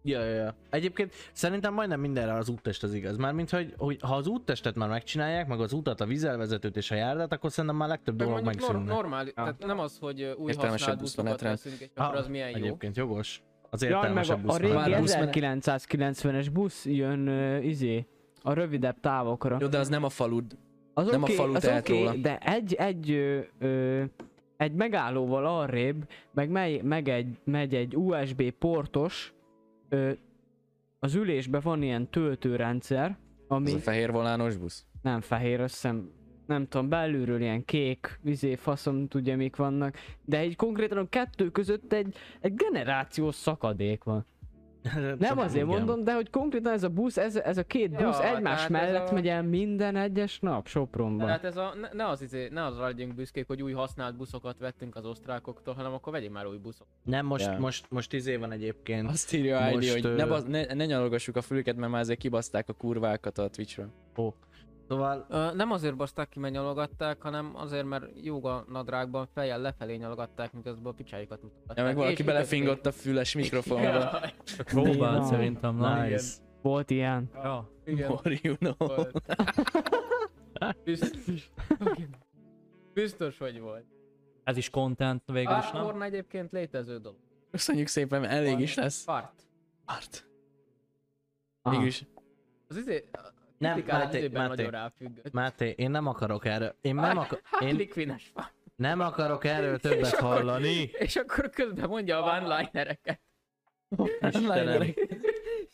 S7: Ja, ja, ja. Egyébként szerintem majdnem mindenre az úttest az igaz. Mármint, hogy, hogy ha az úttestet már megcsinálják, meg az utat, a vízelvezetőt és a járdát, akkor szerintem már legtöbb
S3: Meg
S7: dolog
S3: mondjuk nor-
S7: megszűnne.
S3: normál, tehát nem az, hogy ö, új
S2: Értelmesebb
S3: használt buszokat
S2: buszmenetrend.
S3: veszünk, és akkor
S7: Ah,
S3: az milyen jó.
S7: Egyébként jogos. Az
S1: Jaj, meg
S7: értelmesebb
S1: a, a
S7: busz.
S1: régi
S2: Már busz-
S1: 1990-es busz jön uh, izé, a rövidebb távokra.
S2: Jó, de az nem a falud.
S1: Az
S2: Nem a
S1: oké,
S2: falu
S1: az
S2: tehet
S1: oké,
S2: róla.
S1: de egy, egy, ö, ö, egy megállóval arrébb, meg, mely, meg egy, megy egy USB portos, ö, az ülésben van ilyen töltőrendszer,
S2: Az
S1: ami
S2: a fehér volános busz.
S1: nem fehér, azt hiszem, nem tudom, belülről ilyen kék, vizé, faszom tudja mik vannak, de egy konkrétan a kettő között egy, egy generációs szakadék van. Nem azért
S7: Igen.
S1: mondom, de hogy konkrétan ez a busz, ez, ez a két
S3: Ja,
S1: busz egymás
S3: hát ez
S1: mellett
S3: a-
S1: megy el minden egyes nap Sopronban.
S3: Tehát ez a, ne, ne az izé, ne arra legyünk büszkék, hogy új használt buszokat vettünk az osztrákoktól, hanem akkor vegyél már új buszokat.
S7: Nem, most,
S2: Ja.
S7: most, most tíz év van egyébként.
S2: Azt írja ID,
S7: Most,
S2: hogy
S7: ö,
S2: ne, baz, ne, ne nyalogassuk a fülüket, mert már azért kibaszták a kurvákat a Twitchről.
S7: Szóval
S3: Ö, nem azért baszták ki, mert nyalogatták, hanem azért, mert jóga nadrágban fejjel lefelé nyalogatták, miközben a picsájukat mutatták.
S2: Ja, meg valaki
S3: És
S2: belefingott a füles mikrofonba.
S3: ütötték.
S6: Csak próbált
S1: Néha.
S6: szerintem, na.
S7: nice.
S1: Volt ilyen.
S6: Ja.
S3: Igen,
S2: You know.
S3: volt. Biztos. Biztos, hogy volt.
S6: Ez is content végül is, nem?
S3: Artporn egyébként létező dolog.
S2: Köszönjük szépen, elég is lesz. Ah.
S3: Fart.
S2: Árt.
S1: Aha.
S2: Mégis.
S3: Az izé...
S7: Nem,
S3: Nem,
S7: Máté,
S3: Máté,
S7: Máté.
S3: Nagyon ráfüggött.
S7: Máté, én nem akarok erről, én nem, akar,
S3: Hát,
S7: én
S3: likvines fart.
S7: nem akarok erről többet
S3: akkor-
S7: hallani.
S3: És akkor közben mondja a one-linereket.
S7: Istenem.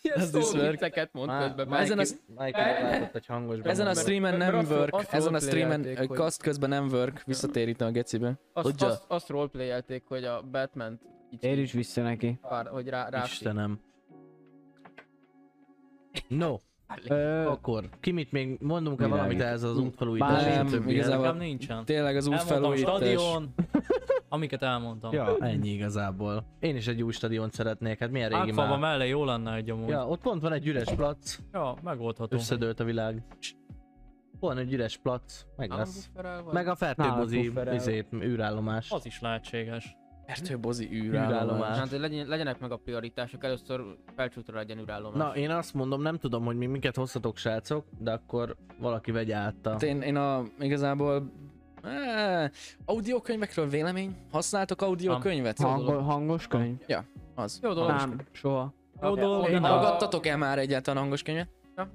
S3: Ilyen
S2: Ez is work.
S3: szóvicceket mond közben.
S7: Már
S2: Ezen
S7: ezen
S2: a-
S7: az... látott egy hangosban.
S2: Ezen a
S3: Mert-
S2: streamen
S3: mert
S2: nem
S3: azt-
S2: work,
S3: azt
S2: ezen a streamen ö,
S3: roleplayelték, hogy-
S2: cast közben nem work, visszatérítem a gecibe.
S3: Azt,
S2: Tudja.
S3: azt, azt roleplayelték, hogy a batman így
S1: Ér is vissza neki.
S3: pár, hogy rá, rá
S7: Istenem. No, Ö, akkor ki mit még mondunk-e
S2: Világít.
S7: valamit ehhez az útfelújítás?
S2: Bár
S7: és a
S2: nem,
S7: többi?
S2: igazából-
S6: Igazából nincsen.
S2: Tényleg az
S6: Elmondtam
S2: útfelújítás.
S6: stadion, amiket elmondtam. Ja,
S7: Ja, ennyi igazából. Én is egy új stadiont szeretnék, hát milyen régi
S6: Ágfalva
S7: már.
S6: mellé jó lenne egy amúgy. Ja,
S7: Ja, ott pont van egy üres plac,
S6: ja megoldható.
S7: összedőlt a világ. Van egy üres plac, meg lesz. Meg a
S1: Nálad
S7: fertőmozi
S1: bufferel.
S7: izét, űrállomás.
S6: Az is lehetséges.
S2: Fertőbozi
S7: Űrállomás.
S2: űrállomás.
S3: Hát legyen, legyenek meg a prioritások, először felcsútra legyen űrállomás.
S7: Na, én azt mondom, nem tudom, hogy mi minket hoztatok srácok, de akkor valaki vegye át a...
S2: Hát én, én a, igazából eh, audiokönyvekről vélemény? Használtok audiokönyvet?
S1: Hangol, hangos könyv?
S2: Az.
S3: Jó dolog.
S1: Nem, soha.
S6: Jó dolog,
S3: Én
S6: de
S3: a-
S2: Hallgattatok-e már egyáltalán hangos könyvet?
S3: Nem.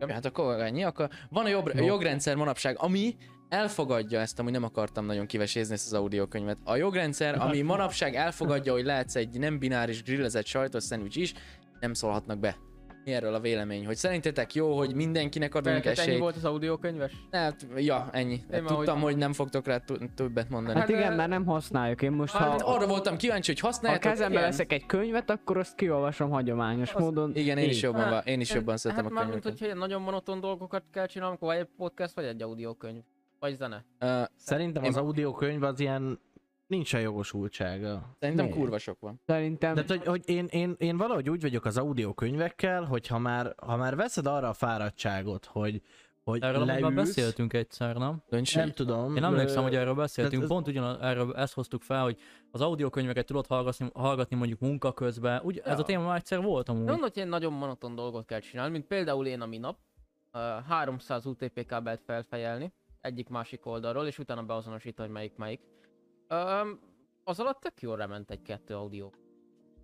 S2: Ja, hát akkor ennyi, akkor van a jobb, a jogrendszer manapság, ami elfogadja ezt, amúgy nem akartam nagyon kivesézni ezt az audiokönyvet. A jogrendszer, ami manapság elfogadja, hogy lehetsz egy nem bináris grillezett sajtos szendvics is, nem szólhatnak be. Mi erről a vélemény? Hogy szerintetek jó, hogy mindenkinek adunk
S3: Neked ennyi
S2: esélyt?
S3: volt az audiokönyves?
S2: Hát, ja, ennyi. Hát,
S3: mert
S2: tudtam, hogy... nem fogtok rá tu- többet mondani.
S1: Hát
S2: Hát,
S1: igen,
S3: ö,
S1: mert nem használjuk. Én most,
S2: hát,
S1: ha
S2: arra voltam kíváncsi, hogy
S1: a
S2: használjátok.
S1: kezembe
S2: ilyen?
S1: veszek egy könyvet, akkor azt kiolvasom hagyományos módon.
S2: Igen, én is jobban,
S3: Hát,
S2: va- én is jobban szeretem
S3: hát
S2: a
S3: már, mint
S2: könyveket.
S3: hogyha ilyen nagyon monoton dolgokat kell csinálni, akkor vagy egy podcast, vagy egy audiokönyv. Vagy zene.
S2: Ö,
S7: Szerintem
S2: Én-
S7: az audiokönyv az ilyen... Nincsen jogosultsága.
S2: Szerintem
S7: Miért?
S2: kurva sok van.
S1: Szerintem...
S7: De hát, hogy, hogy én, én, én valahogy úgy vagyok az audiokönyvekkel, hogy ha már, ha már veszed arra a fáradtságot, hogy, hogy
S6: Erről már
S7: leülsz,
S6: beszéltünk egyszer, nem?
S2: Dönts
S7: nem tudom.
S6: Én emlékszem,
S7: ö,
S6: hogy erről beszéltünk,
S7: ez-
S6: pont ugyan erről ezt hoztuk fel, hogy az audiokönyveket tudod hallgatni, hallgatni mondjuk munka közben. Úgy, ez a
S3: Ja.
S6: téma már egyszer volt
S3: De
S6: amúgy.
S3: Mondod, hogy egy nagyon monoton dolgot kell csinálni, mint például én a minap. ö, 300 UTP kábelt felfejelni egyik-másik oldalról, és utána beazonosítani, hogy melyik melyik. Öm, az alatt tök jól rement egy-kettő audio.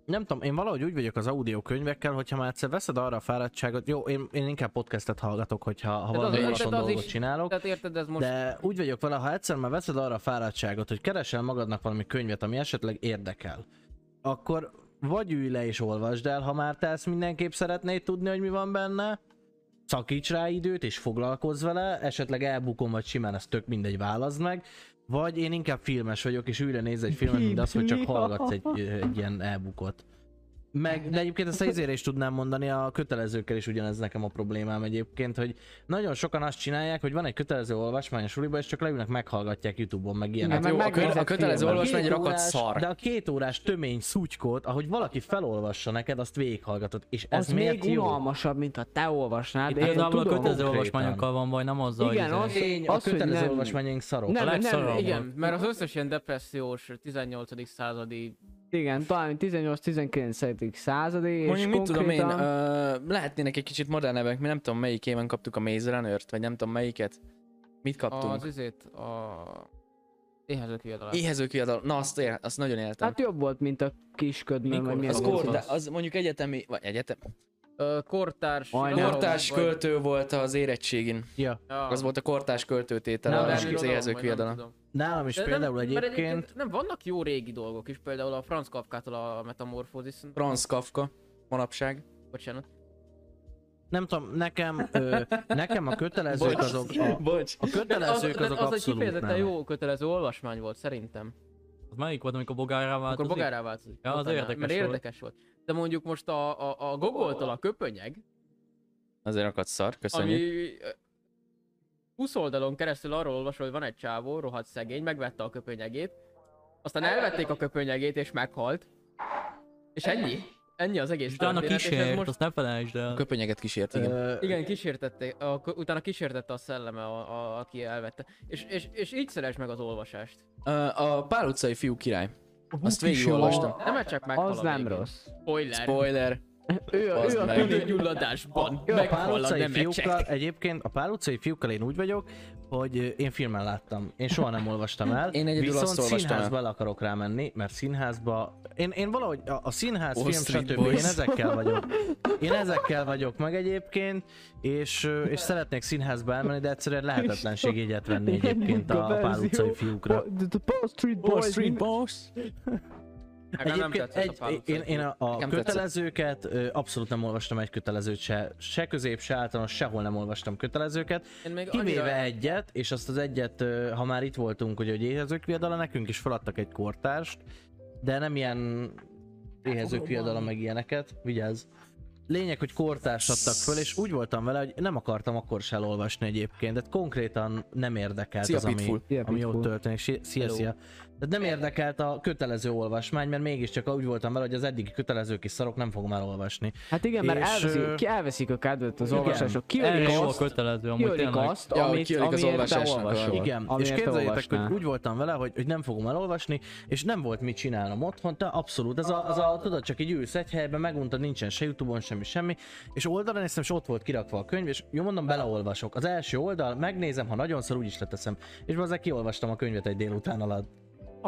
S7: Nem tudom, én valahogy úgy vagyok az audiokönyvekkel, hogyha már egyszer veszed arra a fáradtságot, jó, én, én inkább podcastet hallgatok, hogyha ha
S3: az-
S7: valami
S2: de- de
S7: hasonló
S3: az is-
S7: dolgot csinálok.
S3: Tehát érted, ez most...
S7: De úgy vagyok vele, ha egyszer már veszed arra a fáradtságot, hogy keresel magadnak valami könyvet, ami esetleg érdekel, akkor vagy ülj le és olvasd el, ha már te ezt mindenképp szeretnéd tudni, hogy mi van benne, szakíts rá időt és foglalkozz vele, esetleg elbukom, vagy simán ez tök mindegy, válaszd meg, vagy én inkább filmes vagyok, és újra néz egy filmet, mint az, hogy csak hallgatsz egy, egy ilyen elbukot. Meg, de egyébként ezt a izére is tudnám mondani, a kötelezőkkel is ugyanez nekem a problémám egyébként, hogy nagyon sokan azt csinálják, hogy van egy kötelező olvasmány a suliba, és csak leülnek, meghallgatják Youtube-on, meg ilyenek.
S2: Hát
S1: Igen,
S2: jó, a, kö- a
S1: megnézett
S2: kötelező
S1: filmet.
S2: olvasmány egy
S7: Két
S2: rakott
S7: órás-
S2: szar.
S7: De a két órás tömény szutykot, ahogy valaki felolvassa neked, azt végighallgatod. És ez
S1: Ez az
S7: miért
S1: még
S7: jó?
S1: unalmasabb, mint ha te olvasnád.
S6: Itt
S1: Én
S6: igazából a
S1: tudom.
S6: kötelező
S7: konkrétan.
S6: olvasmányokkal van baj, nem azzal.
S1: Igen,
S6: hogy
S1: az-
S6: izé-
S7: Tény, a
S1: Az, hogy
S7: kötelező
S1: nem-
S7: olvasmányaink szarok.
S1: Nem, nem, nem,
S6: legszarabb
S1: igen,
S3: Igen, mert az összes ilyen depressziós 18. századi
S1: igen, talán 18-19. századi, és
S2: Mondjuk mit tudom én,
S1: konkrétan-
S2: ö, lehetnének egy kicsit modernebbek, mi nem tudom melyik éven kaptuk a Maze Runner-t, vagy nem tudom melyiket. Mit kaptunk?
S3: az izét, a éhezők viadalát.
S2: Éhezők viadal, na azt, ér, azt nagyon éltem.
S1: Hát jobb volt, mint a kisködmön,
S3: Mikor?
S1: vagy mi
S2: az,
S1: az
S2: kor,
S1: volt.
S2: de az mondjuk egyetemi, vagy egyetem,
S3: Ö, kortárs...
S1: Majdnem.
S3: irodalom,
S2: kortárs
S3: vagy-
S2: költő volt az érettségin.
S3: Ja.
S2: Az volt a kortárs költőtétel,
S7: Nem,
S2: a
S7: nem,
S2: az
S3: irodalom,
S2: éhezők
S3: vagy nem
S2: viadala.
S3: tudom.
S7: Nálam is
S3: De nem-
S7: például
S3: mert
S7: egyébként
S3: Nem, vannak jó régi dolgok is, például a Franz Kafkától a Metamorphózis,
S2: Franz Kafka, manapság.
S3: bocsánat.
S7: Nem tudom, nekem, ö, nekem a kötelezők azok, a,
S2: Bocs.
S7: a kötelezők
S3: az, az
S7: azok
S3: egy
S7: abszolút
S3: kifejezetten
S7: nem.
S3: jó kötelező olvasmány volt szerintem.
S6: Az melyik volt, amikor bogárá vált?
S3: Akkor bogárá változik.
S6: Hát Ja, az
S3: utána,
S6: érdekes
S3: Mert
S6: volt.
S3: érdekes volt. De mondjuk most a, a, a Gogoltól a köpönyeg,
S2: Azért akadt szar, köszönjük.
S3: ami ö, 20 oldalon keresztül arról olvasol, hogy van egy csávó, rohadt szegény, megvette a köpönyegét, aztán elvették a köpönyegét és meghalt. És ennyi. Ennyi az egész
S6: És utána
S3: történet, hát és ez
S6: kísért,
S3: most
S6: azt ne felejtsd el.
S2: A köpönyeget kísért, igen.
S7: Ö,
S3: Igen, kísértette, a, utána kísértette a szelleme, a, a, aki elvette. És, és, és így szeres meg az olvasást.
S2: Ö, A Pál utcai fiú király. Azt végigolvastam.
S3: Nem mert csak meghal
S1: Az
S3: a
S1: nem
S3: végén.
S1: rossz.
S3: Spoiler.
S2: Spoiler.
S1: Ő, a-
S2: Bazd
S1: ő a
S2: meg.
S1: könyv-
S3: Tüdőgyulladásban
S7: Jó, a pál
S3: meghal a
S7: utcai
S3: nemecsek.
S7: fiúkkal, egyébként a pál utcai fiúkkal én úgy vagyok, hogy ö, én filmen láttam. Én soha nem olvastam el.
S2: Én egyedül
S7: viszont
S2: azt olvastam el.
S7: színházba el akarok rámenni, mert színházba... Én, én valahogy a, a színház,
S2: Wall
S7: film,
S2: Street
S7: stb.
S2: Boys.
S7: Én ezekkel vagyok. Én ezekkel vagyok meg egyébként, és, ö, és szeretnék színházba elmenni, de egyszerűen lehetetlenség jegyet venni egyébként a, a pál utcai fiúkra.
S1: Bo- The Paul Street Boys. mind-
S2: Boss.
S3: Hát Nekem nem tetszett a
S7: egy,
S3: Pál utcai
S7: én, én a, a
S2: Nekem tetszett.
S7: kötelezőket ö, abszolút nem olvastam egy kötelezőt se, se közép, se általános, sehol nem olvastam kötelezőket.
S3: Én még
S7: Kivéve
S3: annyira-
S7: egyet, és azt az egyet, ö, ha már itt voltunk, hogy egy éhezők viadala, nekünk is feladtak egy kortást, de nem ilyen éhezők viadala, meg ilyeneket, vigyázz. lényeg, hogy kortársattak föl, és úgy voltam vele, hogy nem akartam akkor se elolvasni egyébként, tehát konkrétan nem érdekelt
S2: Szia,
S7: az, ami,
S2: Pitbull.
S1: Szia,
S7: ami ott
S1: Pitbull.
S7: történik. Si- Szia, szia. Tehát nem érdekelt a kötelező olvasmány, mert mégiscsak úgy voltam vele, hogy az eddigi kötelező kis szarok nem fogom elolvasni.
S1: Hát igen, mert
S7: És, ö,
S1: elveszik, ki elveszik a kedvet az
S7: igen.
S1: olvasások. Kiölik
S6: Erre jó a
S1: azt,
S6: kötelező, amúgy
S1: kiölik
S6: tényleg.
S1: azt,
S2: Ja, hogy
S1: amit,
S2: kiölik az
S1: amiért te
S2: olvasásnak a-
S1: olvasol.
S7: Igen, és
S1: amiért te
S7: képzeljétek, hogy
S1: olvasnál.
S7: úgy voltam vele, hogy, hogy nem fogom elolvasni, és nem volt mit csinálnom otthon, de abszolút, ez a, az a, tudod, csak így ülsz egy helyben, megunta, nincsen se Youtube-on semmi, semmi, és oldalon néztem, és ott volt kirakva a könyv, és jó mondom, beleolvasok. Az első oldal, megnézem, ha nagyon szar, úgy is leteszem, és azért kiolvastam a könyvet egy délután alatt.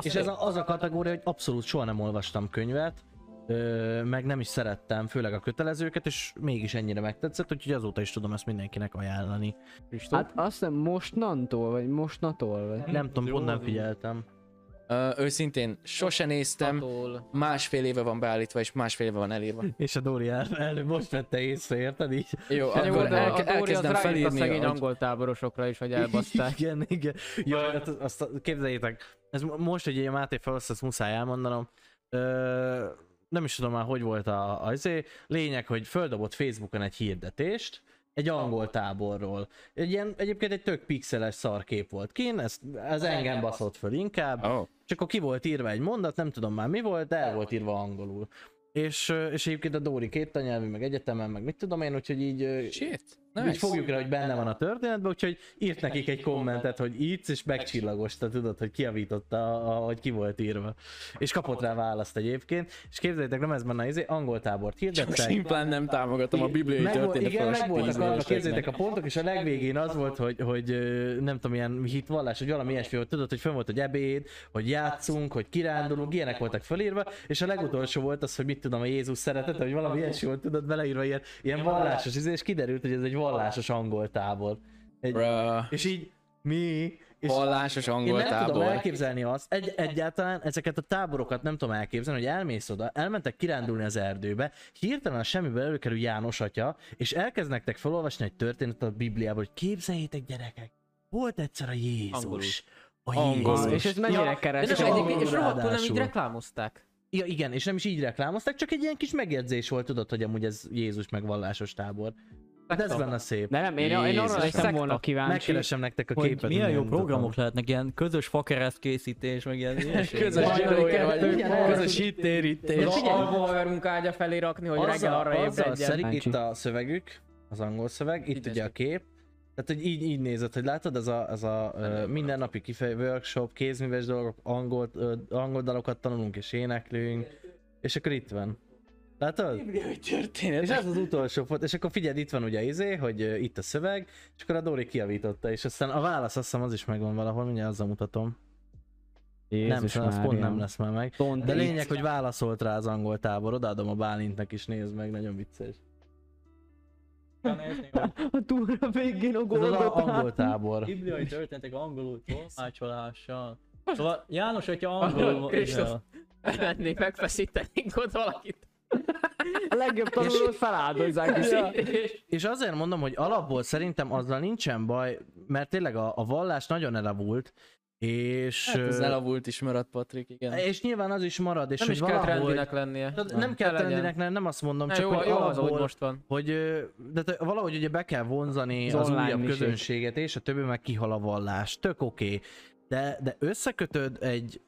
S7: és ez a, az a kategória, hogy abszolút soha nem olvastam könyvet, Ö, meg nem is szerettem, főleg a kötelezőket, és mégis ennyire megtetszett, úgyhogy azóta is tudom ezt mindenkinek ajánlani.
S1: Hát azt nem mostantól, vagy mostnatól, vagy...
S7: Nem tudom,
S6: Hm, jó,
S7: pont nem
S6: az így.
S7: figyeltem.
S2: Ö, őszintén, sose néztem,
S3: Attól.
S2: másfél éve van beállítva, és másfél éve van elírva.
S7: És a Dóri el, el most vette észre, érted így?
S2: Jó,
S3: Jó,
S2: akkor
S3: de a
S2: elke-
S3: Dóri az
S2: elkezdem
S3: ráírt a
S2: felírni,
S3: szegény
S2: hogy
S3: angol táborosokra is, hogy elbaszták.
S7: Igen, igen. Jó, hát azt, azt képzeljétek, ez mo- most, hogy ilyen Máté feloszt, ezt muszáj elmondanom. Ö, nem is tudom már, hogy volt a, az izé. lényeg, hogy földobott Facebookon egy hirdetést, egy angol táborról. Egy ilyen, egyébként egy tök pixeles szarkép volt kín, ez, ez engem baszott föl inkább.
S2: Ó,
S7: És akkor ki volt írva egy mondat, nem tudom már mi volt, de el volt írva angolul. És, ö, és egyébként a Dóri két anyelvű, meg egyetemen, meg mit tudom én, úgyhogy így ö,
S2: shit,
S7: Nice. Így
S2: nice.
S7: fogjuk rá, hogy benne van a történetben, úgyhogy írt nekik egy kommentet, hogy itt, és megcsillagosta, tudod, hogy kiavította, a- a- hogy ki volt írva. És kapott rá választ egyébként, és képzeljétek, nem ez benne, izé, angol tábort
S2: Csak
S7: hirdettek.
S2: simplán nem támogatom a bibliai
S7: Meg, volt-
S2: történet
S7: igen,
S2: felolvasó
S7: meg voltak
S2: tíznél
S7: arra,
S2: is legnek.
S7: képzeljétek a pontok, és a legvégén az volt, hogy, hogy ö, nem tudom, ilyen hitvallás, vagy valami ilyesmi volt, tudod, hogy fönn volt, hogy ebéd, hogy játszunk, hogy kirándulunk, ilyenek voltak fölírva, és a legutolsó volt az, hogy mit tudom, a Jézus szeretete, vagy valami ilyesmi volt, tudod, beleírva ilyen, ilyen vallásos, izé, és kiderült, hogy ez egy vallásos angol tábor. Egy,
S2: Bruh,
S7: és így mi? És
S2: Vallásos
S7: én
S2: angol
S7: nem tudom
S2: tábor.
S7: elképzelni azt, egy, egyáltalán ezeket a táborokat nem tudom elképzelni, hogy elmész oda, elmentek kirándulni az erdőbe, hirtelen a semmiből előkerül János atya, és elkezd nektek felolvasni egy történetet a Bibliából, hogy képzeljétek gyerekek, volt egyszer a
S3: Angolul.
S7: Jézus. A
S2: Angolul.
S1: Ah,
S7: Jézus.
S1: És ez mennyire
S7: Ja,
S3: De
S1: kereső?
S7: És
S3: nem,
S7: angolul
S3: egyébként, és rohadtul nem így
S7: ráadásul.
S3: reklámozták.
S7: ja, igen, és nem is így reklámozták, csak egy ilyen kis megjegyzés volt, tudod, hogy amúgy ez Jézus megvallásos tábor. De ez benne szép.
S1: De nem, én, én arra
S2: Jézusom.
S1: lettem volna kíváncsi.
S7: Megkeresem nektek a
S6: Hogy
S7: képet.
S6: milyen jó
S7: mindjárt mutatom.
S6: programok lehetnek, ilyen közös fakereszt készítés, meg ilyen
S2: Közös
S1: Hajnali
S2: zsinóér vagy,
S1: kettő,
S2: közös hittérítés.
S3: Az alvóverünk ágya felé rakni, hogy reggel arra
S7: azzal
S3: ébredjen.
S7: szerint
S1: Bácsi.
S7: itt a szövegük, az angol szöveg, itt
S3: Ide
S7: ugye a
S3: esik.
S7: kép. Tehát, hogy így, így nézed, hogy látod, ez a, ez a ö, mindennapi kifejező workshop, kézműves dolgok, angol, ö, angol dalokat tanulunk és éneklünk, és akkor itt van. Látod? És
S2: történet.
S7: ez az utolsó volt, és akkor figyeld, itt van ugye izé, hogy ö, itt a szöveg, és akkor a Dori kiavította, és aztán a válasz azt hiszem az is megvan valahol, mindjárt azzal mutatom. nem,
S1: Jézus
S7: talán az pont
S1: Mária.
S7: nem lesz már meg.
S1: Pont
S7: De
S1: itt.
S7: lényeg, hogy válaszolt rá az angol tábor, odaadom a Bálintnak is, nézd meg, nagyon vicces.
S1: A túra végén a
S7: Ez az a-
S1: Golgotán.
S7: angol tábor.
S6: Bibliai történetek angolul tolmácsolással. Szóval János, hogyha angolul...
S3: Krisztus.
S6: Ja.
S3: Mennék, megfeszítenénk ott valakit.
S1: A legjobb tanulót feláldozzák. is.
S7: És azért mondom, hogy alapból szerintem azzal nincsen baj, mert tényleg a, a vallás nagyon elavult, és...
S2: Hát ez
S7: ö,
S2: elavult is maradt, Patrik, igen.
S7: és nyilván az is marad, és
S3: Nem
S7: hogy
S3: is kell
S7: valahogy...
S3: trendinek lennie.
S7: Tehát Nem kell
S3: Ne legyen.
S7: trendinek, nem, nem azt mondom,
S3: Ne,
S7: csak
S3: jó,
S7: hogy
S3: jó az,
S7: alapból,
S3: ahogy most van.
S7: hogy ö, de te- valahogy ugye be kell vonzani az,
S1: Az online
S7: újabb
S1: is így.
S7: közönséget, és a többi meg kihal a vallás. Tök oké. Okay. De, de összekötöd egy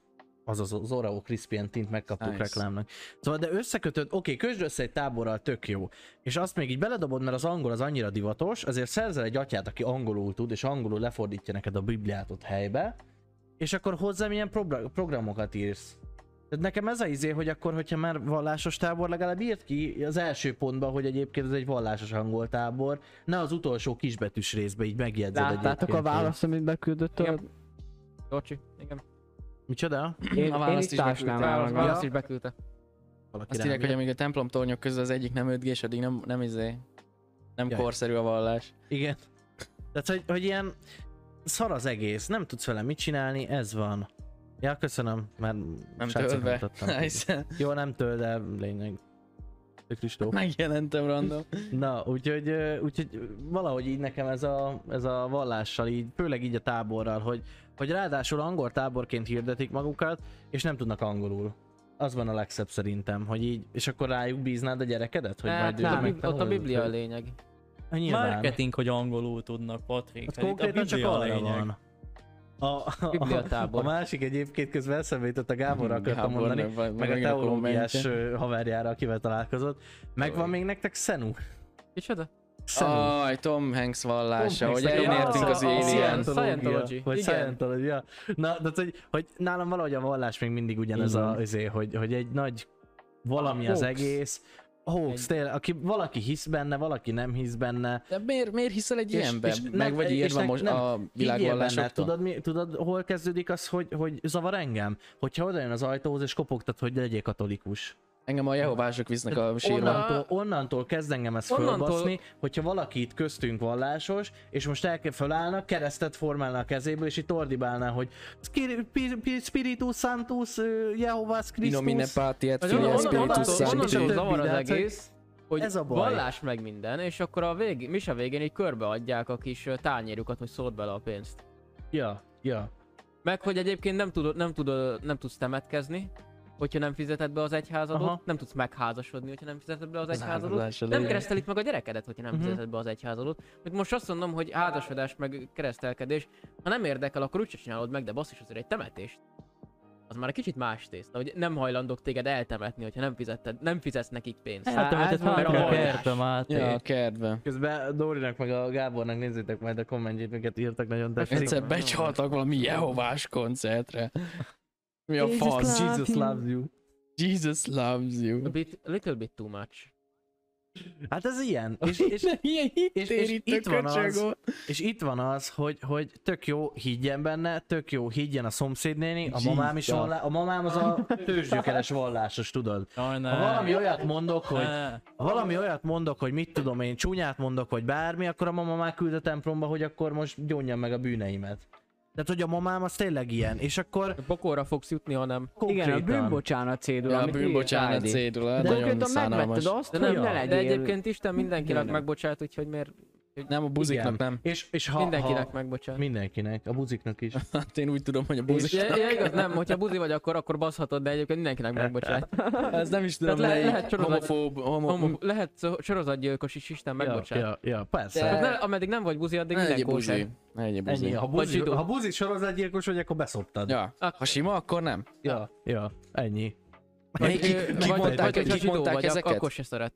S7: azaz az Oreo Crispy tint megkaptuk nice.
S2: Nice.
S7: reklámnak. Szóval de összekötöd, oké, okay, közd össze egy táborral, tök jó. És azt még így beledobod, mert az angol az annyira divatos, azért szerzel egy atyát, aki angolul tud, és angolul lefordítja neked a Bibliát ott helybe, és akkor hozzá milyen probra- programokat írsz. Tehát nekem ez a izé, hogy akkor, hogyha már vallásos tábor, legalább írt ki az első pontban, hogy egyébként ez egy vallásos angol tábor, ne az utolsó kisbetűs részbe így megjegyzed
S1: Láttátok a
S7: egyébként, hogy-
S1: választ, amit beküldött a...
S3: Igen. Jocsi, igen.
S7: Micsoda?
S1: Én,
S2: A
S1: én
S2: választ
S1: itt
S2: is
S1: tásnám
S2: beküldte.
S1: el
S3: Válasz,
S1: magam.
S3: válasz is beküldte.
S7: Valaki
S2: Azt
S7: rám
S2: írják, hogy
S7: írt.
S2: amíg a templom tornyok közül az egyik nem 5 addig nem, nem izé, nem
S7: Jaj.
S2: korszerű a vallás.
S7: Igen. Tehát, hogy, hogy ilyen szar az egész, nem tudsz vele mit csinálni, ez van. Ja, köszönöm, mert
S2: Nem
S7: srácok,
S2: töltve.
S7: tudtam.
S2: Nice.
S7: Jó, nem töl, de lényeg. Tök Kristóf.
S2: Megjelentem random.
S7: Na, úgyhogy, ö, úgyhogy valahogy így nekem ez a, ez a vallással így, főleg így a táborral, hogy, hogy ráadásul angol táborként hirdetik magukat, és nem tudnak angolul. az van a legszebb szerintem, hogy így, és akkor rájuk bíznád a gyerekedet, hogy majd
S3: hát,
S7: ő
S3: nem, ott a
S7: megtanulja?
S3: Biblia a lényeg.
S7: Hát Nyilván.
S6: Marketing, hogy angolul tudnak, Patrik.
S7: Hát
S6: Hát itt
S7: konkrétan csak
S6: Biblia a
S7: arra
S6: lényeg.
S7: van. A, a, a,
S3: Bibliatábor.
S7: a másik egyébként közben eszembe jutott a Gábor akartam
S2: Gábor,
S7: mondani,
S2: meg- meg
S7: meg a
S2: megint a
S7: teológiás
S2: kommentje.
S7: ö, haverjára, akivel találkozott. Megvan még nektek Szenu?
S3: Micsoda?
S7: Szenu.
S2: Aj, Tom Hanks vallása,
S7: Tom
S2: hogy
S7: Hanks,
S2: elértünk
S7: ja,
S2: az
S7: a- a
S2: Alien.
S3: Scientology. Scientology.
S7: Vagy
S3: Igen.
S7: Scientology, ja. Na, de hogy, hogy nálam valahogy a vallás még mindig ugyanez a, azért, hogy, hogy egy nagy valami
S2: A
S7: az
S2: hoax.
S7: egész. Hoax, tényleg, aki valaki hisz benne, valaki nem hisz benne.
S2: De miért, miért hiszel egy
S7: És-
S2: ilyenben?
S7: és ne-
S2: Meg vagy
S7: és
S2: írva
S7: ne-
S2: most
S7: nem,
S2: a
S7: Higgyél benne,
S2: világvallásoktól?
S7: tudod, mi, tudod, hol kezdődik az, hogy, hogy zavar engem? Hogyha odajön az ajtóhoz és kopogtat, hogy legyél katolikus.
S2: Engem a jehovások visznek a sírba.
S7: Onnantól, onnantól kezd engem ez
S3: Onnantól-
S7: fölbaszni, hogyha valaki itt köztünk vallásos, és most el kell fölállnak, keresztet formálna a kezéből, és itt ordibálná, hogy "Skir- pi- pi- Spiritus Santus, ö, Jehovas
S2: Inomine
S7: Christus.
S2: pátiet,
S3: Vagy
S2: filia,
S3: onnan- onnan-
S2: spiritus
S7: onnantól-
S2: sancti.
S3: Onnantól
S7: többi,
S3: zavar az
S7: de hát, hogy
S3: egész, hogy
S7: ez a baj.
S3: vallás meg minden, és akkor a vég, mi a végén így körbeadják a kis ö, tányérjukat, hogy szórd bele a pénzt.
S7: Ja, ja.
S3: Meg, hogy egyébként nem, tudod, nem, tudod, nem tudsz temetkezni, hogyha nem fizeted be az egyházadot,
S7: Aha.
S3: nem tudsz megházasodni, hogyha nem fizeted be az egyházadot,
S2: házasodás a
S3: nem
S2: lényeg.
S3: keresztelik meg a gyerekedet, hogyha nem
S7: Mhm.
S3: fizeted be az egyházadot. Mert most azt mondom, hogy házasodás meg keresztelkedés, ha nem érdekel, akkor úgyse csinálod meg, de basszus azért egy temetést. Az már egy kicsit más tészta, hogy nem hajlandok téged eltemetni, hogyha nem, fizetted, nem fizetsz nekik pénzt.
S1: Hát,
S6: Eltemetett
S1: ez már
S6: hátra a
S1: a vallás.
S6: kertbe, Máté.
S2: Ja, a kertbe.
S7: Közben Dórinak meg a Gábornak nézzétek majd a kommentjét, miket írtak, nagyon tetszik.
S2: Egyszer becsaltak valami jehovás koncertre. Mi a fasz?
S7: Jesus loves you.
S2: Jesus loves you.
S3: A bit, little bit too much.
S7: Hát ez ilyen. És, és,
S2: Ilyen
S7: és, és
S2: hittérítő
S7: itt van az,
S2: köcsög.
S7: És itt van az, hogy, hogy tök jó higgyen benne, tök jó higgyen a szomszédnéni, a mamám is
S2: Jesus.
S7: vallá, a mamám az a tőzsgyökeres vallásos, tudod.
S6: Jaj, ne.
S7: Ha valami olyat mondok, hogy
S6: Ne.
S7: ha valami olyat mondok, hogy mit tudom én, csúnyát mondok, vagy bármi, akkor a mama már küld a templomba, hogy akkor most gyónjam meg a bűneimet. Tehát, hogy a mamám az tényleg ilyen, és akkor
S3: Bokóra fogsz jutni, hanem
S1: Igen, a
S7: konkrétan-
S1: bűnbocsánat cédul,
S2: Ja, a
S1: amit írt
S2: bűnbocsánat
S1: Heidi.
S2: cédula,
S1: De
S2: nagyon
S1: konkrétan
S2: szánalmas.
S1: megvetted azt,
S3: De
S1: hogy
S3: nem,
S1: ne legyél.
S3: de egyébként Isten mindenkinek
S1: Igen.
S3: megbocsát, úgyhogy miért
S2: Nem, a buziknak nem.
S7: És, és ha,
S3: mindenkinek
S7: ha,
S3: megbocsát.
S7: Mindenkinek, a buziknak is.
S2: Hát én úgy tudom, hogy a
S3: És, ja,
S2: buziknak.
S3: ja, igaz, nem, hogyha buzi vagy, akkor, akkor baszhatod, de egyébként mindenkinek megbocsát.
S2: Ez nem is tudom,
S3: Tehát le-
S2: melyik
S3: lehet sorozat-
S2: homofób, homo-
S3: Homo, lehet szó- sorozatgyilkos is, Isten megbocsát.
S7: Ja, ja, ja persze.
S2: De-
S3: Tehát ne, ameddig nem vagy buzi, addig
S2: Ne
S3: minden
S2: legyél
S3: kóser.
S2: buzi. Ne legyél
S7: Ennyi,
S2: buzi.
S7: ha
S3: Vagy
S7: buzi,
S3: zsidó.
S7: ha buzi sorozatgyilkos vagy, akkor beszoptad.
S2: Ja,
S3: Ak-
S2: ha sima, akkor nem.
S7: ja, ja ennyi.
S2: Vagy,
S3: Vagy,
S2: kik,
S3: ö,
S2: kik
S3: vagy-
S2: mondták,
S3: vagy, hogyha
S2: kik
S3: zsidó
S2: mondták
S3: vagy, ak-
S2: ezeket?
S3: Akkor se szeret.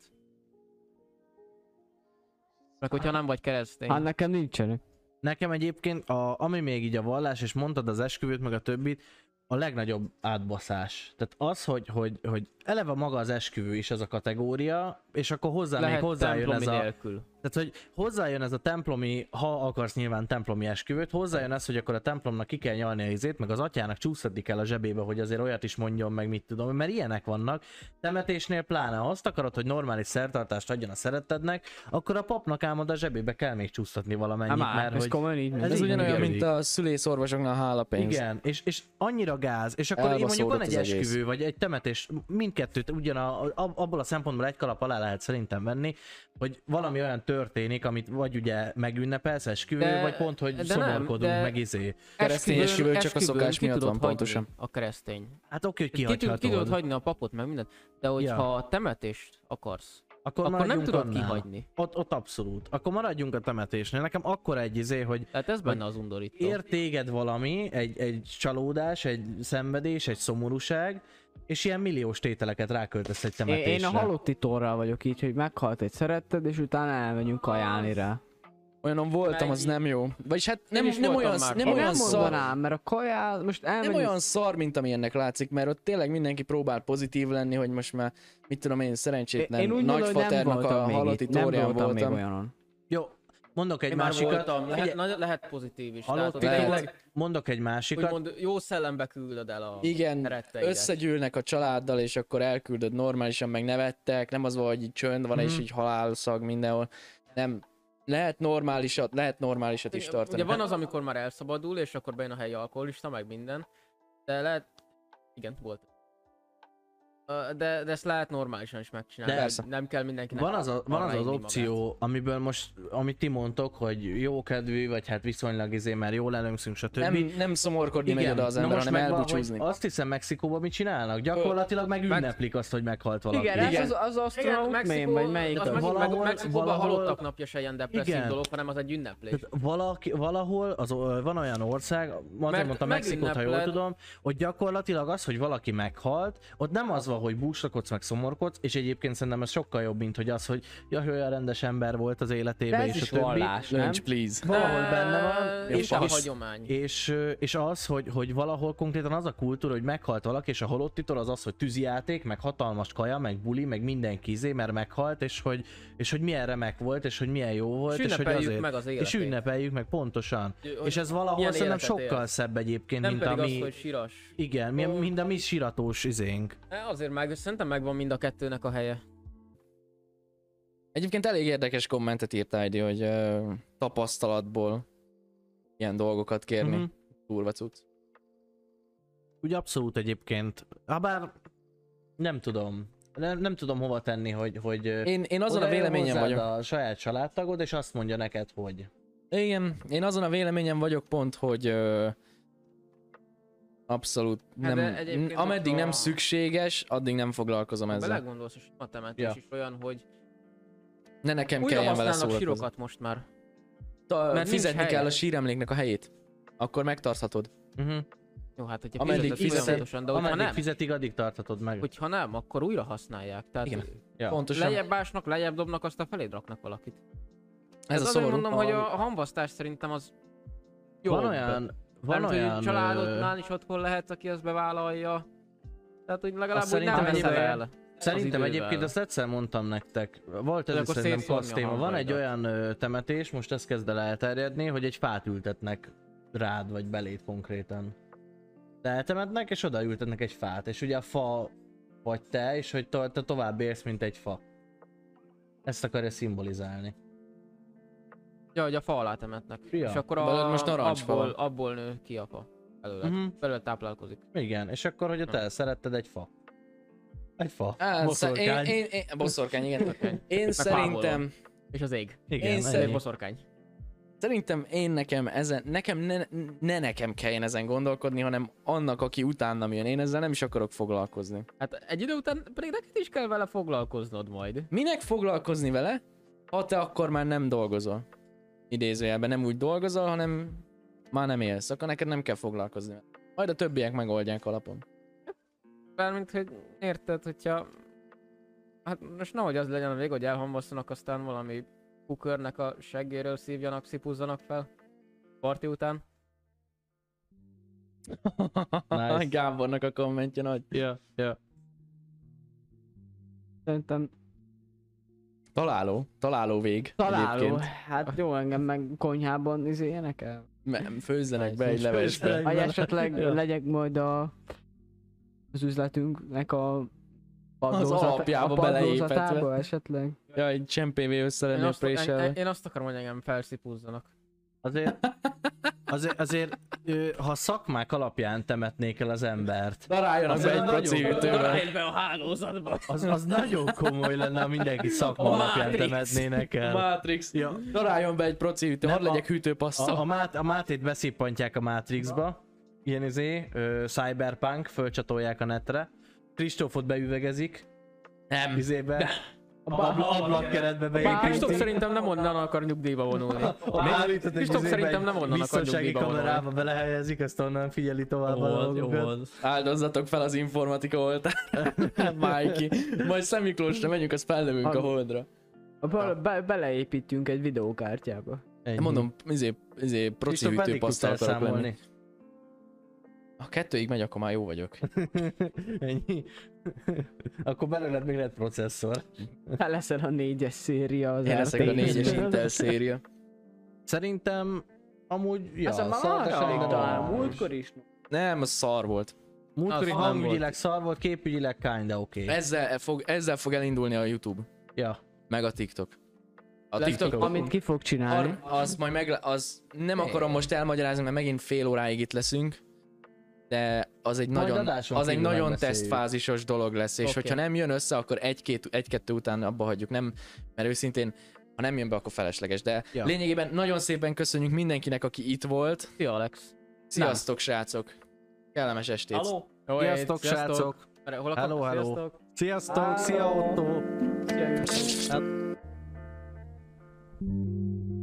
S3: Meg hogyha nem vagy keresztény.
S1: Hát nekem nincsenek.
S7: Nekem egyébként, a, ami még így a vallás, és mondtad az esküvőt, meg a többit, a legnagyobb átbaszás. Tehát az, hogy, hogy, hogy eleve maga az esküvő is ez a kategória, és akkor hozzá még
S3: Lehet
S7: hozzájön ez
S3: templomi
S7: a,
S3: nélkül.
S7: tehát, hogy hozzájön ez a templomi, ha akarsz nyilván templomi esküvőt, hozzájön ez, hogy akkor a templomnak ki kell nyalni a izét, meg az atyának csúszadik el a zsebébe, hogy azért olyat is mondjon, meg mit tudom, mert ilyenek vannak. Temetésnél pláne, ha azt akarod, hogy normális szertartást adjon a szerettednek, akkor a papnak ám oda a zsebébe kell még csúsztatni valamennyit,
S1: Hát már,
S7: mert
S1: ez
S7: hogy...
S1: komolyan így
S7: Ez
S1: működik.
S2: Ez
S7: így
S2: ugyanolyan,
S7: működik.
S2: mint a szülészorvosoknál a hálapénz.
S7: Igen, és, és annyira gáz, és akkor így mondjuk van
S2: Elbaszódott
S7: egy
S2: az egész.
S7: esküvő, vagy egy temetés, mindkettőt ugyan a, a- abból a szempontból egy kalap alá lehet szerintem venni, hogy valami olyan történik, amit vagy ugye megünnepelsz esküvő,
S3: De-
S7: vagy pont, hogy
S3: de nem,
S7: szonorkodunk,
S3: de-
S7: meg izé.
S2: Keresztény
S3: Esküvőn-
S2: esküvő csak a
S3: esküvőn
S2: szokás
S3: ki
S2: miatt
S3: tudod
S2: van
S3: hagyni
S2: pontosan.
S3: A keresztény.
S7: Hát oké, hogy
S3: Ki, tud, ki tudod
S7: kihagyhatod.
S3: hagyni a papot, meg mindent, de hogyha ja. temetést akarsz,
S7: Akkor,
S3: akkor nem
S7: maradjunk
S3: tudod
S7: annál.
S3: kihagyni.
S7: Ott, ott abszolút. Akkor maradjunk a temetésnél. Nekem akkor egy izé, hogy
S3: Tehát ez benne az undorító.
S7: Ér téged valami, egy, egy csalódás, egy szenvedés, egy szomorúság, és ilyen milliós tételeket ráköltesz egy
S1: Én,
S7: temetésre.
S1: én a halott titorral vagyok így, hogy meghalt egy szeretted, és utána elmegyünk kajálni rá.
S2: Olyanon voltam, az nem jó. Vagyis hát nem,
S3: is
S2: nem
S3: voltam
S2: olyan,
S3: már.
S2: nem
S1: Én
S2: olyan
S1: nem
S2: szar,
S1: mondanám, mert a kajál, most elmegyünk
S2: nem olyan szar, mint amilyennek látszik, mert ott tényleg mindenki próbál pozitív lenni, hogy most már, mit tudom én, szerencsétlen
S1: Én úgy gondolom, hogy nem
S2: nagyfaternak a
S1: voltam még
S2: halotti
S1: itt. Nem
S2: tórján
S1: voltam még
S2: voltam.
S1: olyanon.
S7: Jó, mondok egy
S3: Én már
S7: másikat.
S3: voltam, lehet,
S7: Figyelj,
S3: nagy, lehet pozitív is.
S7: halott
S3: tehát,
S2: lehet.
S3: hogy
S7: tényleg,
S3: tényleg,
S7: mondok egy másikat.
S3: úgymond jó szellembe küldöd el a
S2: Igen,
S3: szeretteidet.
S2: összegyűlnek a családdal, és akkor elküldöd normálisan, meg nevettek, nem az van, hogy így csönd van,
S1: Mhm.
S2: és így halálszag mindenhol. Nem, lehet normálisat, lehet normálisat is tartani. Hát
S3: Ugye
S7: Hát-
S3: van az, amikor már elszabadul, és akkor bejön a helyi alkoholista, meg minden. De lehet... Igen, volt. Ö, De, de ezt lehet normálisan is megcsinálni.
S2: De- Persze.
S3: Nem kell mindenkinek
S7: Van az, a, van az,
S3: arra
S7: az
S3: inni
S7: opció, amiből most, amit ti mondtok, hogy jó kedvű, vagy hát viszonylag izé, mert jól előmszünk, stb.
S2: Nem, nem szomorkodni megy oda az
S7: na
S2: ember,
S7: most
S2: hanem
S7: meg van, hogy
S2: elbúcsúzni.
S7: Azt hiszem Mexikóban mit csinálnak? Gyakorlatilag meg ünneplik azt, hogy meghalt valaki.
S1: Igen, ez
S2: Igen.
S1: az, az
S3: Igen,
S1: astronaut mém,
S3: Mexikó,
S1: vagy melyik
S3: az
S1: az?
S3: megint- meg-
S7: Valahol-
S3: Mexikóban a
S7: valahol-
S3: halottak napja se ilyen depresszív
S7: Igen. Hát,
S3: dolog, hanem az egy ünneplés.
S7: Tehát valaki, valahol, az, ö, van olyan ország, azért
S3: Mert
S7: mondtam Mexikót, ha jól
S3: megünnepled.
S7: tudom, hogy gyakorlatilag az, hogy valaki meghalt, ott nem az van, hogy búslakodsz, meg szomorkodsz, és egyébként szerintem ez sokkal jobb, mint hogy az, hogy jaj, olyan rendes ember volt az életében,
S1: De ez
S7: és
S1: is
S7: a többi.
S1: vallás, nem?
S2: Löncs, please.
S7: Valahol benne van,
S3: Ö,
S7: és,
S3: És a
S7: és,
S3: hagyomány.
S7: és, ö, és az, hogy, hogy valahol konkrétan az a kultúra, hogy meghalt valaki, és a halottitól az az, hogy tűzijáték, meg hatalmas kaja, meg buli, meg mindenki izé, mert meghalt, és hogy, és hogy milyen remek volt, és hogy milyen jó volt,
S3: És
S7: és hogy
S3: ünnepeljük
S7: azért.
S3: meg az
S7: és
S3: életét.
S7: ünnepeljük meg, pontosan.
S3: Hogy
S7: és ez valahol
S3: milyen
S7: szerintem
S3: életet
S7: sokkal
S3: élsz.
S7: szebb egyébként,
S3: Nem
S7: mint
S3: pedig
S7: a mi...
S3: az, hogy siras.
S7: Igen, mi, mint a mi siratós izénk.
S3: E, Azért meg, szerintem megvan mind a kettőnek a helye.
S2: Egyébként elég érdekes kommentet írt ID, hogy ö, tapasztalatból ilyen dolgokat kérni.
S7: Mhm.
S2: Durva cucc.
S7: Úgy abszolút egyébként. Habár nem tudom. Nem, nem tudom hova tenni, hogy, hogy ö,
S2: Én, én azon a
S7: oda jön
S2: véleményem
S7: hozzád
S2: vagyok.
S7: a saját családtagod, és azt mondja neked, hogy
S2: Igen, én azon a véleményem vagyok pont, hogy ö, abszolút nem,
S3: Hát de egyébként
S2: ameddig
S3: most a-
S2: nem szükséges, addig nem foglalkozom
S3: Ha
S2: ezzel.
S3: belegondolsz, és a temetés
S7: Ja.
S3: is olyan, hogy
S2: Ne nekem
S3: újra
S2: kelljen vele
S3: használnak
S2: szórakozni.
S3: sírokat most már.
S2: Ta,
S3: nincs
S2: fizetni
S3: helye.
S2: kell a síremléknek a helyét. Akkor megtarthatod.
S7: uh-huh.
S3: Jó, hát hogyha
S2: Ameddig
S3: fizeted
S2: fizeted-
S3: folyamatosan, de hogyha
S7: ameddig
S3: nem,
S7: fizetik, addig tartatod meg.
S3: hogyha nem, akkor újra használják. Tehát
S2: Igen.
S7: Ja.
S2: Pontosan.
S3: lejjebb ásnak, lejjebb dobnak, aztán feléd raknak valakit.
S2: Ez a
S3: azért
S2: szomorú.
S3: mondom, hogy a hamvasztás szerintem az jó.
S7: van olyan, van
S3: Mert
S7: olyan...
S3: hogy
S7: ö,
S3: családodnál is otthon lehet, aki azt bevállalja. Tehát, hogy legalább
S7: Azt
S3: úgy nem
S7: szerintem
S3: veszel
S7: ez a-
S3: el.
S7: Szerintem
S3: idővel.
S7: egyébként azt egyszer mondtam nektek, volt ez
S3: De
S7: is
S3: akkor
S7: szerintem
S3: szétszórni
S7: klassz
S3: a
S7: téma. Van egy
S3: hangvajdat.
S7: olyan ö, temetés, most ez kezd el elterjedni, hogy egy fát ültetnek rád, vagy beléd konkrétan. Te eltemetnek, és oda ültetnek egy fát, és ugye a fa vagy te, és hogy to- te tovább érsz, mint egy fa. Ezt akarja szimbolizálni.
S3: Ja, hogy a fa alá temetnek.
S7: Ja.
S3: És akkor a,
S2: Belőled most narancsfa
S3: abból,
S2: van.
S3: abból nő ki a fa. Belőle,
S7: Mhm.
S3: belőle táplálkozik.
S7: Igen, és akkor, hogy te szeretted egy fa. Egy fa.
S2: Á,
S7: Boszorkány.
S2: Én, én, én, boszorkány, igen.
S3: Boszorkány.
S2: Én
S3: pálmolom.
S2: szerintem,
S3: És az ég.
S7: Igen,
S2: én
S7: ennyi.
S2: szerint-
S3: Egy boszorkány.
S2: szerintem én nekem ezen, nekem ne, ne nekem kelljen ezen gondolkodni, hanem annak, aki utánam jön. Én ezzel nem is akarok foglalkozni.
S3: Hát egy idő után pedig neked is kell vele foglalkoznod majd.
S2: Minek foglalkozni vele, ha te akkor már nem dolgozol? Idézőjelben nem úgy dolgozol, hanem már nem élsz, akkor neked nem kell foglalkozni vele. Majd a többiek megoldják alapon.
S3: Mármint, hogy érted, hogyha... Hát most nehogy az legyen a vég, hogy elhambasszanak, aztán valami kukörnek a seggéről szívjanak, szipuzzanak fel. Parti után.
S7: Nice.
S2: Gábornak a kommentje nagy.
S7: Ja, ja.
S1: Szerintem
S2: Találó, találó vég.
S1: találó.
S2: egyébként.
S1: Hát jó, engem meg konyhában izé énekel.
S2: Me- Főzzenek be
S7: Nice.
S2: egy levesbe.
S7: Főzzenek.
S1: Vagy
S7: Bele.
S1: esetleg
S7: Ja.
S1: legyek majd a, az üzletünknek a
S2: alapjába
S1: a
S2: beleépetve.
S1: padlózatába esetleg.
S2: Ja, egy csempévé össze
S3: Én
S2: lenni
S3: azt, én,
S2: préselve.
S3: én azt akarom, hogy engem felszipuzzanak.
S7: Azért, azért, azért ö, ha szakmák alapján temetnék el az embert,
S2: Daráljanak be
S7: Azért
S2: egy
S7: nagyon-
S2: proci ütővel.
S3: be a hálózatba!
S7: az, az nagyon komoly lenne, ha mindenki szakma
S2: A
S7: alapján
S2: Matrix.
S7: temetnének el.
S2: Matrix.
S7: Ja.
S2: Daráljon be egy proci ütő,
S7: Nem,
S2: hadd legyek
S7: A, a,
S2: hűtőpasszal.
S7: mát, a Mátét beszippantják a Matrixba, ilyen izé, ö, cyberpunk, fölcsatolják a netre, Kristófot beüvegezik,
S2: Nem.
S7: izébe, a abla, ablakkeretbe
S3: Kristóf
S7: beépítik.
S3: szerintem nem onnan akar nyugdíjba vonulni. Kristóf
S7: Kristóf
S3: szerintem nem onnan akar
S7: Biztonsági
S3: nyugdíjba vonulni.
S7: kamerába belehelyezik, azt onnan figyeli tovább a
S6: Jó volt, jó
S7: dolgokat.
S6: volt.
S2: Áldozzatok fel az informatika oltát. Mikey. Majd Szent Miklósra megyünk, azt fellövünk a holdra.
S1: A Be, be, beleépítjünk egy videókártyába.
S7: Ennyi.
S2: Én mondom, izé, izé proci
S7: Kristóf, meddig tudsz
S2: hűtőpasszal akarok lenni.
S7: elszámolni?
S2: Ha kettőig megy, akkor már jó vagyok.
S7: Hát Ennyi. Akkor belőled még lehet processzor.
S1: Te leszel a négyes széria az
S2: Én leszek a
S1: RTX-ből.
S2: négyes Intel széria.
S7: Szerintem amúgy, ja,
S1: Azt hiszem,
S7: szar, de
S1: már arra
S7: szerintem-
S1: talán múltkor is.
S2: Nem, az szar volt.
S7: Múltkor
S3: Az
S7: itt
S3: nem volt.
S7: hangügyileg szar volt, képügyileg kinda oké. Okay.
S2: Ezzel e fog, ezzel fog elindulni a YouTube.
S7: Ja.
S2: Meg a TikTok. A
S3: Lesz
S2: TikTok,
S3: TikTok.
S1: Amit ki fog csinálni.
S2: Har- az majd meg, az nem akarom most elmagyarázni, mert megint fél óráig itt leszünk. de az egy
S7: Majd
S2: nagyon,
S7: adáson
S2: az egy
S7: kívül
S2: nagyon
S7: megbeszéljük.
S2: tesztfázisos dolog lesz, és
S3: Oké.
S2: hogyha nem jön össze, akkor egy-két, egy-kettő után abba hagyjuk, nem, mert őszintén, ha nem jön be, akkor felesleges, de
S7: Ja.
S2: lényegében nagyon szépen köszönjük mindenkinek, aki itt volt.
S3: Szia Alex.
S2: Sziasztok, srácok! Kellemes estét!
S5: Halló?
S3: Jó,
S7: Sziasztok, srácok!
S3: Hol
S7: Hello,
S3: akartok?
S7: hello.
S3: Sziasztok.
S7: Sziasztok, szia Otto!
S3: Szia, Júli.